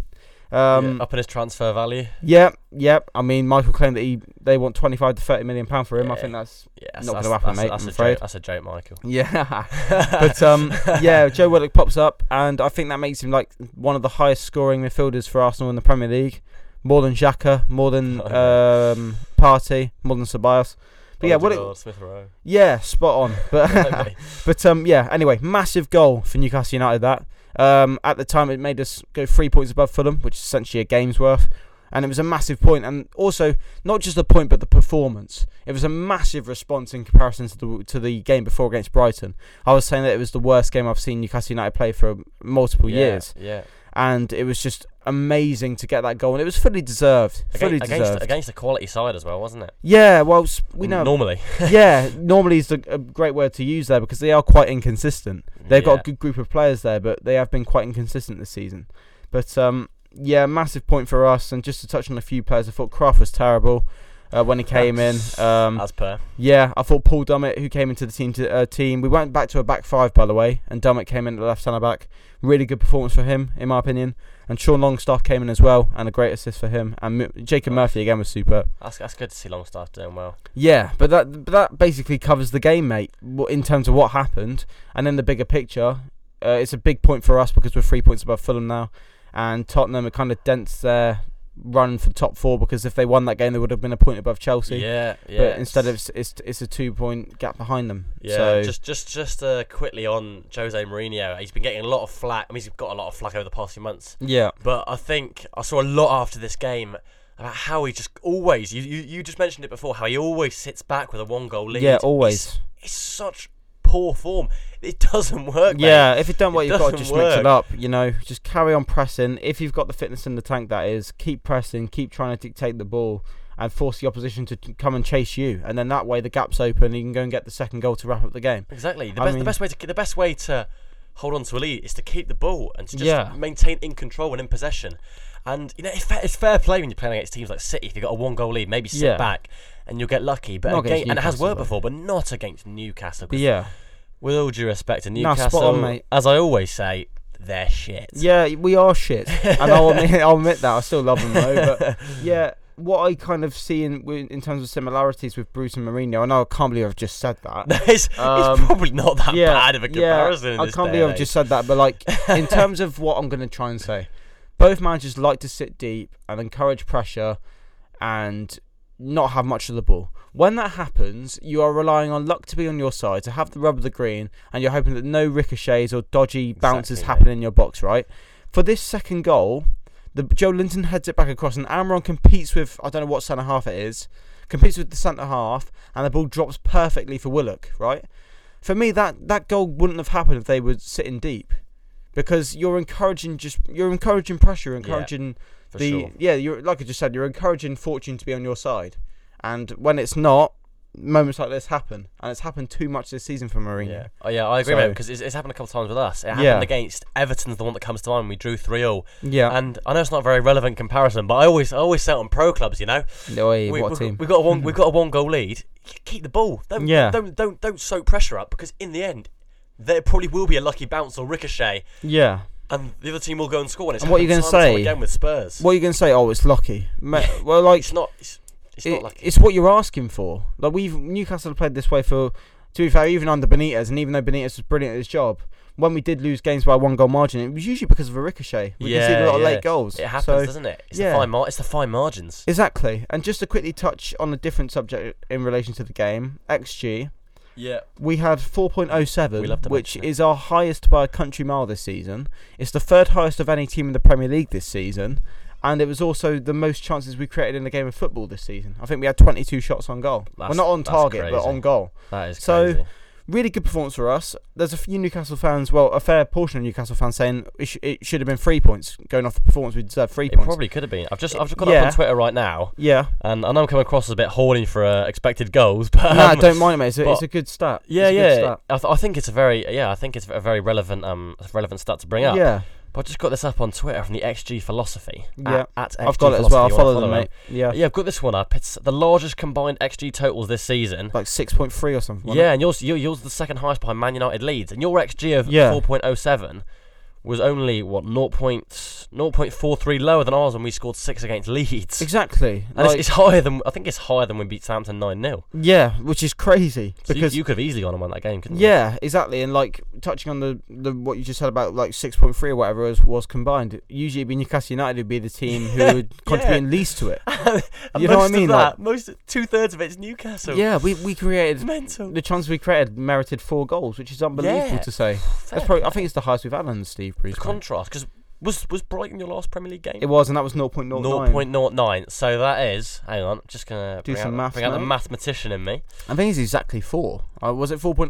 Speaker 2: Um,
Speaker 1: Yeah, up in his transfer value.
Speaker 2: yeah, yeah. I mean, Michael claimed that he they want 25 to 30 million pound for him. I
Speaker 1: Yeah.
Speaker 2: think that's [laughs]
Speaker 1: Yeah, that's,
Speaker 2: Not gonna
Speaker 1: that's,
Speaker 2: happen,
Speaker 1: that's,
Speaker 2: mate,
Speaker 1: That's
Speaker 2: I'm
Speaker 1: a
Speaker 2: afraid.
Speaker 1: joke. That's a joke, Michael.
Speaker 2: yeah. but um, yeah, Joe Willock pops up, and I think that makes him like one of the highest scoring midfielders for Arsenal in the Premier League. more than Xhaka, more than um, Party, more than Ceballos. But yeah, what it,
Speaker 1: Odegaard, Smith
Speaker 2: [laughs]
Speaker 1: Rowe.
Speaker 2: yeah, spot on. But
Speaker 1: Maybe.
Speaker 2: but um, yeah. Anyway, massive goal for Newcastle United. That um, at the time it made us go three points above Fulham, which is essentially a game's worth, and it was a massive point. And also not just the point, but the performance. It was a massive response in comparison to the to the game before against Brighton. I was saying that it was the worst game I've seen Newcastle United play for multiple
Speaker 1: yeah,
Speaker 2: years,
Speaker 1: Yeah.
Speaker 2: and it was just amazing to get that goal, and it was fully deserved.
Speaker 1: Against,
Speaker 2: fully
Speaker 1: against,
Speaker 2: deserved.
Speaker 1: against a quality side as well, wasn't it?
Speaker 2: Yeah, well, s- we know
Speaker 1: Normally.
Speaker 2: [laughs] yeah, normally is a, a great word to use there because they are quite inconsistent. They've got
Speaker 1: Yeah.
Speaker 2: a good group of players there, but they have been quite inconsistent this season. But um, yeah, massive point for us. And just to touch on a few players, I thought Kraft was terrible uh, when he came in. Um,
Speaker 1: As per.
Speaker 2: yeah, I thought Paul Dummett, who came into the team, to, uh, team. We went back to a back five, by the way, and Dummett came in at left centre back. Really good performance for him, in my opinion. And Sean Longstaff came in as well, and a great assist for him. And M- Jacob Murphy again was superb.
Speaker 1: That's, that's good to see Longstaff doing well.
Speaker 2: Yeah, but that but that basically covers the game, mate. wh- In terms of what happened, and then the bigger picture, uh, it's a big point for us because we're three points above Fulham now, and Tottenham are kind of dense their run for top four because if they won that game, they would have been a point above Chelsea.
Speaker 1: yeah, yeah.
Speaker 2: But instead of it's it's a two point gap behind them.
Speaker 1: Yeah,
Speaker 2: So
Speaker 1: just just just uh, quickly on Jose Mourinho. He's been getting a lot of flack. I mean, he's got a lot of flack over the past few months.
Speaker 2: yeah,
Speaker 1: But I think I saw a lot after this game about how he just always. You you, you just mentioned it before. How he always sits back with a one goal lead.
Speaker 2: yeah, always.
Speaker 1: It's, it's such poor form. It doesn't work. mate.
Speaker 2: Yeah, if it don't
Speaker 1: It
Speaker 2: work, you've got
Speaker 1: doesn't
Speaker 2: to just mix
Speaker 1: work.
Speaker 2: it up. You know, just carry on pressing. If you've got the fitness in the tank, that is, keep pressing, keep trying to dictate the ball, and force the opposition to t- come and chase you. And then that way, the gap's open, and you can go and get the second goal to wrap up the game.
Speaker 1: Exactly. The
Speaker 2: I
Speaker 1: best, the
Speaker 2: mean-
Speaker 1: best way to the best way to hold on to a lead is to keep the ball and to just
Speaker 2: Yeah.
Speaker 1: maintain in control and in possession. And you know it's fair, it's fair play when you're playing against teams like City. If you've got a one goal lead, maybe sit
Speaker 2: Yeah.
Speaker 1: back and you'll get lucky. But
Speaker 2: Not
Speaker 1: again,
Speaker 2: against
Speaker 1: and it has
Speaker 2: Newcastle,
Speaker 1: worked
Speaker 2: though.
Speaker 1: before, but not against Newcastle. 'cause
Speaker 2: But yeah,
Speaker 1: With all due respect to
Speaker 2: Nah,
Speaker 1: Newcastle,
Speaker 2: spot on, mate.
Speaker 1: as I always say, they're shit. [laughs]
Speaker 2: yeah, we are shit, and I'll admit, I'll admit that. I still love them though.
Speaker 1: [laughs]
Speaker 2: But yeah, what I kind of see in in terms of similarities with Bruce and Mourinho, I know I can't believe I've just said that.
Speaker 1: [laughs] it's, it's
Speaker 2: Um,
Speaker 1: probably not that bad of a comparison.
Speaker 2: Yeah,
Speaker 1: in
Speaker 2: I
Speaker 1: this
Speaker 2: can't
Speaker 1: day
Speaker 2: believe
Speaker 1: and
Speaker 2: I've
Speaker 1: age.
Speaker 2: just said that, but like [laughs] in terms of what I'm going to try and say, both managers like to sit deep and encourage pressure and not have much of the ball. When that happens, you are relying on luck to be on your side, to have the rub of the green, and you're hoping that no ricochets or dodgy bounces
Speaker 1: Exactly,
Speaker 2: happen in your box, right? For this second goal, the Joe Linton heads it back across, and Amron competes with I don't know what centre half it is, competes with the centre half, and the ball drops perfectly for Willock, right? For me, that that goal wouldn't have happened if they were sitting deep, because you're encouraging just you're encouraging pressure, you're
Speaker 1: Yeah,
Speaker 2: encouraging
Speaker 1: [laughs] for
Speaker 2: the
Speaker 1: sure.
Speaker 2: yeah. You're like I just said, you're encouraging fortune to be on your side, and when it's not, moments like this happen, and it's happened too much this season for Mourinho.
Speaker 1: Yeah, oh, yeah, I agree, mate.
Speaker 2: So-
Speaker 1: Because it's, it's happened a couple of times with us. It happened
Speaker 2: Yeah.
Speaker 1: against Everton's the one that comes to mind. We drew three 0
Speaker 2: yeah.
Speaker 1: and I know it's not a very relevant comparison, but I always, I always say it on pro clubs. You know,
Speaker 2: Oi,
Speaker 1: we,
Speaker 2: what a
Speaker 1: we,
Speaker 2: team?
Speaker 1: we got a
Speaker 2: [laughs]
Speaker 1: one, we've got a one goal lead. Keep the ball. Don't,
Speaker 2: Yeah.
Speaker 1: don't, don't, don't soak pressure up because in the end, there probably will be a lucky bounce or ricochet,
Speaker 2: yeah.
Speaker 1: and the other team will go and score. And, it's
Speaker 2: And what
Speaker 1: happened
Speaker 2: you gonna
Speaker 1: time and time
Speaker 2: say?
Speaker 1: Again with Spurs.
Speaker 2: What are you going to say? Oh, it's lucky. Ma- well, like
Speaker 1: It's not. It's, it's
Speaker 2: it-
Speaker 1: not lucky.
Speaker 2: it's what you're asking for. Like we've Newcastle have played this way for to be fair, even under Benitez, and even though Benitez was brilliant at his job, when we did lose games by one goal margin, it was usually because of a ricochet. We
Speaker 1: Yeah,
Speaker 2: conceded a lot
Speaker 1: yeah.
Speaker 2: of late goals.
Speaker 1: It happens,
Speaker 2: So-
Speaker 1: doesn't it? It's
Speaker 2: yeah.
Speaker 1: the fine. Mar- it's the fine margins.
Speaker 2: exactly. And just to quickly touch on a different subject in relation to the game, XG.
Speaker 1: Yeah.
Speaker 2: We had 4.07,
Speaker 1: We love to
Speaker 2: which
Speaker 1: mention it.
Speaker 2: is our highest by a country mile this season. It's the third highest of any team in the Premier League this season. And it was also the most chances we created in the game of football this season. I think we had 22 shots on goal.
Speaker 1: That's-
Speaker 2: well, not on
Speaker 1: that's
Speaker 2: target, but
Speaker 1: crazy.
Speaker 2: on goal.
Speaker 1: That is
Speaker 2: So-
Speaker 1: crazy.
Speaker 2: Really good performance for us. There's a few Newcastle fans, well, a fair portion of Newcastle fans saying it, sh- it should have been three points. Going off the performance, we deserve three
Speaker 1: It
Speaker 2: points.
Speaker 1: probably could have been. I've just,
Speaker 2: It-
Speaker 1: I've just got up
Speaker 2: yeah.
Speaker 1: on Twitter right now. [laughs]
Speaker 2: yeah.
Speaker 1: And I know I'm coming across as a bit horny for uh, expected goals, [laughs] but
Speaker 2: no,
Speaker 1: um,
Speaker 2: don't mind it, mate. It's a,
Speaker 1: but-
Speaker 2: it's a good stat. It's
Speaker 1: yeah,
Speaker 2: a good
Speaker 1: yeah.
Speaker 2: stat.
Speaker 1: I, th- I think it's a very yeah. I think it's a very relevant um relevant stat to bring up.
Speaker 2: Yeah.
Speaker 1: But I just got this up on Twitter from the XG philosophy. at-
Speaker 2: Yeah.
Speaker 1: At, XG
Speaker 2: I've got it as well. I
Speaker 1: Philosophy. You wanna
Speaker 2: follow them,
Speaker 1: him?
Speaker 2: mate. Yeah.
Speaker 1: Yeah, I've got this one up. It's the largest combined XG totals this season.
Speaker 2: Like 6.3 or something. wasn't it?
Speaker 1: yeah, and yours, your- yours is the second highest behind Man United leads, and your XG of
Speaker 2: Yeah.
Speaker 1: 4.07 was only what 0. 0.43 lower than ours when we scored six against Leeds.
Speaker 2: Exactly.
Speaker 1: And it's,
Speaker 2: Like,
Speaker 1: it's higher than I think it's higher than we beat Southampton nine 0
Speaker 2: yeah, which is crazy
Speaker 1: So
Speaker 2: because
Speaker 1: you, you could have easily gone and won that game, couldn't [laughs] you?
Speaker 2: yeah, exactly. And like touching on the, the what you just said about like six point three or whatever was, was combined. Usually, it'd be Newcastle United would be the
Speaker 1: [laughs]
Speaker 2: team who would contribute least to it.
Speaker 1: Yeah,
Speaker 2: You know what I mean,
Speaker 1: Of that,
Speaker 2: like-
Speaker 1: most two thirds of it's Newcastle.
Speaker 2: yeah, we we
Speaker 1: it's [laughs]
Speaker 2: created
Speaker 1: mental.
Speaker 2: the chance we created merited four goals, which is unbelievable
Speaker 1: Yeah.
Speaker 2: to say.
Speaker 1: Fair
Speaker 2: That's probably I
Speaker 1: play.
Speaker 2: think it's the highest we've had under Steve Bruce.
Speaker 1: the contrast because was was Brighton your last Premier League game?
Speaker 2: It was, and that was 0.09.
Speaker 1: 0.09. So that is. Hang on, I'm just gonna
Speaker 2: Do
Speaker 1: bring,
Speaker 2: some
Speaker 1: out,
Speaker 2: maths,
Speaker 1: bring out the
Speaker 2: mate.
Speaker 1: mathematician in me.
Speaker 2: I think it's exactly four. Uh, was it 4.09?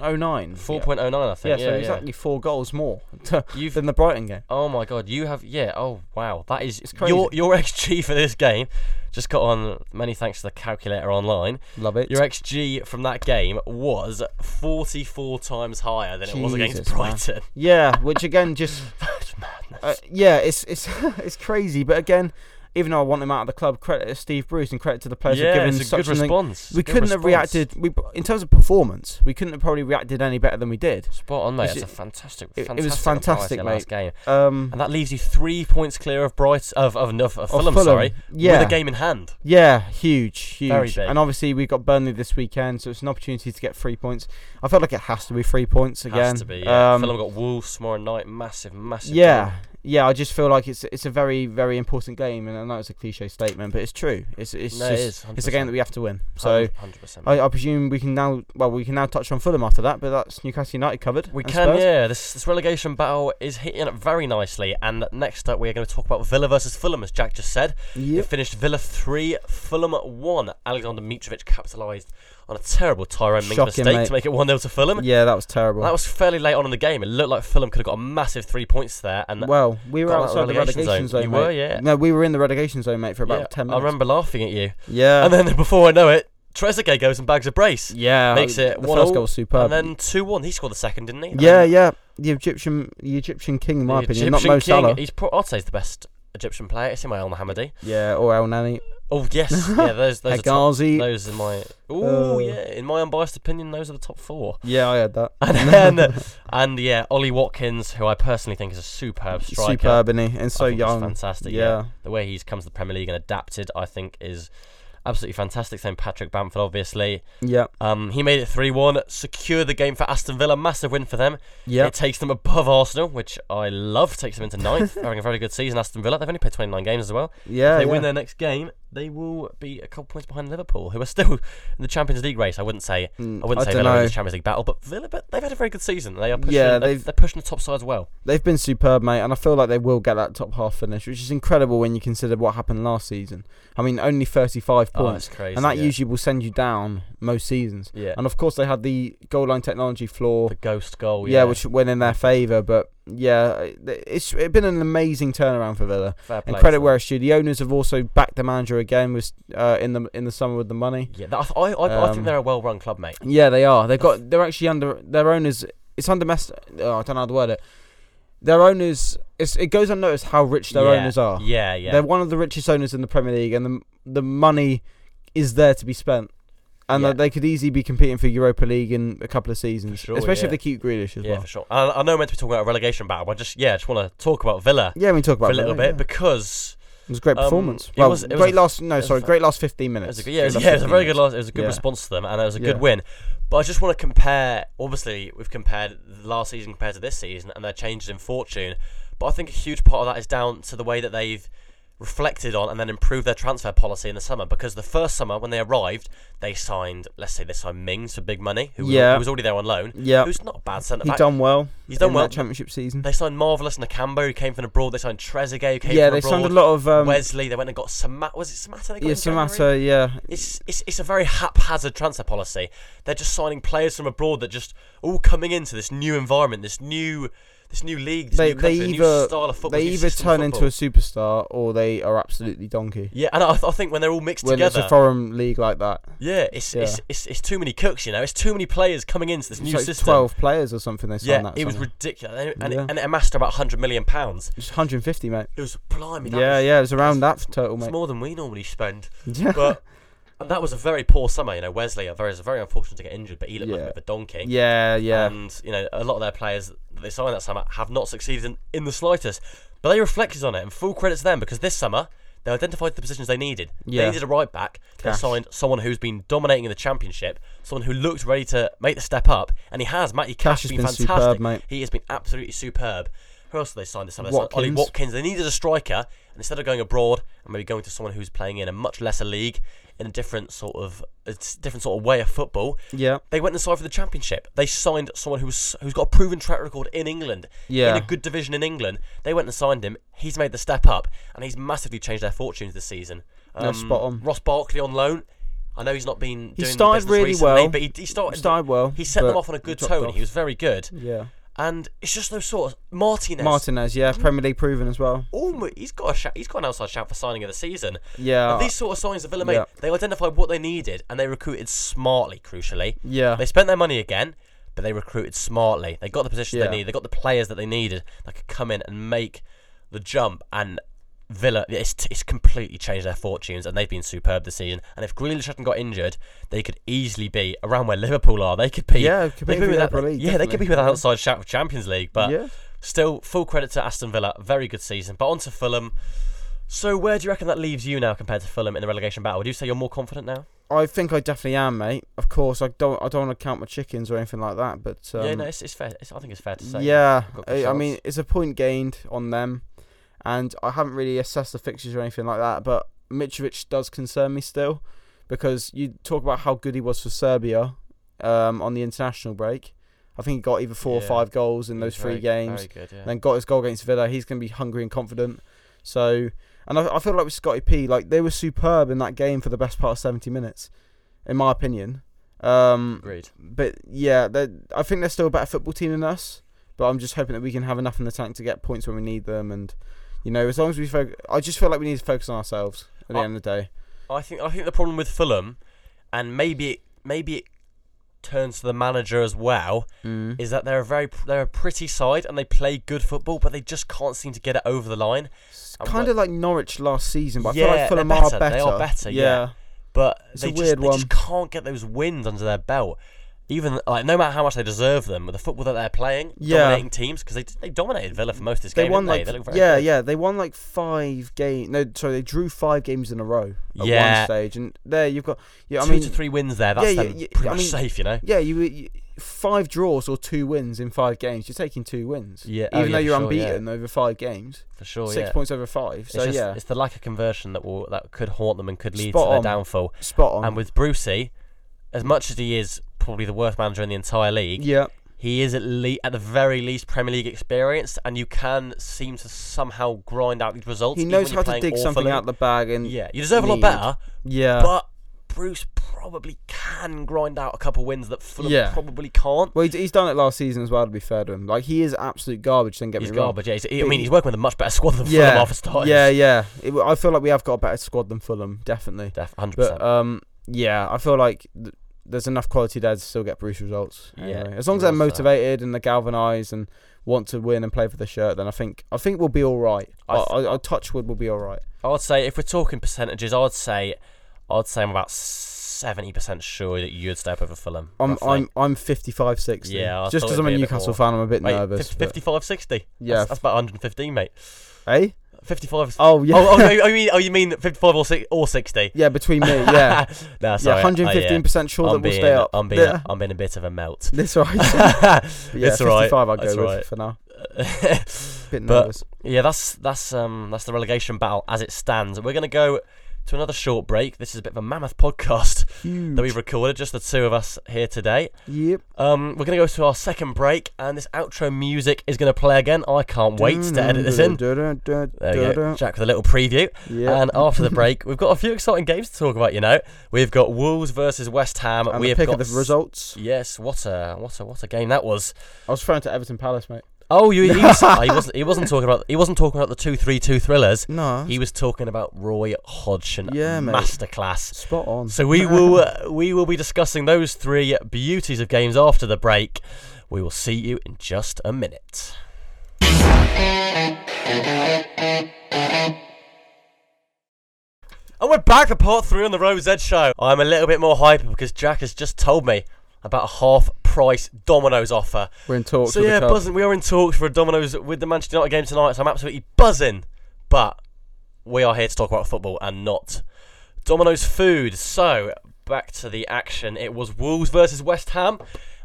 Speaker 1: 4.09, I
Speaker 2: Yeah,
Speaker 1: think.
Speaker 2: so
Speaker 1: Yeah, yeah.
Speaker 2: exactly four goals more [laughs] to,
Speaker 1: You've.
Speaker 2: than the Brighton game.
Speaker 1: Oh my God, you have. Yeah. Oh wow, that is
Speaker 2: It's crazy.
Speaker 1: your your [laughs] XG for this game. Just got on. Many thanks to the calculator online.
Speaker 2: Love it.
Speaker 1: Your XG from that game was 44 times higher than it was against
Speaker 2: Jesus, man.
Speaker 1: Brighton.
Speaker 2: yeah, which again just
Speaker 1: That's madness.
Speaker 2: [laughs] uh, yeah, it's it's [laughs] it's crazy. But again, even though I want him out of the club, credit to Steve Bruce and credit to the players
Speaker 1: yeah,
Speaker 2: for giving
Speaker 1: it's a
Speaker 2: such
Speaker 1: good
Speaker 2: an
Speaker 1: response.
Speaker 2: we
Speaker 1: Good
Speaker 2: couldn't have
Speaker 1: response.
Speaker 2: reacted. We in terms of performance, we couldn't have probably reacted any better than we did.
Speaker 1: Spot on, mate.
Speaker 2: It's-
Speaker 1: That's a fantastic,
Speaker 2: it- it was
Speaker 1: fantastic
Speaker 2: fantastic,
Speaker 1: reply to Last game.
Speaker 2: Um,
Speaker 1: And that leaves you three points clear of Bright of of, of, of
Speaker 2: of
Speaker 1: Fulham, Sorry,
Speaker 2: yeah,
Speaker 1: with a game in hand.
Speaker 2: Yeah, huge, huge.
Speaker 1: Very big.
Speaker 2: And obviously we've got Burnley this weekend, so it's an opportunity to get three points. I felt like it has to be three points again.
Speaker 1: Has to be. Yeah.
Speaker 2: Um,
Speaker 1: Fulham got Wolves tomorrow night. Massive, massive.
Speaker 2: yeah,
Speaker 1: game.
Speaker 2: yeah. I just feel like it's it's a very very important game, and I know it's a cliche statement, but it's true. It's it's
Speaker 1: no,
Speaker 2: just,
Speaker 1: it is. 100%,
Speaker 2: it's a game that we have to win. So
Speaker 1: 100%.
Speaker 2: I, I presume we can now well we can now touch on Fulham after that, but that's Newcastle United covered.
Speaker 1: we
Speaker 2: and
Speaker 1: can,
Speaker 2: Spurs.
Speaker 1: yeah. This this relegation battle is hitting up very nicely. And next up, we are going to talk about Villa versus Fulham, as Jack just said. It
Speaker 2: Yep.
Speaker 1: finished Villa 3, Fulham 1. Alexander Mitrovic capitalised on a terrible Tyrone Mings mistake
Speaker 2: Shocking, mate.
Speaker 1: to make it 1 0 to Fulham.
Speaker 2: Yeah, that was terrible.
Speaker 1: That was fairly late on in the game. It looked like Fulham could have got a massive three points there. And
Speaker 2: well, we were
Speaker 1: got out of
Speaker 2: outside the
Speaker 1: relegation zone.
Speaker 2: relegation zone.
Speaker 1: You
Speaker 2: mate.
Speaker 1: were, yeah.
Speaker 2: No, we were in the relegation zone, mate, for about
Speaker 1: Yeah,
Speaker 2: ten
Speaker 1: I
Speaker 2: minutes. Uh,
Speaker 1: remember laughing at you.
Speaker 2: Yeah.
Speaker 1: And then before I know it, Trezeguet goes and bags a brace.
Speaker 2: yeah.
Speaker 1: makes it
Speaker 2: the
Speaker 1: one
Speaker 2: first
Speaker 1: all,
Speaker 2: goal was
Speaker 1: And
Speaker 2: superb.
Speaker 1: then 2 1. He scored the second, didn't he? And
Speaker 2: Yeah,
Speaker 1: then
Speaker 2: yeah. The Egyptian, the Egyptian king, in my
Speaker 1: the
Speaker 2: opinion,
Speaker 1: Egyptian
Speaker 2: not Mo
Speaker 1: king,
Speaker 2: Salah.
Speaker 1: He's pro- I'd say he's the best Egyptian player. It's him, El Mohammadi.
Speaker 2: Yeah, or El Nani,
Speaker 1: Oh,
Speaker 2: [laughs]
Speaker 1: yes. Yeah, those, those, are, top,
Speaker 2: Hegazi.
Speaker 1: those are my. Oh,
Speaker 2: Uh,
Speaker 1: yeah. In my unbiased opinion, those are the top four.
Speaker 2: Yeah, I had that.
Speaker 1: [laughs]
Speaker 2: [laughs]
Speaker 1: And then, uh, and yeah, Ollie Watkins, who I personally think is a superb striker.
Speaker 2: Superb, isn't he? And so
Speaker 1: I think he's
Speaker 2: young.
Speaker 1: fantastic. yeah.
Speaker 2: yeah.
Speaker 1: the way he's come to the Premier League and adapted, I think, is absolutely fantastic. Same Patrick Bamford, obviously.
Speaker 2: yeah,
Speaker 1: Um, he made it 3 1, secured the game for Aston Villa. Massive win for them.
Speaker 2: yeah,
Speaker 1: It takes them above Arsenal, which I love. Takes them into
Speaker 2: [laughs]
Speaker 1: ninth, having a very good season. Aston Villa, they've only played 29 games as well.
Speaker 2: yeah.
Speaker 1: if they
Speaker 2: yeah.
Speaker 1: win their next game, they will be a couple points behind Liverpool, who are still [laughs] in the Champions League race. I wouldn't say.
Speaker 2: Mm,
Speaker 1: I wouldn't say
Speaker 2: dunno.
Speaker 1: Villa are in the Champions League battle, but Villa, but they've had a very good season. They are pushing,
Speaker 2: Yeah,
Speaker 1: yeah, they're,
Speaker 2: they've-
Speaker 1: they're pushing the top sides well.
Speaker 2: They've been superb, mate, and I feel like they will get that top half finish, which is incredible when you consider what happened last season. I mean, only 35
Speaker 1: Oh, that's
Speaker 2: points,
Speaker 1: crazy.
Speaker 2: and that
Speaker 1: yeah.
Speaker 2: usually will send you down most seasons.
Speaker 1: yeah,
Speaker 2: And of course, they had the goal line technology flaw.
Speaker 1: the ghost goal.
Speaker 2: yeah, which went in their favour, but yeah, it's, it's been an amazing turnaround for Villa.
Speaker 1: fair play
Speaker 2: And
Speaker 1: to
Speaker 2: credit
Speaker 1: them.
Speaker 2: where it's due. The owners have also backed the manager again with uh, in the in the summer with the money.
Speaker 1: Yeah, that, I, I, I
Speaker 2: Um,
Speaker 1: think they're a well-run club, mate.
Speaker 2: Yeah, they are. They've got. They're actually under their owners. It's under mess. Oh, I don't know how to word it. Their owners. It's, it goes unnoticed how rich their
Speaker 1: Yeah,
Speaker 2: owners are.
Speaker 1: Yeah, yeah.
Speaker 2: They're one of the richest owners in the Premier League, and the the money is there to be spent. And
Speaker 1: Yeah.
Speaker 2: that they could easily be competing for Europa League in a couple of seasons,
Speaker 1: sure,
Speaker 2: especially
Speaker 1: yeah.
Speaker 2: if they keep Grealish as
Speaker 1: yeah,
Speaker 2: well.
Speaker 1: for sure. I, I know we're meant to be talking about a relegation battle, but I just yeah, I just want to talk about Villa
Speaker 2: Yeah, we can talk about
Speaker 1: for a little bit
Speaker 2: that, yeah.
Speaker 1: because
Speaker 2: It was a great
Speaker 1: um,
Speaker 2: performance.
Speaker 1: it
Speaker 2: well,
Speaker 1: was- it was
Speaker 2: great
Speaker 1: a-
Speaker 2: last. No,
Speaker 1: was a
Speaker 2: sorry,
Speaker 1: fa-
Speaker 2: great last fifteen
Speaker 1: it
Speaker 2: minutes.
Speaker 1: was a, good- yeah, it was,
Speaker 2: Great
Speaker 1: yeah, it
Speaker 2: last
Speaker 1: was a
Speaker 2: 15
Speaker 1: very good
Speaker 2: minutes.
Speaker 1: loss. It was a good
Speaker 2: Yeah.
Speaker 1: response to them, and it was a
Speaker 2: Yeah.
Speaker 1: good win. But I just want to compare. Obviously, we've compared the last season compared to this season, and their changes in fortune. But I think a huge part of that is down to the way that they've reflected on and then improved their transfer policy in the summer. Because the first summer, when they arrived, they signed, let's say, they signed Mings for big money, who, was-
Speaker 2: Yeah.
Speaker 1: who was already there on loan,
Speaker 2: Yeah,
Speaker 1: who's not a bad centre
Speaker 2: he
Speaker 1: back.
Speaker 2: done well.
Speaker 1: He's done
Speaker 2: in
Speaker 1: well.
Speaker 2: That championship season.
Speaker 1: They signed Marvelous Nakambo, who came from abroad. They signed Trezeguet, who came
Speaker 2: yeah,
Speaker 1: from
Speaker 2: they
Speaker 1: abroad.
Speaker 2: signed a lot of. Um,
Speaker 1: Wesley, they went and got Samata. Was it Samata? They got
Speaker 2: yeah,
Speaker 1: in January?
Speaker 2: Samata. Yeah,
Speaker 1: It's, it's it's a very haphazard transfer policy. They're just signing players from abroad that just all coming into this new environment, this new this new league, this
Speaker 2: They-
Speaker 1: new country,
Speaker 2: they
Speaker 1: a
Speaker 2: either-
Speaker 1: new style of football.
Speaker 2: they either turn into a superstar or they are absolutely donkey.
Speaker 1: yeah, and I, I think when they're all mixed
Speaker 2: When it's
Speaker 1: together,
Speaker 2: a foreign league like that,
Speaker 1: yeah, it's, It's, it's it's too many cooks, you know. It's too many players coming into this
Speaker 2: it's
Speaker 1: new
Speaker 2: like
Speaker 1: system.
Speaker 2: twelve players or something. They signed
Speaker 1: yeah,
Speaker 2: that.
Speaker 1: it was
Speaker 2: summer.
Speaker 1: ridiculous, and, it- and,
Speaker 2: Yeah.
Speaker 1: it, and it amassed to about 100 million pounds.
Speaker 2: It was 150, mate.
Speaker 1: It was blimey, that
Speaker 2: yeah,
Speaker 1: was-
Speaker 2: yeah, it was around that total,
Speaker 1: It's
Speaker 2: mate.
Speaker 1: more than we normally spend.
Speaker 2: [laughs] Yeah,
Speaker 1: But that was a very poor summer. You know, Wesley are very, is very unfortunate to get injured, but he looked like
Speaker 2: Yeah.
Speaker 1: a bit of a donkey.
Speaker 2: Yeah, yeah.
Speaker 1: And you know, a lot of their players that they signed that summer have not succeeded in, in the slightest. But they reflected on it, and full credit to them because this summer they identified the positions they needed. They
Speaker 2: Yeah.
Speaker 1: needed a right back. They
Speaker 2: Cash.
Speaker 1: signed someone who's been dominating in the championship, someone who looked ready to make the step up, and he has. Matty Cash, has
Speaker 2: Cash has
Speaker 1: been,
Speaker 2: been
Speaker 1: fantastic.
Speaker 2: superb, mate.
Speaker 1: He has been absolutely superb. Who else did they sign this summer? They signed Ollie
Speaker 2: Watkins.
Speaker 1: Watkins. They needed a striker, and instead of going abroad and maybe going to someone who's playing in a much lesser league, in a different sort of a s- different sort of way of football,
Speaker 2: yeah.
Speaker 1: they went and signed for the championship. They signed someone who's who's got a proven track record in England,
Speaker 2: Yeah.
Speaker 1: in a good division in England. They went and signed him. He's made the step up, and he's massively changed their fortunes this season. Um,
Speaker 2: No, spot on.
Speaker 1: Ross Barkley on loan. I know he's not been. Doing
Speaker 2: He
Speaker 1: the
Speaker 2: started
Speaker 1: business
Speaker 2: really
Speaker 1: recently,
Speaker 2: well.
Speaker 1: but he, he started.
Speaker 2: Started well.
Speaker 1: he set them
Speaker 2: but
Speaker 1: off on a good
Speaker 2: dropped
Speaker 1: tone.
Speaker 2: off.
Speaker 1: He was very good,
Speaker 2: Yeah.
Speaker 1: and it's just those sort of Martinez.
Speaker 2: Martinez,
Speaker 1: Mm-hmm.
Speaker 2: yeah, Premier League proven as well.
Speaker 1: Almo- he's got a shout, he's got an outside shout for signing of the season.
Speaker 2: Yeah.
Speaker 1: And these sort of signings that Villa made,
Speaker 2: Uh, Yeah.
Speaker 1: they identified what they needed and they recruited smartly. Crucially,
Speaker 2: yeah.
Speaker 1: They spent their money again, but they recruited smartly. They got the positions
Speaker 2: Yeah.
Speaker 1: they needed. They got the players that they needed that could come in and make the jump. And Villa, it's, it's completely changed their fortunes, and they've been superb this season. And if Grealish hadn't got injured, they could easily be around where Liverpool are. They could be.
Speaker 2: yeah,
Speaker 1: They'd be
Speaker 2: completely
Speaker 1: without,
Speaker 2: Europa League.
Speaker 1: yeah, they could be
Speaker 2: definitely.
Speaker 1: with an outside shout for Champions League, but
Speaker 2: yeah.
Speaker 1: still, full credit to Aston Villa. Very good season. But on to Fulham. So, where do you reckon that leaves you now compared to Fulham in the relegation battle? Would you say you're more confident now?
Speaker 2: I think I definitely am, mate. Of course, I don't. I don't want to count my chickens or anything like that. But um,
Speaker 1: yeah, no, it's, it's fair. It's, I think it's fair to say.
Speaker 2: yeah,
Speaker 1: got good
Speaker 2: I, I mean,
Speaker 1: shots.
Speaker 2: it's a point gained on them, and I haven't really assessed the fixtures or anything like that. But Mitrovic does concern me still, because you talk about how good he was for Serbia um, on the international break. I think he got either four
Speaker 1: Yeah.
Speaker 2: or five goals in those
Speaker 1: Very-
Speaker 2: three games.
Speaker 1: very good, yeah.
Speaker 2: and then got his goal against Villa. He's going to be hungry and confident. So, and I, I feel like with Scotty P, like they were superb in that game for the best part of 70 minutes, in my opinion. Um,
Speaker 1: Agreed.
Speaker 2: but yeah, they're- I think they're still a better football team than us. But I'm just hoping that we can have enough in the tank to get points when we need them. And, you know, as long as we focus, I just feel like we need to focus on ourselves at the
Speaker 1: I-
Speaker 2: end of the day.
Speaker 1: I think I think the problem with Fulham, and maybe it, maybe it turns to the manager as well,
Speaker 2: Mm.
Speaker 1: is that they're a very they're a pretty side and they play good football, but they just can't seem to get it over the line.
Speaker 2: It's
Speaker 1: and
Speaker 2: kind of like Norwich last season, but I feel
Speaker 1: Yeah,
Speaker 2: like Fulham
Speaker 1: they're
Speaker 2: are
Speaker 1: better.
Speaker 2: better.
Speaker 1: They are better, yeah. But
Speaker 2: It's
Speaker 1: they,
Speaker 2: a
Speaker 1: just,
Speaker 2: weird
Speaker 1: they
Speaker 2: one.
Speaker 1: just can't get those wins under their belt. Even like no matter how much they deserve them, with the football that they're playing,
Speaker 2: Yeah.
Speaker 1: dominating teams because they they dominated Villa for most of this
Speaker 2: they
Speaker 1: game.
Speaker 2: won
Speaker 1: didn't
Speaker 2: like
Speaker 1: they? They look very
Speaker 2: yeah,
Speaker 1: good.
Speaker 2: yeah. They won like five games. No, sorry, they drew five games in a row at
Speaker 1: Yeah.
Speaker 2: one stage, and there you've got yeah. I
Speaker 1: two
Speaker 2: mean,
Speaker 1: to three wins there. That's
Speaker 2: yeah,
Speaker 1: them
Speaker 2: yeah, yeah,
Speaker 1: pretty
Speaker 2: I
Speaker 1: much
Speaker 2: mean,
Speaker 1: safe, you know.
Speaker 2: yeah, you, you five draws or two wins in five games. You're taking two wins,
Speaker 1: Yeah, oh, yeah,
Speaker 2: even though
Speaker 1: for
Speaker 2: you're
Speaker 1: sure, yeah.
Speaker 2: unbeaten over five games,
Speaker 1: For sure,
Speaker 2: six
Speaker 1: yeah.
Speaker 2: points over five. So
Speaker 1: it's just,
Speaker 2: yeah,
Speaker 1: it's the lack of conversion that will that could haunt them and could lead
Speaker 2: Spot
Speaker 1: to their
Speaker 2: on.
Speaker 1: downfall.
Speaker 2: spot on.
Speaker 1: And with Brucey, as much as he is probably the worst manager in the entire league,
Speaker 2: yeah,
Speaker 1: he is at le- at the very least Premier League experienced, and you can seem to somehow grind out these results.
Speaker 2: he
Speaker 1: even
Speaker 2: knows
Speaker 1: when
Speaker 2: how
Speaker 1: you're
Speaker 2: to
Speaker 1: playing
Speaker 2: dig something
Speaker 1: awfully.
Speaker 2: out Uh, the bag, and yeah,
Speaker 1: Yeah, you deserve a lot
Speaker 2: need.
Speaker 1: better,
Speaker 2: yeah.
Speaker 1: but Bruce probably can grind out a couple wins that Fulham
Speaker 2: Yeah.
Speaker 1: probably can't.
Speaker 2: Well, he's- he's done it last season as well. To be fair to him, like he is absolute garbage. Don't get
Speaker 1: He's
Speaker 2: me wrong.
Speaker 1: garbage. Yeah, he's, I
Speaker 2: But
Speaker 1: mean,
Speaker 2: he-
Speaker 1: he's working with a much better squad than Fulham
Speaker 2: Yeah,
Speaker 1: half a start.
Speaker 2: yeah, yeah. It w- I feel like we have got a better squad than Fulham, definitely.
Speaker 1: hundred
Speaker 2: But
Speaker 1: percent.
Speaker 2: um, yeah, I feel like th- there's enough quality there to still get Bruce results.
Speaker 1: Yeah,
Speaker 2: Anyway. as long as they're
Speaker 1: also.
Speaker 2: motivated and they're galvanised and want to win and play for the shirt, then I think I think we'll be all right.
Speaker 1: I
Speaker 2: I,
Speaker 1: th-
Speaker 2: I, I touch wood, we'll be all right.
Speaker 1: I'd say if we're talking percentages, I'd say I'd say I'm about seventy percent sure that you'd step over Fulham.
Speaker 2: I'm
Speaker 1: roughly.
Speaker 2: I'm I'm 55 60.
Speaker 1: Yeah, I
Speaker 2: just
Speaker 1: thought
Speaker 2: because
Speaker 1: it'd
Speaker 2: I'm a
Speaker 1: be a bit
Speaker 2: Newcastle
Speaker 1: more.
Speaker 2: fan, I'm a bit
Speaker 1: Mate,
Speaker 2: nervous.
Speaker 1: fif-
Speaker 2: but-
Speaker 1: 55 60.
Speaker 2: Yeah.
Speaker 1: That's, that's about 115, mate.
Speaker 2: [laughs] eh?
Speaker 1: 55 is-
Speaker 2: Oh yeah.
Speaker 1: [laughs] Oh, oh, no, oh, you mean, oh, you mean 55 or, six, or 60?
Speaker 2: [laughs] yeah, between me,
Speaker 1: [laughs]
Speaker 2: [laughs] yeah,
Speaker 1: no,
Speaker 2: yeah,
Speaker 1: sorry. Oh,
Speaker 2: 115 percent sure
Speaker 1: I'm
Speaker 2: that we'll
Speaker 1: being,
Speaker 2: stay up.
Speaker 1: I'm being,
Speaker 2: Yeah.
Speaker 1: [laughs] I'm being a bit of a melt.
Speaker 2: [laughs] That's right.
Speaker 1: [laughs] yeah,
Speaker 2: Yeah,
Speaker 1: it's
Speaker 2: 55
Speaker 1: alright.
Speaker 2: I'll go
Speaker 1: That's
Speaker 2: with
Speaker 1: right.
Speaker 2: for now. Bit
Speaker 1: But-
Speaker 2: nervous.
Speaker 1: [laughs] yeah, that's that's um that's the relegation battle as it stands. We're gonna go to another short break. This is a bit of a mammoth [laughs] podcast
Speaker 2: Huge.
Speaker 1: that we've recorded, just the two of us here today.
Speaker 2: Yep.
Speaker 1: Um, we're going to go to our second break, and this outro music is going to play again. I can't wait to edit this in. There we go. Jack with a little preview.
Speaker 2: Yeah.
Speaker 1: And um, after the break, we've got a few exciting games to talk about, you know. We've got Wolves versus West Ham.
Speaker 2: And
Speaker 1: we
Speaker 2: the
Speaker 1: have
Speaker 2: pick
Speaker 1: got
Speaker 2: of the results.
Speaker 1: Yes, what a what a what a game that was.
Speaker 2: I was referring to Everton Palace, mate.
Speaker 1: Oh, you he, was, oh, he wasn't he wasn't talking about he wasn't talking about the 2-3-2 thrillers.
Speaker 2: No.
Speaker 1: He was talking about Roy Hodgson
Speaker 2: Yeah, mate.
Speaker 1: masterclass.
Speaker 2: Spot on.
Speaker 1: So we will uh, we will be discussing those three beauties of games after the break. We will see you in just a minute. And we're back for part three on the Rose Ed show. I'm a little bit more hyper because Jack has just told me about a half price Domino's offer.
Speaker 2: We're in talks.
Speaker 1: So
Speaker 2: with
Speaker 1: yeah,
Speaker 2: the club.
Speaker 1: buzzing. We are in talks for a Domino's with the Manchester United game tonight, so I'm absolutely buzzing. But we are here to talk about football and not Domino's food. So back to the action. It was Wolves versus West Ham,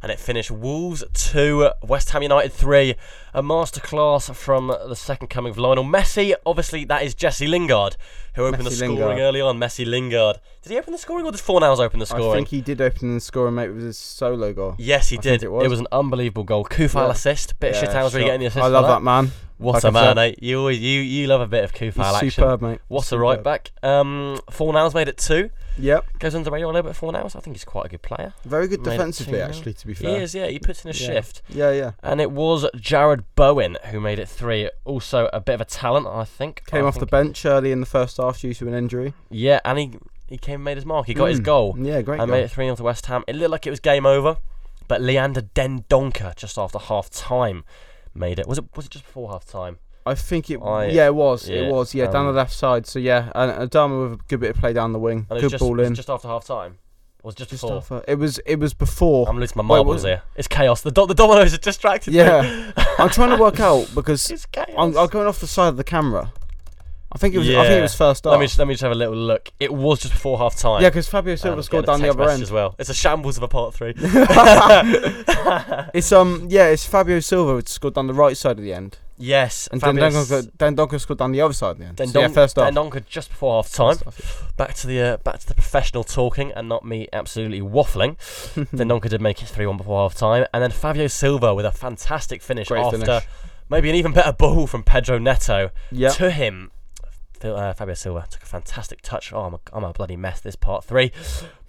Speaker 1: and it finished Wolves two, West Ham United three. A masterclass from the second coming of Lionel Messi. Obviously, that is Jesse Lingard who opened the
Speaker 2: Messi
Speaker 1: scoring
Speaker 2: Lingard.
Speaker 1: early on. Messi Lingard. Did he open the scoring, or did Four Nows open the
Speaker 2: I
Speaker 1: scoring?
Speaker 2: think he did open the scoring, mate, with his solo goal.
Speaker 1: Yes, he
Speaker 2: I think
Speaker 1: did.
Speaker 2: it
Speaker 1: It
Speaker 2: was.
Speaker 1: was. an unbelievable goal. Kufal
Speaker 2: Yeah.
Speaker 1: assist. Bit of shit Towns
Speaker 2: shot.
Speaker 1: really getting the assist.
Speaker 2: I
Speaker 1: for
Speaker 2: love
Speaker 1: that.
Speaker 2: that, man.
Speaker 1: What
Speaker 2: Like
Speaker 1: a
Speaker 2: I
Speaker 1: man,
Speaker 2: said.
Speaker 1: eh? You always you you love a bit of Kufal
Speaker 2: He's
Speaker 1: action.
Speaker 2: superb, mate.
Speaker 1: What a
Speaker 2: Superb.
Speaker 1: right back. Um, Four Nows made it two.
Speaker 2: Yep.
Speaker 1: Goes under the radar a little bit. Four Nows. I think he's quite a good player.
Speaker 2: Very good
Speaker 1: Made it
Speaker 2: defensively,
Speaker 1: 2-0.
Speaker 2: actually. To be
Speaker 1: He
Speaker 2: fair.
Speaker 1: is. Yeah, he puts in a
Speaker 2: Yeah.
Speaker 1: shift.
Speaker 2: Yeah, yeah.
Speaker 1: And it was Jared Bowen who made it three. Also a bit of a talent, I think.
Speaker 2: Came
Speaker 1: I
Speaker 2: off the
Speaker 1: think-
Speaker 2: bench early in the first half due to an injury.
Speaker 1: Yeah, and he he came and made his mark. He got his
Speaker 2: Mm.
Speaker 1: goal.
Speaker 2: Yeah, great.
Speaker 1: I
Speaker 2: goal.
Speaker 1: made it 3 0 to West Ham. It looked like it was game over, but Leander Dendonka just after half time made it. Was it was it just before half time?
Speaker 2: I think it.
Speaker 1: I-
Speaker 2: yeah, it was.
Speaker 1: yeah,
Speaker 2: it was. Yeah, down the
Speaker 1: um,
Speaker 2: left side. So yeah, and Adama with a good bit of play down the wing.
Speaker 1: And it
Speaker 2: good
Speaker 1: was just,
Speaker 2: ball
Speaker 1: was it
Speaker 2: in.
Speaker 1: just after half time. Was it just
Speaker 2: Just
Speaker 1: before.
Speaker 2: off a- it was. It was before.
Speaker 1: I'm losing my
Speaker 2: Wait, what
Speaker 1: marbles
Speaker 2: was
Speaker 1: here. It's chaos. The, do- the dominoes are distracted. me. [laughs]
Speaker 2: [laughs] Yeah. I'm trying to work out because
Speaker 1: it's chaos.
Speaker 2: I'm, I'm going off the side of the camera. I think it was. I think
Speaker 1: Yeah.
Speaker 2: it was first half.
Speaker 1: let me just, let me just have a little look. It was just before Um, half time.
Speaker 2: yeah, because Fabio Silva scored down the other
Speaker 1: as
Speaker 2: end.
Speaker 1: well. It's a shambles of a part
Speaker 2: [laughs]
Speaker 1: three. [laughs]
Speaker 2: It's um. Yeah, it's Fabio Silva who scored down the right side of the end,
Speaker 1: yes,
Speaker 2: and
Speaker 1: Fabius-
Speaker 2: Dendonka Dendonka scored down the other side of the end.
Speaker 1: Dendon-
Speaker 2: so, yeah, first half.
Speaker 1: Dendonka just before half time.
Speaker 2: First half,
Speaker 1: Back to the uh, back to the professional talking and not me absolutely waffling.
Speaker 2: yeah.
Speaker 1: [laughs] Then Nonka did make it 3 1 before half time. And then Fabio Silva with a fantastic finish
Speaker 2: Great
Speaker 1: after
Speaker 2: finish.
Speaker 1: maybe an even better ball from Pedro Neto
Speaker 2: [laughs] Yeah.
Speaker 1: to him. Phil- Uh, Fabio Silva took a fantastic touch. Oh, I'm a, I'm a bloody mess this part three.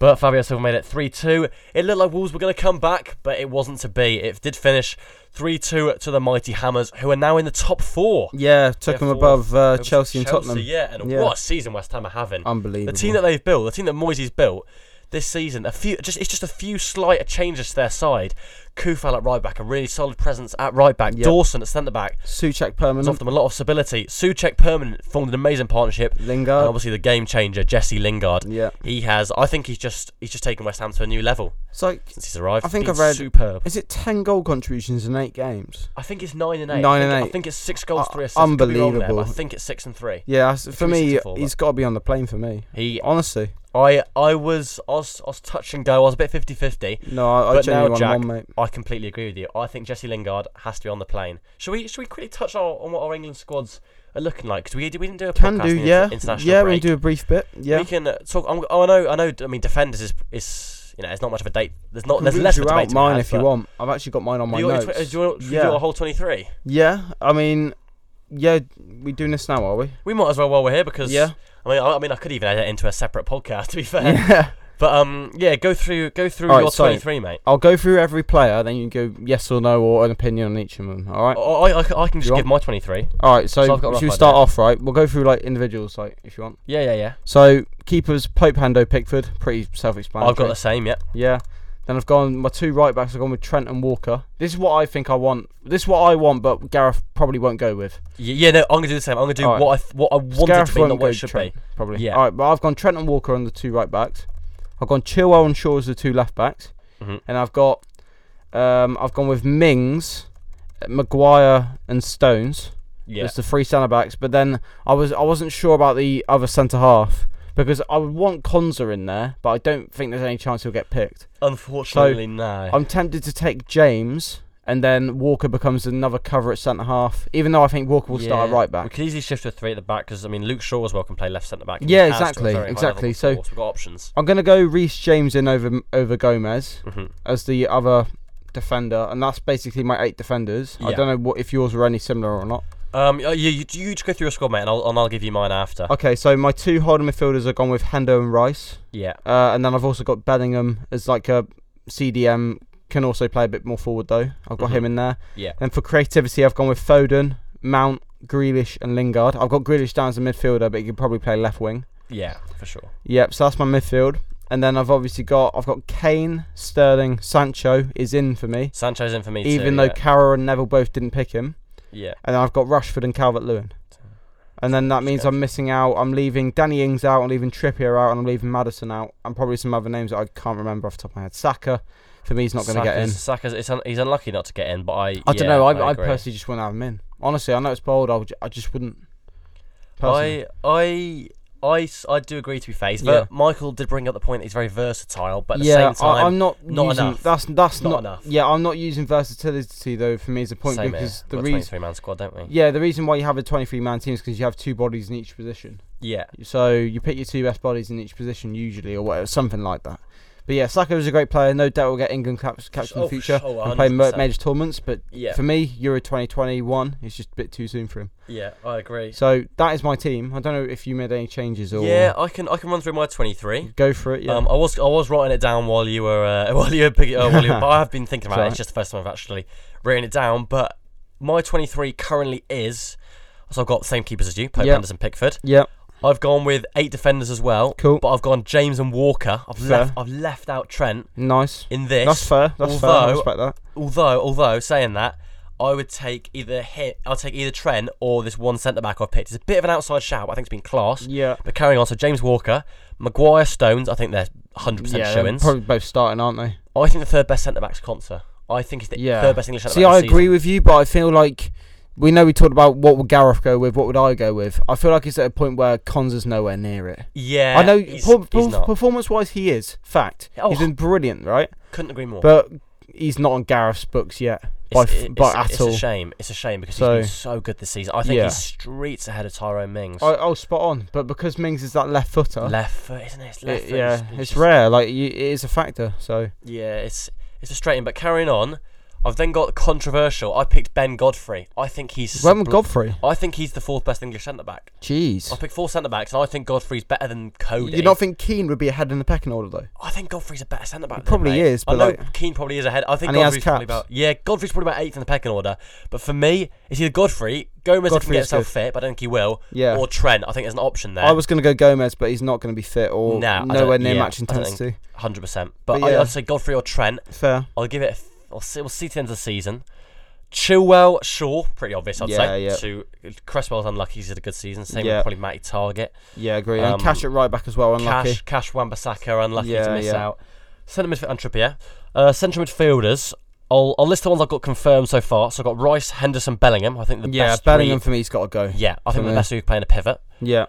Speaker 1: But Fabio Silva made it 3 2. It looked like Wolves were going to come back, but it wasn't to be. It did finish 3 2 to the Mighty Hammers, who are now in the top four.
Speaker 2: Yeah, took
Speaker 1: Yeah,
Speaker 2: them
Speaker 1: four.
Speaker 2: above uh,
Speaker 1: Over to
Speaker 2: Chelsea and Tottenham.
Speaker 1: Yeah, and
Speaker 2: Yeah.
Speaker 1: what a season West Ham are having.
Speaker 2: Unbelievable.
Speaker 1: The team that they've built, the team that Moyes built this season, a few just it's just a few slight changes to their side. Kufal at right back, a really solid presence at right back.
Speaker 2: Yep.
Speaker 1: Dawson at centre back
Speaker 2: Suchek
Speaker 1: has
Speaker 2: permanent.
Speaker 1: offered them a lot of stability. Suchek permanent formed an amazing partnership, and
Speaker 2: Lingard.
Speaker 1: obviously the game changer Jesse Lingard.
Speaker 2: Yeah.
Speaker 1: He has, I think he's just he's just taken West Ham to a new level
Speaker 2: It's like,
Speaker 1: since he's arrived.
Speaker 2: I think
Speaker 1: Been
Speaker 2: I've read-
Speaker 1: superb.
Speaker 2: is it 10 goal contributions in eight games?
Speaker 1: I think it's nine and eight.
Speaker 2: Nine
Speaker 1: I think,
Speaker 2: and
Speaker 1: I
Speaker 2: eight.
Speaker 1: think it's six goals,
Speaker 2: Uh,
Speaker 1: three assists. I could be wrong there, but I
Speaker 2: unbelievable.
Speaker 1: think it's six and three.
Speaker 2: Yeah, that's- for
Speaker 1: could be
Speaker 2: me,
Speaker 1: 64,
Speaker 2: he's got to be on the plane for me.
Speaker 1: He,
Speaker 2: Honestly.
Speaker 1: I, I was, I was, I was touch and go. I was a bit 50-50.
Speaker 2: No, I,
Speaker 1: But
Speaker 2: I
Speaker 1: now,
Speaker 2: genuinely want
Speaker 1: Jack,
Speaker 2: one, mate.
Speaker 1: I completely agree with you. I think Jesse Lingard has to be on the plane. Should we? Should we quickly touch our, on what our England squads are looking like? Because we, did- we didn't do a
Speaker 2: Can
Speaker 1: podcast
Speaker 2: do,
Speaker 1: in the
Speaker 2: yeah.
Speaker 1: international
Speaker 2: Yeah, we
Speaker 1: break.
Speaker 2: can do a brief bit. Yeah.
Speaker 1: We can uh, talk. I'm, oh, I know. I know. I mean, defenders is is you know, it's not much of a date. There's not. There's
Speaker 2: Read
Speaker 1: less
Speaker 2: you
Speaker 1: of a debate.
Speaker 2: out
Speaker 1: to
Speaker 2: mine
Speaker 1: have,
Speaker 2: if you
Speaker 1: but-
Speaker 2: want. I've actually got mine on
Speaker 1: Do
Speaker 2: my
Speaker 1: you, want-
Speaker 2: notes.
Speaker 1: do you want, should we
Speaker 2: Yeah.
Speaker 1: do a whole 23?
Speaker 2: Yeah, I mean, yeah, we doing this now, are we?
Speaker 1: We might as well while we're here because
Speaker 2: Yeah.
Speaker 1: I mean, I, I mean, I could even edit it into a separate podcast to be fair.
Speaker 2: Yeah.
Speaker 1: [laughs] But um, yeah, go through go through
Speaker 2: Alright,
Speaker 1: your
Speaker 2: so-
Speaker 1: 23, mate.
Speaker 2: I'll go through every player, then you can go yes or no or an opinion on each of them. All right.
Speaker 1: I, I, I can- I can just
Speaker 2: You
Speaker 1: give my 23.
Speaker 2: All right. So,
Speaker 1: Oh, So I've got a rough
Speaker 2: should we
Speaker 1: idea.
Speaker 2: start off right? We'll go through like individuals, like if you want.
Speaker 1: Yeah, yeah, yeah.
Speaker 2: So keepers Pope Hando Pickford, pretty self-explanatory.
Speaker 1: I've got the same. Yeah.
Speaker 2: yeah. Then I've gone my two right backs. I've gone with Trent and Walker. This is what I think I want. This is what I want, but Gareth probably won't go with.
Speaker 1: Y- Yeah, no, I'm gonna do the same. I'm gonna do
Speaker 2: Alright.
Speaker 1: what I th- what I
Speaker 2: So
Speaker 1: wanted to be,
Speaker 2: won't
Speaker 1: not
Speaker 2: go
Speaker 1: what it should
Speaker 2: Trent,
Speaker 1: be.
Speaker 2: Probably.
Speaker 1: Yeah.
Speaker 2: All right, but I've gone Trent and Walker on the two right backs. I've gone Chilwell and Shaw as the two left backs,
Speaker 1: Mhm.
Speaker 2: and I've got um, I've gone with Mings, Maguire, and Stones.
Speaker 1: Yeah,
Speaker 2: It's the three centre backs, but then I was I wasn't sure about the other centre half because I would want Konza in there, but I don't think there's any chance he'll get picked.
Speaker 1: unfortunately, no.
Speaker 2: [laughs] I'm tempted to take James, and then Walker becomes another cover at centre half, even though I think Walker will start at
Speaker 1: Yeah.
Speaker 2: right
Speaker 1: We
Speaker 2: back.
Speaker 1: could easily shift to a three at the back because I mean Luke Shaw as well can play left centre back. and
Speaker 2: Yeah,
Speaker 1: he has to a
Speaker 2: exactly,
Speaker 1: very high
Speaker 2: exactly.
Speaker 1: level, of
Speaker 2: So-
Speaker 1: course. we've got options.
Speaker 2: I'm gonna go Reece James in over over Gomez
Speaker 1: hmm
Speaker 2: as the other defender, and that's basically my eight defenders. I
Speaker 1: Yeah.
Speaker 2: don't know what if yours were any similar or not.
Speaker 1: Um, yeah, you, you, you just go through your squad, mate, and I'll, and I'll give you mine after.
Speaker 2: Okay, so my two holding midfielders are gone with Hendo and Rice.
Speaker 1: yeah,
Speaker 2: Uh, and then I've also got Bellingham as like a CDM can also play a bit more forward though. I've got
Speaker 1: Mhm.
Speaker 2: him in there.
Speaker 1: Yeah.
Speaker 2: And for creativity, I've gone with Foden, Mount, Grealish, and Lingard. I've got Grealish down as a midfielder, but he could probably play left wing.
Speaker 1: yeah, for sure.
Speaker 2: Yep. So that's my midfield. And then I've obviously got I've got Kane, Sterling, Sancho is in for me,
Speaker 1: Sancho's in for me too.
Speaker 2: even though Carroll and Neville both didn't pick him.
Speaker 1: yeah,
Speaker 2: And then I've got Rashford and Calvert Lewin. And then that means
Speaker 1: Sketch.
Speaker 2: I'm missing out. I'm leaving Danny Ings out. I'm leaving Trippier out, and I'm leaving Madison out, and probably some other names that I can't remember off the top of my head. Saka, for me, he's not going to get in.
Speaker 1: Saka's- Saka's it's un- he's unlucky not to get in, but I
Speaker 2: I don't
Speaker 1: yeah,
Speaker 2: know. I, I,
Speaker 1: agree.
Speaker 2: personally just wouldn't have him in. Honestly, I know it's bold. I, would, I just wouldn't. Personally.
Speaker 1: I, I, I, s- I do agree to be phased,
Speaker 2: Yeah.
Speaker 1: but Michael did bring up the point that he's very versatile, but at the
Speaker 2: yeah,
Speaker 1: same time,
Speaker 2: I, am not,
Speaker 1: not
Speaker 2: using,
Speaker 1: enough.
Speaker 2: That's that's
Speaker 1: Not
Speaker 2: not,
Speaker 1: enough.
Speaker 2: Yeah, I'm not using versatility though. For me, as a point
Speaker 1: same here.
Speaker 2: because
Speaker 1: We've
Speaker 2: the
Speaker 1: got a
Speaker 2: reason.
Speaker 1: 23 man squad, don't we?
Speaker 2: Yeah, the reason why you have a 23 man team is because you have two bodies in each position.
Speaker 1: Yeah.
Speaker 2: So you pick your two best bodies in each position usually, or whatever, something like that. But yeah, Saka is a great player. No doubt we'll get England caps, caps in
Speaker 1: Oh,
Speaker 2: the future
Speaker 1: oh,
Speaker 2: and play ma-
Speaker 1: 100%.
Speaker 2: major tournaments. But
Speaker 1: Yeah,
Speaker 2: for me, Euro 2021 is just a bit too soon for him.
Speaker 1: yeah, I agree.
Speaker 2: So that is my team. I don't know if you made any changes or
Speaker 1: Yeah, I can I can run through my 23.
Speaker 2: go for it. Yeah,
Speaker 1: Um, I was I was writing it down while you were uh, [laughs] while you were picking uh, while you were, but I have been
Speaker 2: [laughs]
Speaker 1: thinking about it.
Speaker 2: Sorry.
Speaker 1: It's just the first time I've actually written it down. But my 23 currently is so I've got the same keepers as you, Pope
Speaker 2: Yeah.
Speaker 1: Henderson, Pickford.
Speaker 2: yeah,
Speaker 1: I've gone with eight defenders as well,
Speaker 2: cool,
Speaker 1: but I've gone James and Walker. I've
Speaker 2: Fair.
Speaker 1: left I've left out Trent
Speaker 2: nice.
Speaker 1: in this.
Speaker 2: That's fair. That's fair. I
Speaker 1: although-
Speaker 2: respect that.
Speaker 1: Although, although saying that, I would take either hit. I'll take either Trent or this one centre back I've picked. It's a bit of an outside shout. But I think it's been class.
Speaker 2: Yeah,
Speaker 1: But carrying on, so James Walker, Maguire, Stones. I think they're hundred percent
Speaker 2: yeah, they're
Speaker 1: showings.
Speaker 2: probably both starting, aren't they?
Speaker 1: I think the third best centre back's Conser. I think he's the
Speaker 2: Yeah.
Speaker 1: third best English centre
Speaker 2: See,
Speaker 1: back.
Speaker 2: I
Speaker 1: this
Speaker 2: agree with you, but I feel like we know we talked about what would Gareth go with, what would I go with. I feel like it's at a point where Cons is nowhere near it.
Speaker 1: Season. Yeah,
Speaker 2: I know
Speaker 1: he's,
Speaker 2: per-
Speaker 1: he's
Speaker 2: per-
Speaker 1: not.
Speaker 2: performance-wise, he is fact.
Speaker 1: Oh.
Speaker 2: He's been brilliant, right?
Speaker 1: Couldn't agree more.
Speaker 2: But he's not on Gareth's books yet. by
Speaker 1: it's,
Speaker 2: f-
Speaker 1: it-
Speaker 2: by
Speaker 1: it's- it's
Speaker 2: Atal.
Speaker 1: a shame. It's a shame because
Speaker 2: So-
Speaker 1: he's been so good this season. I think
Speaker 2: Yeah.
Speaker 1: he's streets ahead of Tyrone Mings.
Speaker 2: Oh, oh, spot on. But because Mings is that left footer,
Speaker 1: left foot, isn't it? It's left
Speaker 2: it-
Speaker 1: foot.
Speaker 2: yeah,
Speaker 1: he's- he's
Speaker 2: it's
Speaker 1: just-
Speaker 2: rare. Like you, it is a factor. So
Speaker 1: Yeah, it's it's frustrating. But carrying on, I've then got controversial. I picked Ben Godfrey. I think he's.
Speaker 2: when with
Speaker 1: subl-
Speaker 2: Godfrey,
Speaker 1: I think he's the fourth best English centre back.
Speaker 2: jeez,
Speaker 1: I picked four centre backs, and I think Godfrey's better than Cody.
Speaker 2: you don't think Keane would be ahead in the pecking order though?
Speaker 1: I think Godfrey's a better centre back.
Speaker 2: He probably
Speaker 1: mate.
Speaker 2: is,
Speaker 1: I
Speaker 2: but
Speaker 1: know
Speaker 2: like-
Speaker 1: Keane probably is ahead. I think
Speaker 2: And he has
Speaker 1: Godfrey's probably
Speaker 2: caps.
Speaker 1: about yeah. Godfrey's probably about eighth in the pecking order. But for me, it's either Godfrey, Gomez if he
Speaker 2: Godfrey
Speaker 1: can get
Speaker 2: is good.
Speaker 1: himself fit, but I don't think he will,
Speaker 2: Yeah.
Speaker 1: or Trent. I think there's an option there.
Speaker 2: I was gonna go Gomez, but he's not gonna be fit or
Speaker 1: No, I don't-
Speaker 2: nowhere near
Speaker 1: yeah,
Speaker 2: match
Speaker 1: I don't think-
Speaker 2: intensity.
Speaker 1: hundred percent. But,
Speaker 2: But
Speaker 1: I,
Speaker 2: yeah.
Speaker 1: I'd say Godfrey or Trent.
Speaker 2: Fair.
Speaker 1: I'll give it. A th- I'll see. We'll see to the end of the season. Chilwell, Shaw, pretty obvious. I'd
Speaker 2: Yeah,
Speaker 1: say.
Speaker 2: yeah.
Speaker 1: To Cresswell's unlucky. He's had a good season. Same
Speaker 2: Yeah.
Speaker 1: with probably Matty Target.
Speaker 2: Yeah, agree.
Speaker 1: Um,
Speaker 2: and Cash at right back as well. Unlucky.
Speaker 1: Cash, Cash, Wan-Bissaka, unlucky to
Speaker 2: Yeah,
Speaker 1: miss
Speaker 2: yeah.
Speaker 1: out. Centre midfield and Trippier. Uh, central midfielders. I'll, I'll list the ones I've got confirmed so far. So I've got Rice, Henderson, Bellingham. I think the
Speaker 2: yeah,
Speaker 1: best.
Speaker 2: Bellingham
Speaker 1: Three,
Speaker 2: for me's got to go.
Speaker 1: yeah, I think
Speaker 2: for
Speaker 1: the
Speaker 2: me.
Speaker 1: best who playing a pivot.
Speaker 2: Yeah,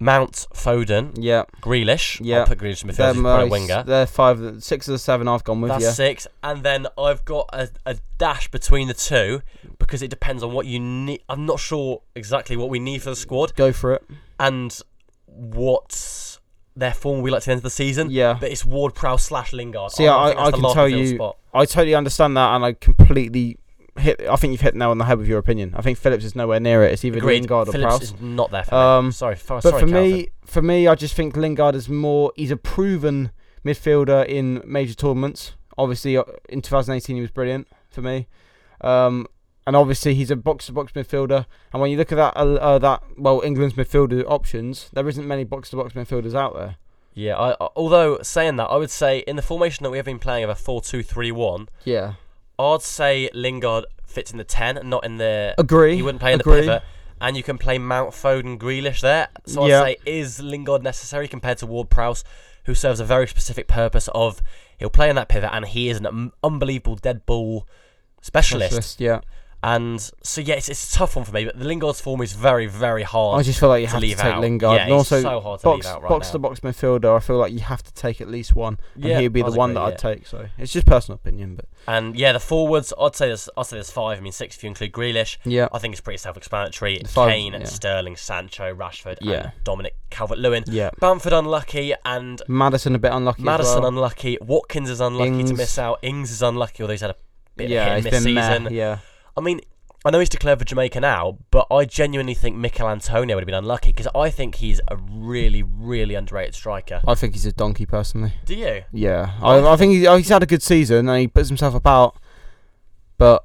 Speaker 1: Mount, Foden,
Speaker 2: yeah.
Speaker 1: Grealish.
Speaker 2: Yeah.
Speaker 1: I'll put Grealish in midfield.
Speaker 2: They're,
Speaker 1: He's probably a
Speaker 2: my-
Speaker 1: winger.
Speaker 2: they're five, six of the seven I've gone with.
Speaker 1: That's
Speaker 2: yeah,
Speaker 1: six, and then I've got a, a dash between the two because it depends on what you need. I'm not sure exactly what we need for the squad
Speaker 2: go for it.
Speaker 1: and what their form we like to the end of the season.
Speaker 2: Yeah,
Speaker 1: But it's Ward Prowse slash Lingard.
Speaker 2: See, I-
Speaker 1: think that's
Speaker 2: I
Speaker 1: the
Speaker 2: can
Speaker 1: last
Speaker 2: tell
Speaker 1: midfield
Speaker 2: you-
Speaker 1: spot.
Speaker 2: I totally understand that, and I completely hit. I think you've hit now on the head with your opinion. I think Phillips is nowhere near it. It's either
Speaker 1: Agreed.
Speaker 2: Lingard or
Speaker 1: Phillips
Speaker 2: Prowse.
Speaker 1: is not there for me.
Speaker 2: Um,
Speaker 1: Sorry, for,
Speaker 2: but
Speaker 1: sorry,
Speaker 2: for
Speaker 1: Calvin.
Speaker 2: me, for me, I just think Lingard is more. He's a proven midfielder in major tournaments. Obviously, uh, in 2018, he was brilliant for me. Um, and obviously, he's a box-to-box midfielder. And when you look at that, uh, uh, that well, England's midfielder options, there isn't many box-to-box midfielders out there.
Speaker 1: yeah. I, I- although saying that, I would say in the formation that we have been playing of a four-two-three-one,
Speaker 2: Yeah,
Speaker 1: I'd say Lingard fits in the ten, not in the
Speaker 2: agree.
Speaker 1: He wouldn't play in the
Speaker 2: agree.
Speaker 1: pivot. And you can play Mount Foden Grealish there. So I'd
Speaker 2: Yeah.
Speaker 1: say is Lingard necessary compared to Ward Prowse, who serves a very specific purpose of he'll play in that pivot and he is an um, unbelievable dead ball specialist.
Speaker 2: Specialist, Yeah,
Speaker 1: And so yeah, it's, it's a tough one for me, but Lingard's form is very, very hard
Speaker 2: I just feel like you
Speaker 1: to
Speaker 2: have to
Speaker 1: leave
Speaker 2: take
Speaker 1: out.
Speaker 2: Lingard.
Speaker 1: Yeah,
Speaker 2: and
Speaker 1: it's
Speaker 2: also,
Speaker 1: so hard to
Speaker 2: box
Speaker 1: leave out right
Speaker 2: box
Speaker 1: now.
Speaker 2: to box midfielder, I feel like you have to take at least one, and
Speaker 1: Yeah,
Speaker 2: he'd be
Speaker 1: I'd
Speaker 2: the one
Speaker 1: agree,
Speaker 2: that
Speaker 1: yeah.
Speaker 2: I'd take. So it's just personal opinion, but
Speaker 1: And yeah, the forwards, I'd say there's I'd say there's five, I mean six if you include Grealish.
Speaker 2: yeah,
Speaker 1: I think it's pretty self explanatory.
Speaker 2: The five,
Speaker 1: Kane,
Speaker 2: yeah.
Speaker 1: Sterling, Sancho, Rashford,
Speaker 2: Yeah.
Speaker 1: and Dominic Calvert Lewin.
Speaker 2: yeah.
Speaker 1: Bamford unlucky and
Speaker 2: Madison a bit unlucky.
Speaker 1: Madison
Speaker 2: as well.
Speaker 1: unlucky. Watkins is unlucky to
Speaker 2: Ings.
Speaker 1: miss out. Ings is unlucky, although he's had a bit of hit
Speaker 2: yeah,
Speaker 1: and
Speaker 2: he's
Speaker 1: miss
Speaker 2: been meh,
Speaker 1: season.
Speaker 2: Yeah,
Speaker 1: I mean, I know he's declared for Jamaica now, but I genuinely think Mikel Antonio would have been unlucky because I think he's a really, really underrated striker.
Speaker 2: I think he's a donkey personally.
Speaker 1: Do you?
Speaker 2: Yeah,
Speaker 1: Oh,
Speaker 2: I, I think he, oh, he's had a good season and he puts himself about, but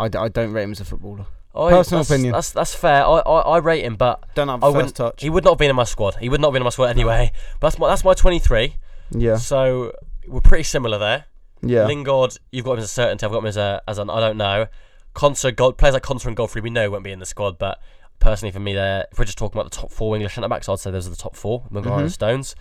Speaker 2: I, I don't rate him as a footballer.
Speaker 1: I,
Speaker 2: Personal
Speaker 1: that's,
Speaker 2: opinion.
Speaker 1: That's that's fair. I, I, I rate him, but
Speaker 2: Don't have
Speaker 1: I
Speaker 2: a
Speaker 1: wouldn't-
Speaker 2: first touch.
Speaker 1: he would not have been in my squad. He would not have been in my squad anyway. But that's my that's my 23.
Speaker 2: Yeah,
Speaker 1: So we're pretty similar there.
Speaker 2: yeah,
Speaker 1: Lingard, you've got him as a certainty. I've got him as a as an I don't know. Conser, God, players like Conser and Godfrey, we know won't be in the squad, but Personally, for me, there, if we're just talking about the top four English centre backs, I'd say those are the top four: Maguire and
Speaker 2: Mhm.
Speaker 1: Stones.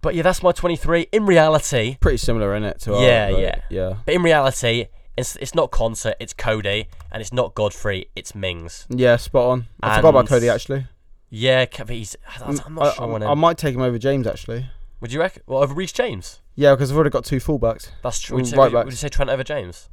Speaker 1: But yeah, that's my 23. In reality,
Speaker 2: Pretty similar in it to ours,
Speaker 1: Yeah,
Speaker 2: but
Speaker 1: yeah.
Speaker 2: yeah,
Speaker 1: but in reality, it's it's not Concert, it's Cody, and it's not Godfrey, it's Mings.
Speaker 2: yeah. Spot on. I forgot
Speaker 1: And-
Speaker 2: about Cody actually.
Speaker 1: Yeah, Ke- but he's. I- I'm not
Speaker 2: Mm, I,
Speaker 1: sure on
Speaker 2: I,
Speaker 1: him.
Speaker 2: I might take him over James actually.
Speaker 1: Would you reckon? Well, over Reece James.
Speaker 2: Yeah, because I've already got two fullbacks.
Speaker 1: That's true.
Speaker 2: Ooh,
Speaker 1: Would you, say,
Speaker 2: Mm, right
Speaker 1: would you-
Speaker 2: backs.
Speaker 1: would you say Trent over James?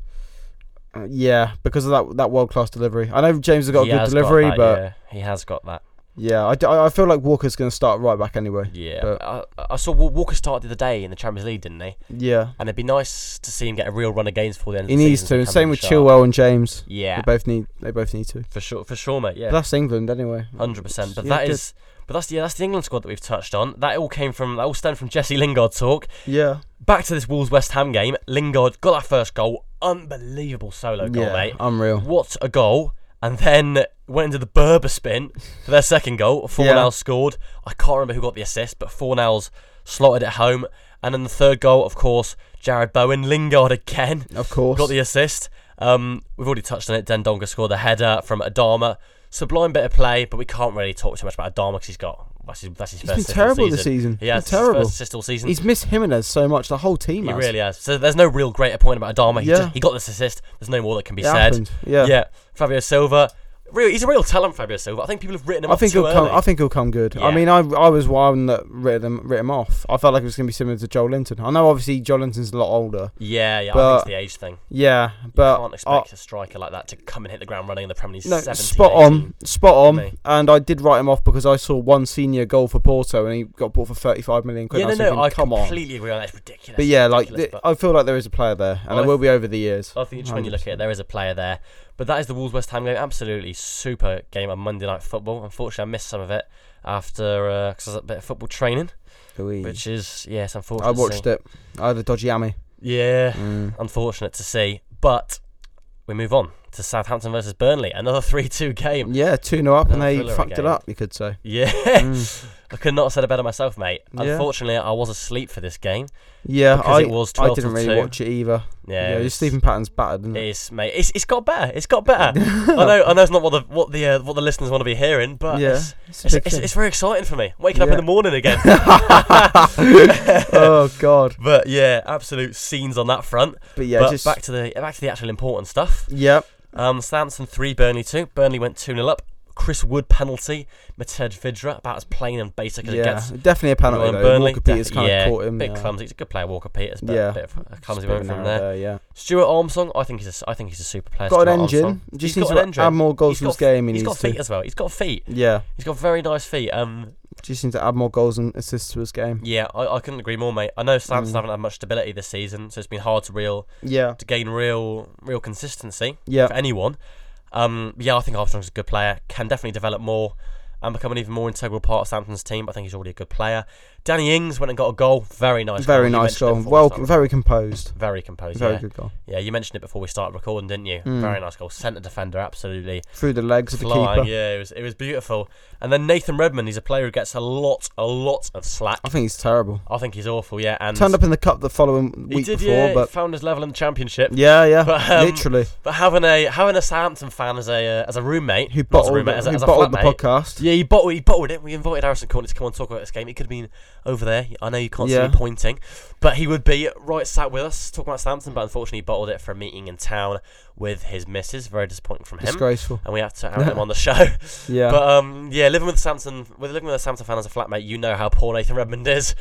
Speaker 2: Uh, yeah, because of that that world class delivery. I know James has got
Speaker 1: He
Speaker 2: a good
Speaker 1: has got
Speaker 2: delivery,
Speaker 1: that,
Speaker 2: but
Speaker 1: yeah. he has got that.
Speaker 2: yeah, I, d- I- I feel like Walker's going to start right back anyway.
Speaker 1: Yeah,
Speaker 2: But-
Speaker 1: I, I saw Wa- Walker start the other day in the Champions League, didn't he?
Speaker 2: Yeah,
Speaker 1: And it'd be nice to see him get a real run of games before the end.
Speaker 2: he
Speaker 1: of the
Speaker 2: needs
Speaker 1: season
Speaker 2: to.
Speaker 1: to
Speaker 2: And
Speaker 1: come
Speaker 2: same
Speaker 1: in
Speaker 2: with
Speaker 1: sharp.
Speaker 2: Chillwell and James.
Speaker 1: Yeah,
Speaker 2: They both need they both need to.
Speaker 1: for sure, for sure, mate.
Speaker 2: But
Speaker 1: Yeah,
Speaker 2: that's England anyway.
Speaker 1: hundred percent. But
Speaker 2: Yeah,
Speaker 1: that
Speaker 2: good.
Speaker 1: is, but that's the yeah, that's the England squad that we've touched on. That all came from that all stemmed from Jesse Lingard talk.
Speaker 2: Yeah,
Speaker 1: Back to this Wolves West Ham game. Lingard got that first goal, unbelievable solo goal,
Speaker 2: yeah,
Speaker 1: mate.
Speaker 2: unreal.
Speaker 1: What a goal! And then went into the Berber spin for their second goal. Fornals
Speaker 2: Yeah.
Speaker 1: scored. I can't remember who got the assist, but Fornals slotted it home. And then the third goal, of course, Jared Bowen, Lingard again
Speaker 2: Of course.
Speaker 1: got the assist. Um, we've already touched on it. Dendonga scored the header from Adama. Sublime bit of play, but we can't really talk too much about Adama because he's got that's his, that's his
Speaker 2: He's
Speaker 1: first
Speaker 2: been
Speaker 1: assist
Speaker 2: terrible
Speaker 1: all
Speaker 2: this season.
Speaker 1: Yeah,
Speaker 2: He's
Speaker 1: it's his
Speaker 2: terrible.
Speaker 1: first assist all season.
Speaker 2: He's missed Jimenez so much. The whole team.
Speaker 1: he
Speaker 2: has.
Speaker 1: really has. So there's no real greater point about Adama. He,
Speaker 2: Yeah.
Speaker 1: just, he got this assist. There's no more that can be
Speaker 2: It
Speaker 1: said.
Speaker 2: happened. Yeah.
Speaker 1: Yeah, Fabio Silva. Real, he's a real talent, Fabio Silva. I think people have written him
Speaker 2: I
Speaker 1: up
Speaker 2: think
Speaker 1: too
Speaker 2: he'll come.
Speaker 1: early.
Speaker 2: I think he'll come good. I
Speaker 1: Yeah.
Speaker 2: mean, I I was one that writ him writ him off. I felt like it was going to be similar to Joel Linton. I know obviously Joel Linton's a lot older.
Speaker 1: yeah, yeah. I
Speaker 2: but-
Speaker 1: think it's the age thing.
Speaker 2: Yeah,
Speaker 1: But
Speaker 2: but
Speaker 1: you can't
Speaker 2: I-
Speaker 1: expect a striker like that to come and hit the ground running in the Premier League.
Speaker 2: No,
Speaker 1: 17,
Speaker 2: spot
Speaker 1: 18.
Speaker 2: on, spot
Speaker 1: me.
Speaker 2: on. And I did write him off because I saw one senior goal for Porto and he got bought for 35 million quid.
Speaker 1: Yeah,
Speaker 2: and
Speaker 1: no,
Speaker 2: was
Speaker 1: no.
Speaker 2: thinking,
Speaker 1: I
Speaker 2: come on.
Speaker 1: completely agree on that. It's ridiculous.
Speaker 2: But yeah, like
Speaker 1: ridiculous,
Speaker 2: th-
Speaker 1: but-
Speaker 2: I feel like there is a player there, and
Speaker 1: I
Speaker 2: it will be over the years.
Speaker 1: I think it's when you look at it, there is a player there. But that is the Wolves West Ham game. Absolutely super game on Monday Night Football. Unfortunately, I missed some of it after because I was at a bit of football training, which is yes, unfortunate.
Speaker 2: I
Speaker 1: to
Speaker 2: watched
Speaker 1: see.
Speaker 2: it. I had a dodgy hammy.
Speaker 1: Yeah,
Speaker 2: Mm.
Speaker 1: unfortunate to see. But we move on to Southampton versus Burnley. Another [laughs] three-two game.
Speaker 2: Yeah, two 0 up, and
Speaker 1: Another
Speaker 2: they
Speaker 1: thriller
Speaker 2: fucked
Speaker 1: again.
Speaker 2: it up. You
Speaker 1: [laughs]
Speaker 2: could say.
Speaker 1: Yeah,
Speaker 2: Mm.
Speaker 1: I could not have said it better myself, mate.
Speaker 2: Yeah.
Speaker 1: Unfortunately, I was asleep for this game
Speaker 2: Yeah,
Speaker 1: because
Speaker 2: I
Speaker 1: it was
Speaker 2: I
Speaker 1: twelve
Speaker 2: didn't
Speaker 1: to
Speaker 2: really
Speaker 1: two.
Speaker 2: watch it either.
Speaker 1: yeah,
Speaker 2: Yeah, your
Speaker 1: it's-
Speaker 2: sleeping pattern's battered. Isn't it?
Speaker 1: It's mate. It's, it's got better. It's got better.
Speaker 2: [laughs]
Speaker 1: I know. I know. It's not what the what the uh, what the listeners want to be hearing, but
Speaker 2: Yeah,
Speaker 1: it's,
Speaker 2: it's a
Speaker 1: it's,
Speaker 2: big
Speaker 1: it's,
Speaker 2: thing.
Speaker 1: it's very exciting for me. Waking up in
Speaker 2: Yeah.
Speaker 1: the morning again.
Speaker 2: [laughs]
Speaker 1: [laughs]
Speaker 2: oh god.
Speaker 1: but yeah, absolute scenes on that front.
Speaker 2: But yeah,
Speaker 1: but
Speaker 2: just
Speaker 1: back to the back to the actual important stuff.
Speaker 2: yeah.
Speaker 1: Um, Southampton three, Burnley two. Burnley went two 0 up. Chris Wood penalty. Mated Vidra about as plain and basic as it
Speaker 2: Yeah,
Speaker 1: gets.
Speaker 2: definitely a penalty
Speaker 1: Ryan
Speaker 2: though.
Speaker 1: Burnley,
Speaker 2: Walker Peters
Speaker 1: defi-
Speaker 2: kind
Speaker 1: yeah,
Speaker 2: of caught him.
Speaker 1: Bit
Speaker 2: yeah.
Speaker 1: clumsy. It's a good player, Walker Peters. But
Speaker 2: Yeah.
Speaker 1: a bit of a clumsy
Speaker 2: Just a bit
Speaker 1: moment
Speaker 2: of an
Speaker 1: from
Speaker 2: error
Speaker 1: there.
Speaker 2: yeah.
Speaker 1: Stuart Armstrong. I think he's a, s- I think he's a super player.
Speaker 2: Got
Speaker 1: Stuart
Speaker 2: an engine.
Speaker 1: Armstrong.
Speaker 2: Just
Speaker 1: He's
Speaker 2: needs
Speaker 1: got
Speaker 2: to
Speaker 1: an engine.
Speaker 2: add more goals
Speaker 1: He's
Speaker 2: to
Speaker 1: got
Speaker 2: his game. He
Speaker 1: He's
Speaker 2: needs
Speaker 1: got
Speaker 2: to.
Speaker 1: feet as well. He's got feet.
Speaker 2: Yeah,
Speaker 1: He's got very nice feet. Um,
Speaker 2: just needs to add more goals and assists to his game.
Speaker 1: yeah, I, I couldn't agree more, mate. I know Southampton
Speaker 2: Mm.
Speaker 1: haven't had much stability this season, so it's been hard to real
Speaker 2: Yeah,
Speaker 1: to gain real real consistency
Speaker 2: yeah,
Speaker 1: for anyone. Um, yeah, I think Armstrong's a good player. Can definitely develop more and become an even more integral part of Southampton's team. But I think he's already a good player. Danny Ings went and got a goal. Very nice. goal.
Speaker 2: very
Speaker 1: You
Speaker 2: nice
Speaker 1: mentioned it
Speaker 2: goal.
Speaker 1: before
Speaker 2: Well,
Speaker 1: we started.
Speaker 2: very composed.
Speaker 1: very composed.
Speaker 2: Very
Speaker 1: yeah.
Speaker 2: good goal
Speaker 1: yeah, you mentioned it before we started recording, didn't you?
Speaker 2: Mm.
Speaker 1: Very nice goal. Centre defender, absolutely
Speaker 2: through the legs of the
Speaker 1: flying.
Speaker 2: keeper.
Speaker 1: Yeah, it was it was beautiful. And then Nathan Redmond, he's a player who gets a lot, a lot of slack.
Speaker 2: I think he's terrible.
Speaker 1: I think he's awful, yeah. And
Speaker 2: Turned up in the cup the following
Speaker 1: he
Speaker 2: week
Speaker 1: did,
Speaker 2: before,
Speaker 1: yeah,
Speaker 2: but
Speaker 1: found his level in the championship.
Speaker 2: yeah, yeah,
Speaker 1: But, um,
Speaker 2: literally.
Speaker 1: But having a having a Southampton fan as a uh, as a roommate,
Speaker 2: Who
Speaker 1: not as a
Speaker 2: bottled,
Speaker 1: roommate, as a,
Speaker 2: who
Speaker 1: as a
Speaker 2: bottled the
Speaker 1: flatmate.
Speaker 2: podcast?
Speaker 1: Yeah, he bottled, he bottled it. We invited Harrison Courtney to come on and talk about this game. He could have been over there. I know you can't see
Speaker 2: Yeah.
Speaker 1: me pointing, but he would be right sat with us talking about Southampton. But unfortunately, he bottled it for a meeting in town with his missus. Very disappointing from him.
Speaker 2: Disgraceful.
Speaker 1: And we have
Speaker 2: [laughs]
Speaker 1: to out him on the show.
Speaker 2: Yeah,
Speaker 1: But um, yeah, living with Samson, with living with a Samson fan as a flatmate, you know how poor Nathan Redmond is.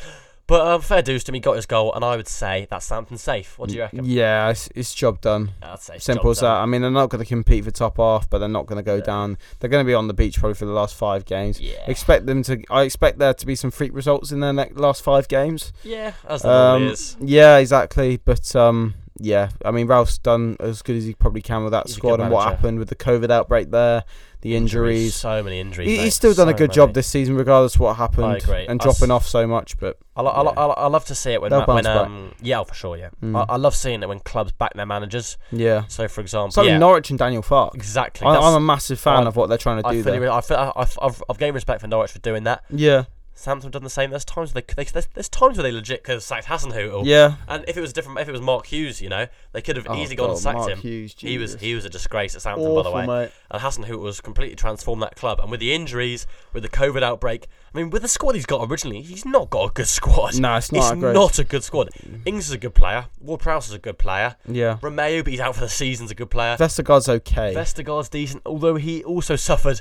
Speaker 1: But um, fair dues to him, he got his goal, and I would say that's Samson safe. What do you reckon?
Speaker 2: Mm, Yeah, it's, it's job done.
Speaker 1: I'd say it's
Speaker 2: Simple
Speaker 1: job
Speaker 2: as that.
Speaker 1: done.
Speaker 2: I mean, they're not going to compete for top half, but they're not going to go
Speaker 1: Yeah.
Speaker 2: down. They're going to be on the beach probably for the last five games.
Speaker 1: Yeah,
Speaker 2: Expect them to. I expect there to be some freak results in their ne- last five games.
Speaker 1: yeah, as the
Speaker 2: Um,
Speaker 1: normally is.
Speaker 2: Yeah, exactly. But um, yeah, I mean, Ralph's done as good as he probably can with that
Speaker 1: He's a good
Speaker 2: squad and what
Speaker 1: manager.
Speaker 2: happened with the COVID outbreak there, the injuries.
Speaker 1: so many injuries.
Speaker 2: He-
Speaker 1: mate,
Speaker 2: he's still done a
Speaker 1: so
Speaker 2: good
Speaker 1: many.
Speaker 2: job this season, regardless of what happened,
Speaker 1: agree.
Speaker 2: and
Speaker 1: I
Speaker 2: dropping
Speaker 1: s-
Speaker 2: off so much. But
Speaker 1: I, lo- I, lo-
Speaker 2: Yeah.
Speaker 1: I, lo- I love to see it when
Speaker 2: They'll
Speaker 1: ma- when
Speaker 2: bounce back.
Speaker 1: um yeah oh, for sure yeah.
Speaker 2: Mm.
Speaker 1: I, I love seeing it when clubs back their managers.
Speaker 2: yeah,
Speaker 1: So for example,
Speaker 2: so
Speaker 1: yeah,
Speaker 2: Norwich and Daniel Fark.
Speaker 1: exactly.
Speaker 2: I,
Speaker 1: that's-
Speaker 2: I'm a massive fan
Speaker 1: I-
Speaker 2: of what they're trying to
Speaker 1: I
Speaker 2: do
Speaker 1: fully
Speaker 2: there.
Speaker 1: re- I feel, I, I've, I've gained respect for Norwich for doing that.
Speaker 2: Yeah,
Speaker 1: Southampton have done the same. There's times where they, they there's, there's times where they legit could have sacked Hasenhutel.
Speaker 2: Yeah.
Speaker 1: And if it was different, if it was Mark Hughes, you know, they could have
Speaker 2: Oh,
Speaker 1: easily gone and
Speaker 2: God,
Speaker 1: sacked
Speaker 2: Mark
Speaker 1: him.
Speaker 2: Hughes,
Speaker 1: He was
Speaker 2: Jesus.
Speaker 1: he was a disgrace at Southampton,
Speaker 2: awful,
Speaker 1: by the way.
Speaker 2: moof.
Speaker 1: And Hasenhutel has completely transformed that club. And with the injuries, with the COVID outbreak, I mean, with the squad he's got originally, he's not got a good squad.
Speaker 2: No, it's not
Speaker 1: it's
Speaker 2: that great.
Speaker 1: not a good squad. Ings is a good player. Ward Prowse is a good player.
Speaker 2: Yeah.
Speaker 1: Romeo, but he's out for the season, is a good player.
Speaker 2: Vestergaard's okay.
Speaker 1: Vestergaard's decent, although he also suffered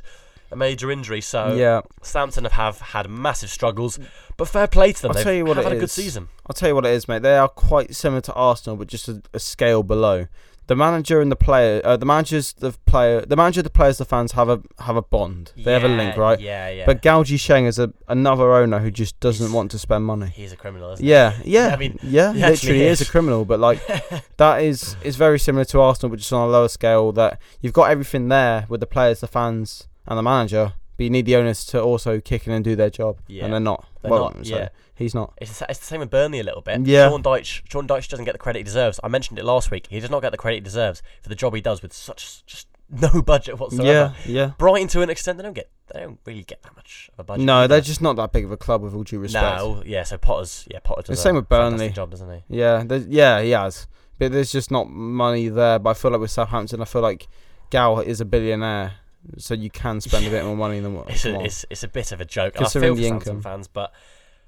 Speaker 1: a major injury. So
Speaker 2: yeah.
Speaker 1: Southampton have, have had massive struggles, but fair play to them.
Speaker 2: I'll
Speaker 1: They've
Speaker 2: tell you what
Speaker 1: have
Speaker 2: it
Speaker 1: had a good
Speaker 2: is.
Speaker 1: season.
Speaker 2: I'll tell you what it is, mate. They are quite similar to Arsenal, but just a, a scale below. The manager and the player, uh, the manager's the player, the manager, the players, the fans have a have a bond. They have a link,
Speaker 1: Yeah,
Speaker 2: right?
Speaker 1: Yeah, yeah.
Speaker 2: But Galji Sheng is a, another owner who just doesn't
Speaker 1: He's-
Speaker 2: want to spend money.
Speaker 1: he's a criminal, isn't
Speaker 2: Yeah, yeah,
Speaker 1: I mean,
Speaker 2: yeah.
Speaker 1: he actually
Speaker 2: literally, he
Speaker 1: is.
Speaker 2: is a criminal,
Speaker 1: [laughs]
Speaker 2: but like
Speaker 1: he?
Speaker 2: that is is very similar to Arsenal, but just on a lower scale. That you've got everything there with the players, the fans, and the manager, but you need the owners to also kick in and do their job,
Speaker 1: Yeah.
Speaker 2: and they're not.
Speaker 1: They're
Speaker 2: well,
Speaker 1: not,
Speaker 2: so
Speaker 1: yeah.
Speaker 2: he's not.
Speaker 1: It's the, sa- it's the same with Burnley a little bit.
Speaker 2: Yeah.
Speaker 1: Sean Dyche, Sean Dyche doesn't get the credit he deserves. I mentioned it last week. He does not get the credit he deserves for the job he does with such just [laughs] no budget whatsoever.
Speaker 2: yeah, yeah.
Speaker 1: Brighton, to an extent, they don't get they don't really get that much of a budget.
Speaker 2: No,
Speaker 1: do
Speaker 2: they're
Speaker 1: they?
Speaker 2: just not that big of a club, with all due respect.
Speaker 1: no. Yeah, so Potter's yeah Potter does
Speaker 2: It's
Speaker 1: a
Speaker 2: same with
Speaker 1: fantastic
Speaker 2: Burnley.
Speaker 1: job, doesn't he?
Speaker 2: Yeah, there's- yeah, he has. But there's just not money there. But I feel like with Southampton, I feel like Gal is a billionaire, so you can spend a bit more money than what.
Speaker 1: [laughs] It's
Speaker 2: come
Speaker 1: a,
Speaker 2: on.
Speaker 1: it's, it's a bit of a joke. And I feel
Speaker 2: Considering
Speaker 1: for
Speaker 2: the
Speaker 1: Southampton
Speaker 2: income.
Speaker 1: fans, but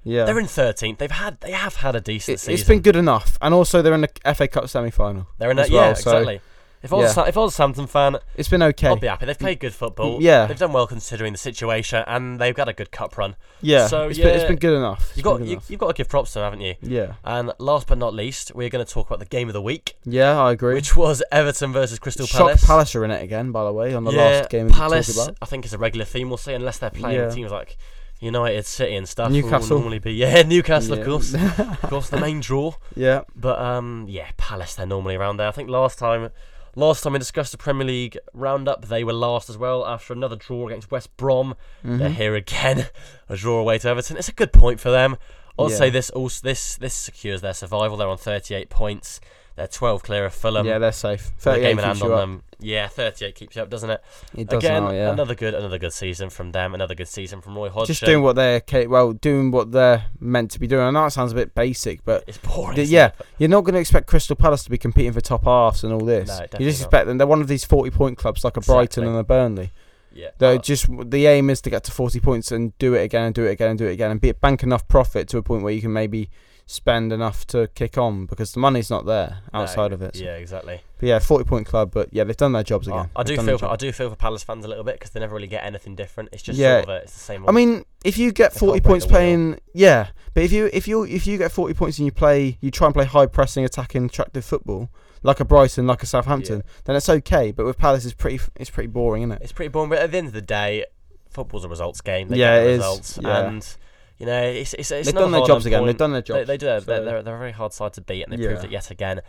Speaker 2: yeah,
Speaker 1: they're in 13th. They've had they have had a decent
Speaker 2: it,
Speaker 1: season.
Speaker 2: has been good enough. And also, they're in the FA Cup semi-final.
Speaker 1: They're in
Speaker 2: as
Speaker 1: a, yeah
Speaker 2: well, so-
Speaker 1: exactly. If I was a
Speaker 2: yeah.
Speaker 1: Sa- if I was a Southampton fan,
Speaker 2: It's been okay.
Speaker 1: I'd be happy. They've played good football.
Speaker 2: yeah.
Speaker 1: they've done well considering the situation, and they've got a good cup run.
Speaker 2: Yeah,
Speaker 1: So,
Speaker 2: it's been, it's
Speaker 1: yeah,
Speaker 2: been good enough.
Speaker 1: You
Speaker 2: It's
Speaker 1: got
Speaker 2: been good
Speaker 1: you,
Speaker 2: enough.
Speaker 1: you've got to give props to them, haven't you?
Speaker 2: yeah,
Speaker 1: And last but not least, we're going to talk about the game of the week,
Speaker 2: yeah, I agree.
Speaker 1: which was Everton versus Crystal
Speaker 2: Shock
Speaker 1: Palace.
Speaker 2: Palace are in it again, by the way, on the
Speaker 1: yeah,
Speaker 2: last game. we talked
Speaker 1: Palace.
Speaker 2: about.
Speaker 1: I think it's a regular theme we'll see, unless they're playing
Speaker 2: Yeah.
Speaker 1: teams like United, City, and stuff. Will
Speaker 2: Newcastle.
Speaker 1: normally be yeah, [laughs] Newcastle
Speaker 2: Yeah.
Speaker 1: of course, of course the main draw.
Speaker 2: [laughs] yeah,
Speaker 1: But um, yeah, Palace they're normally around there. I think last time, last time we discussed the Premier League roundup, they were last as well after another draw against West Brom. They're
Speaker 2: Mhm.
Speaker 1: here again, [laughs] a draw away to Everton. It's a good point for them. I'll
Speaker 2: Yeah.
Speaker 1: say this also this this secures their survival. They're on 38 points. They're 12 clear of Fulham.
Speaker 2: yeah, they're safe.
Speaker 1: With a
Speaker 2: Thirty-eight
Speaker 1: um, game in hand
Speaker 2: keeps
Speaker 1: on
Speaker 2: you up.
Speaker 1: them. Yeah, 38 keeps you up, doesn't it?
Speaker 2: It does
Speaker 1: Again,
Speaker 2: now, yeah.
Speaker 1: another good another good season from them. Another good season from Roy Hodgson.
Speaker 2: just doing what they're ca- well doing what they're meant to be doing. I know it sounds a bit basic, but
Speaker 1: it's boring.
Speaker 2: Th-
Speaker 1: isn't
Speaker 2: yeah.
Speaker 1: it? But
Speaker 2: you're not going to expect Crystal Palace to be competing for top halves and all this.
Speaker 1: No,
Speaker 2: you
Speaker 1: definitely
Speaker 2: just
Speaker 1: not.
Speaker 2: expect them. They're one of these forty-point clubs like a Brighton
Speaker 1: Exactly.
Speaker 2: and a Burnley.
Speaker 1: yeah.
Speaker 2: They're
Speaker 1: Uh,
Speaker 2: just the aim is to get to forty points and do it again and do it again and do it again and be, bank enough profit to a point where you can maybe spend enough to kick on because the money's not there
Speaker 1: no,
Speaker 2: outside of it.
Speaker 1: Yeah, exactly.
Speaker 2: But yeah, forty-point club, but yeah, they've done their jobs again.
Speaker 1: I I
Speaker 2: They've
Speaker 1: do feel
Speaker 2: done their
Speaker 1: for,
Speaker 2: job.
Speaker 1: I do feel for Palace fans a little bit because they never really get anything different. It's just
Speaker 2: Yeah.
Speaker 1: sort of a, it's the same.
Speaker 2: I
Speaker 1: old-
Speaker 2: mean, if you
Speaker 1: They
Speaker 2: get
Speaker 1: can't
Speaker 2: forty
Speaker 1: break
Speaker 2: points
Speaker 1: the wheel.
Speaker 2: playing, yeah. But if you if you if you get forty points and you play, you try and play high pressing, attacking, attractive football like a Brighton, like a Southampton, then it's okay. But with Palace, it's pretty f- it's pretty boring, isn't it?
Speaker 1: it's pretty boring. But at the end of the day, football's a results game. They
Speaker 2: Yeah,
Speaker 1: get the
Speaker 2: it is.
Speaker 1: results,
Speaker 2: Yeah.
Speaker 1: and you know it's it's, it's
Speaker 2: They've
Speaker 1: another
Speaker 2: done their
Speaker 1: hard
Speaker 2: jobs
Speaker 1: earned
Speaker 2: again. They've
Speaker 1: point.
Speaker 2: done their
Speaker 1: They,
Speaker 2: jobs.
Speaker 1: they do. They're,
Speaker 2: so-
Speaker 1: they're, they're a very hard side to beat, and they proved
Speaker 2: Yeah.
Speaker 1: it yet again.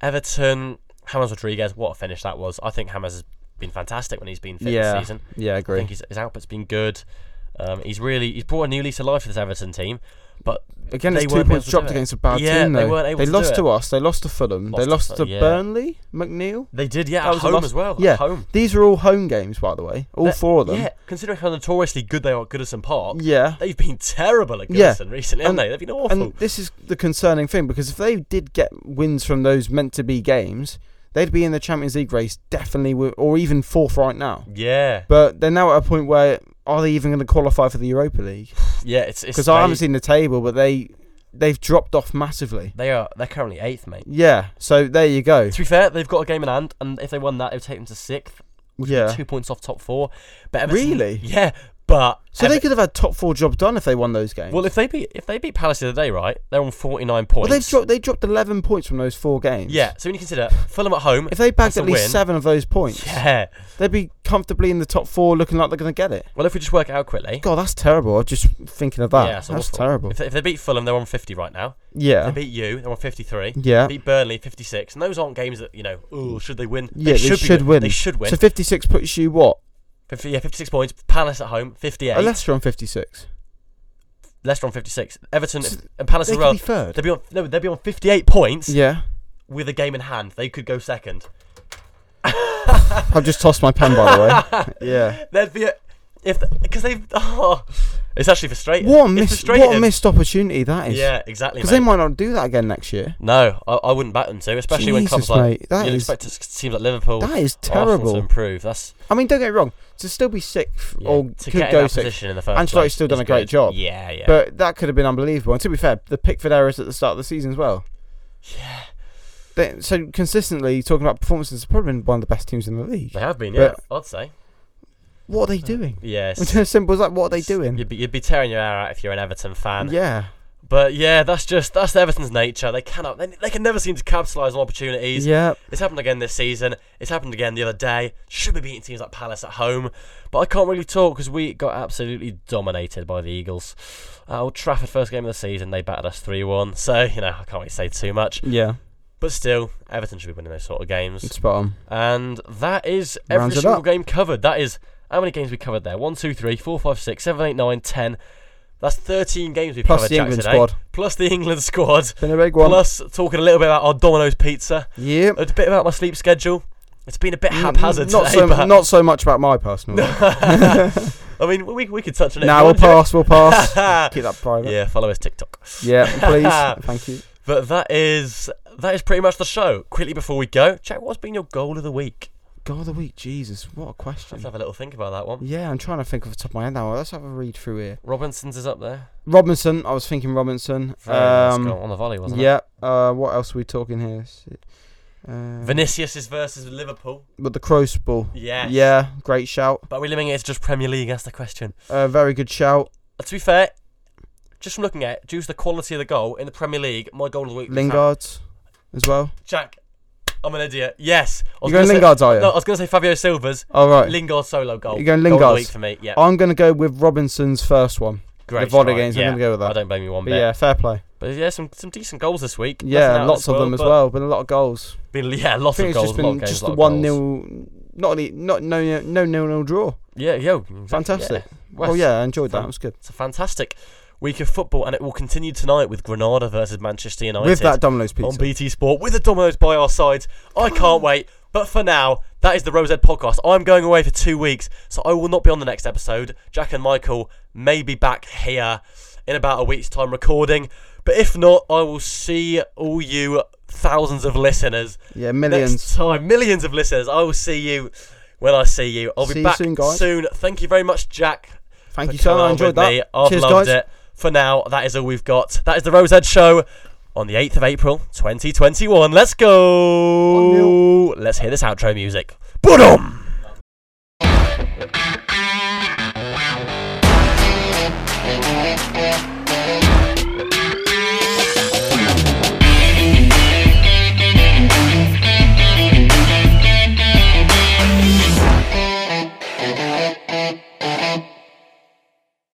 Speaker 1: Everton, James Rodriguez, what a finish that was! I think James has been fantastic when he's been fit
Speaker 2: Yeah,
Speaker 1: this season.
Speaker 2: yeah, I
Speaker 1: I
Speaker 2: agree.
Speaker 1: think his, his output's been good. Um, he's really he's brought a new lease of life to this Everton team.
Speaker 2: Again,
Speaker 1: they
Speaker 2: it's two
Speaker 1: weren't able
Speaker 2: points
Speaker 1: to
Speaker 2: dropped
Speaker 1: do it.
Speaker 2: against a bad
Speaker 1: Yeah,
Speaker 2: team.
Speaker 1: they
Speaker 2: though.
Speaker 1: weren't able
Speaker 2: They
Speaker 1: to do
Speaker 2: lost
Speaker 1: it.
Speaker 2: to us. They lost to Fulham.
Speaker 1: Lost
Speaker 2: they
Speaker 1: to
Speaker 2: lost
Speaker 1: Fulham,
Speaker 2: to
Speaker 1: yeah.
Speaker 2: Burnley, McNeil.
Speaker 1: They did, yeah,
Speaker 2: That
Speaker 1: at
Speaker 2: was a
Speaker 1: home
Speaker 2: loss-
Speaker 1: as well.
Speaker 2: yeah.
Speaker 1: at home.
Speaker 2: These are all home games, by the way. All
Speaker 1: They're-
Speaker 2: four of them.
Speaker 1: Yeah, considering how notoriously good they are at Goodison Park,
Speaker 2: yeah.
Speaker 1: they've been terrible at
Speaker 2: Yeah.
Speaker 1: Goodison recently, haven't
Speaker 2: And-
Speaker 1: they? They've been awful.
Speaker 2: And this is the concerning thing because if they did get wins from those meant to be games, they'd be in the Champions League race definitely, wi- or even fourth right now.
Speaker 1: yeah,
Speaker 2: But they're now at a point where are they even going to qualify for the Europa League?
Speaker 1: yeah, it's it's
Speaker 2: Because I haven't
Speaker 1: they-
Speaker 2: seen the table, but they they've dropped off massively.
Speaker 1: they are they're currently eighth, mate.
Speaker 2: Yeah, so there you go.
Speaker 1: To be fair, they've got a game in hand, and if they won that, it would take them to sixth,
Speaker 2: Yeah,
Speaker 1: two points off top four. But Everton,
Speaker 2: really.
Speaker 1: yeah, but
Speaker 2: So they
Speaker 1: Ever-
Speaker 2: could have had top four job done if they won those games.
Speaker 1: well, if they beat if they beat Palace the other day, right? They're on forty nine
Speaker 2: Well,
Speaker 1: points.
Speaker 2: they've dropped they dropped eleven points from those four games.
Speaker 1: yeah, so when you consider Fulham at home,
Speaker 2: If they
Speaker 1: That's
Speaker 2: bagged
Speaker 1: a
Speaker 2: at least
Speaker 1: win.
Speaker 2: seven of those points,
Speaker 1: yeah.
Speaker 2: they'd be comfortably in the top four, looking like they're going to get it.
Speaker 1: Well, if we just work it out quickly,
Speaker 2: God, that's terrible. I'm just thinking of that.
Speaker 1: Yeah, it's
Speaker 2: that's
Speaker 1: awful.
Speaker 2: terrible.
Speaker 1: if they, if they beat Fulham, they're on fifty right now.
Speaker 2: yeah.
Speaker 1: If they beat you, they're on fifty three.
Speaker 2: Yeah.
Speaker 1: beat Burnley 56, and those aren't games that you know. Ooh, should they win?
Speaker 2: Yeah, they
Speaker 1: be
Speaker 2: should
Speaker 1: win-
Speaker 2: win.
Speaker 1: They should win.
Speaker 2: So 56 puts you what?
Speaker 1: 50, yeah, 56 points. Palace at home, 58.
Speaker 2: Uh, Leicester on 56.
Speaker 1: Leicester on 56. Everton
Speaker 2: So
Speaker 1: and Palace
Speaker 2: They
Speaker 1: as
Speaker 2: could
Speaker 1: well.
Speaker 2: be
Speaker 1: [laughs]
Speaker 2: third.
Speaker 1: They'd be on no, they'd be on 58 points
Speaker 2: Yeah.
Speaker 1: with a game in hand. They could go
Speaker 2: [laughs]
Speaker 1: second. [laughs]
Speaker 2: I've just tossed my pen, by the way. Yeah.
Speaker 1: There'd be a if because they've oh, It's actually frustrating.
Speaker 2: What a,
Speaker 1: It's
Speaker 2: missed,
Speaker 1: frustrating.
Speaker 2: what a missed opportunity that is.
Speaker 1: Yeah, exactly.
Speaker 2: Because
Speaker 1: mate.
Speaker 2: they might not do that again next year.
Speaker 1: No, I, I wouldn't back them to, especially when clubs
Speaker 2: Jesus,
Speaker 1: like
Speaker 2: mate. That
Speaker 1: you'd
Speaker 2: is,
Speaker 1: expect to teams like Liverpool,
Speaker 2: that is
Speaker 1: Arsenal to
Speaker 2: terrible.
Speaker 1: improve. That's
Speaker 2: I mean, don't get me wrong. To still be sixth
Speaker 1: yeah,
Speaker 2: or
Speaker 1: to
Speaker 2: could
Speaker 1: get in
Speaker 2: go
Speaker 1: that
Speaker 2: sixth.
Speaker 1: position in the first.
Speaker 2: Ancelotti's
Speaker 1: place
Speaker 2: still done
Speaker 1: is
Speaker 2: a great
Speaker 1: good.
Speaker 2: job.
Speaker 1: Yeah, yeah.
Speaker 2: But that could have been unbelievable. And to be fair, the Pickford errors at the start of the season as well.
Speaker 1: yeah,
Speaker 2: They, so consistently talking about performances, it's probably been one of the best teams in the league.
Speaker 1: they have been. Yeah, I'd say.
Speaker 2: What are they doing?
Speaker 1: Yes.
Speaker 2: It's as simple as that. [laughs] What are they doing?
Speaker 1: You'd be, you'd be tearing your hair out if you're an Everton fan.
Speaker 2: Yeah,
Speaker 1: But yeah, that's just that's Everton's nature. They cannot. They, they can never seem to capitalise on opportunities.
Speaker 2: yeah.
Speaker 1: It's happened again this season. It's happened again the other day. Should be beating teams like Palace at home, but I can't really talk because we got absolutely dominated by the Eagles. Uh, Old Trafford, first game of the season, they battered us three-one. So you know, I can't really say too much.
Speaker 2: Yeah,
Speaker 1: But still, Everton should be winning those sort of games.
Speaker 2: spot on.
Speaker 1: And that is every
Speaker 2: Rounds it
Speaker 1: single
Speaker 2: up.
Speaker 1: game covered. That is how many games we covered there? One, two, three, four, five, six, seven, eight, nine, ten. That's thirteen games we've
Speaker 2: Plus
Speaker 1: covered.
Speaker 2: the
Speaker 1: Jack,
Speaker 2: England
Speaker 1: today.
Speaker 2: squad.
Speaker 1: Plus the England squad.
Speaker 2: Been a big one.
Speaker 1: Plus talking a little bit about our Domino's pizza.
Speaker 2: yep.
Speaker 1: A bit about my sleep schedule. It's been a bit
Speaker 2: N-
Speaker 1: haphazard
Speaker 2: Not
Speaker 1: today,
Speaker 2: so,
Speaker 1: but
Speaker 2: not so much about my personal. life. [laughs]
Speaker 1: I mean, we, we could touch on it.
Speaker 2: Nah, we'll
Speaker 1: if you want,
Speaker 2: pass. We'll
Speaker 1: [laughs]
Speaker 2: pass.
Speaker 1: Jack.
Speaker 2: Keep that private.
Speaker 1: yeah, follow us TikTok.
Speaker 2: Yeah, please.
Speaker 1: [laughs]
Speaker 2: Thank you.
Speaker 1: But that is that is pretty much the show. Quickly before we go, Jack, what's been your goal of the week?
Speaker 2: God of the week, Jesus, what a question.
Speaker 1: Let's have a little think about that one.
Speaker 2: Yeah, I'm trying to think off the top of my head now. Let's have a read through here.
Speaker 1: Robinson's is up there.
Speaker 2: Robinson, I was thinking Robinson.
Speaker 1: Very nice
Speaker 2: Um,
Speaker 1: goal on the volley, wasn't it?
Speaker 2: yeah. Uh, what else are we talking here? S- Uh,
Speaker 1: Vinicius is versus Liverpool.
Speaker 2: With the cross ball.
Speaker 1: Yes.
Speaker 2: Yeah, great shout.
Speaker 1: But we're limiting it to just Premier League. That's the question.
Speaker 2: Uh, very good shout.
Speaker 1: Uh, to be fair, just from looking at it, due to the quality of the goal in the Premier League, my goal of the week. was
Speaker 2: Lingard as well.
Speaker 1: Fa- Jack, I'm an idiot. Yes. I was
Speaker 2: You're
Speaker 1: gonna
Speaker 2: going
Speaker 1: say-
Speaker 2: Lingard's, are you?
Speaker 1: No, I was going to say Fabio Silva's
Speaker 2: All right.
Speaker 1: Lingard solo goal.
Speaker 2: You're going
Speaker 1: Goal of the
Speaker 2: Lingard's.
Speaker 1: week for me. Yeah.
Speaker 2: I'm going to go with Robinson's first one.
Speaker 1: Great.
Speaker 2: the volley
Speaker 1: strike.
Speaker 2: games,
Speaker 1: Yeah.
Speaker 2: I'm going to go with
Speaker 1: I
Speaker 2: that.
Speaker 1: don't blame you one
Speaker 2: But
Speaker 1: bit.
Speaker 2: yeah, fair play.
Speaker 1: But yeah, some some decent goals this week. Nothing out
Speaker 2: Yeah,
Speaker 1: of
Speaker 2: lots
Speaker 1: this
Speaker 2: of them
Speaker 1: world,
Speaker 2: as
Speaker 1: but
Speaker 2: well. Been a lot of goals.
Speaker 1: Been, yeah,
Speaker 2: I
Speaker 1: lots
Speaker 2: think
Speaker 1: of
Speaker 2: it's
Speaker 1: goals.
Speaker 2: just
Speaker 1: lot of
Speaker 2: been
Speaker 1: games,
Speaker 2: just
Speaker 1: lot
Speaker 2: the
Speaker 1: of
Speaker 2: one
Speaker 1: goals.
Speaker 2: nil, not any, not no no nil nil draw.
Speaker 1: Yeah, yo. exactly,
Speaker 2: Fantastic.
Speaker 1: yeah.
Speaker 2: Oh
Speaker 1: Wes,
Speaker 2: yeah, I enjoyed that.
Speaker 1: Fan-
Speaker 2: It was good.
Speaker 1: It's a fantastic week of football, and it will continue tonight with Granada versus Manchester United
Speaker 2: With that Domino's pizza.
Speaker 1: on BT Sport with the Dominoes by our side. I can't wait. But for now, that is the Rosehead podcast. I'm going away for two weeks, so I will not be on the next episode. Jack and Michael may be back here in about a week's time recording. But if not, I will see all you thousands of listeners
Speaker 2: yeah, millions.
Speaker 1: next time. Millions of listeners. I will see you when I see you. I'll
Speaker 2: See
Speaker 1: be
Speaker 2: you
Speaker 1: back
Speaker 2: soon, guys.
Speaker 1: soon. Thank you very much, Jack.
Speaker 2: Thank
Speaker 1: for
Speaker 2: you so
Speaker 1: coming
Speaker 2: much. I
Speaker 1: on
Speaker 2: enjoyed
Speaker 1: with
Speaker 2: that.
Speaker 1: me. I've
Speaker 2: Cheers,
Speaker 1: loved
Speaker 2: guys.
Speaker 1: it. For now, that is all we've got. That is the Rosehead Show on the 8th of April, 2021. Let's go. Let's hear this outro music. Boom!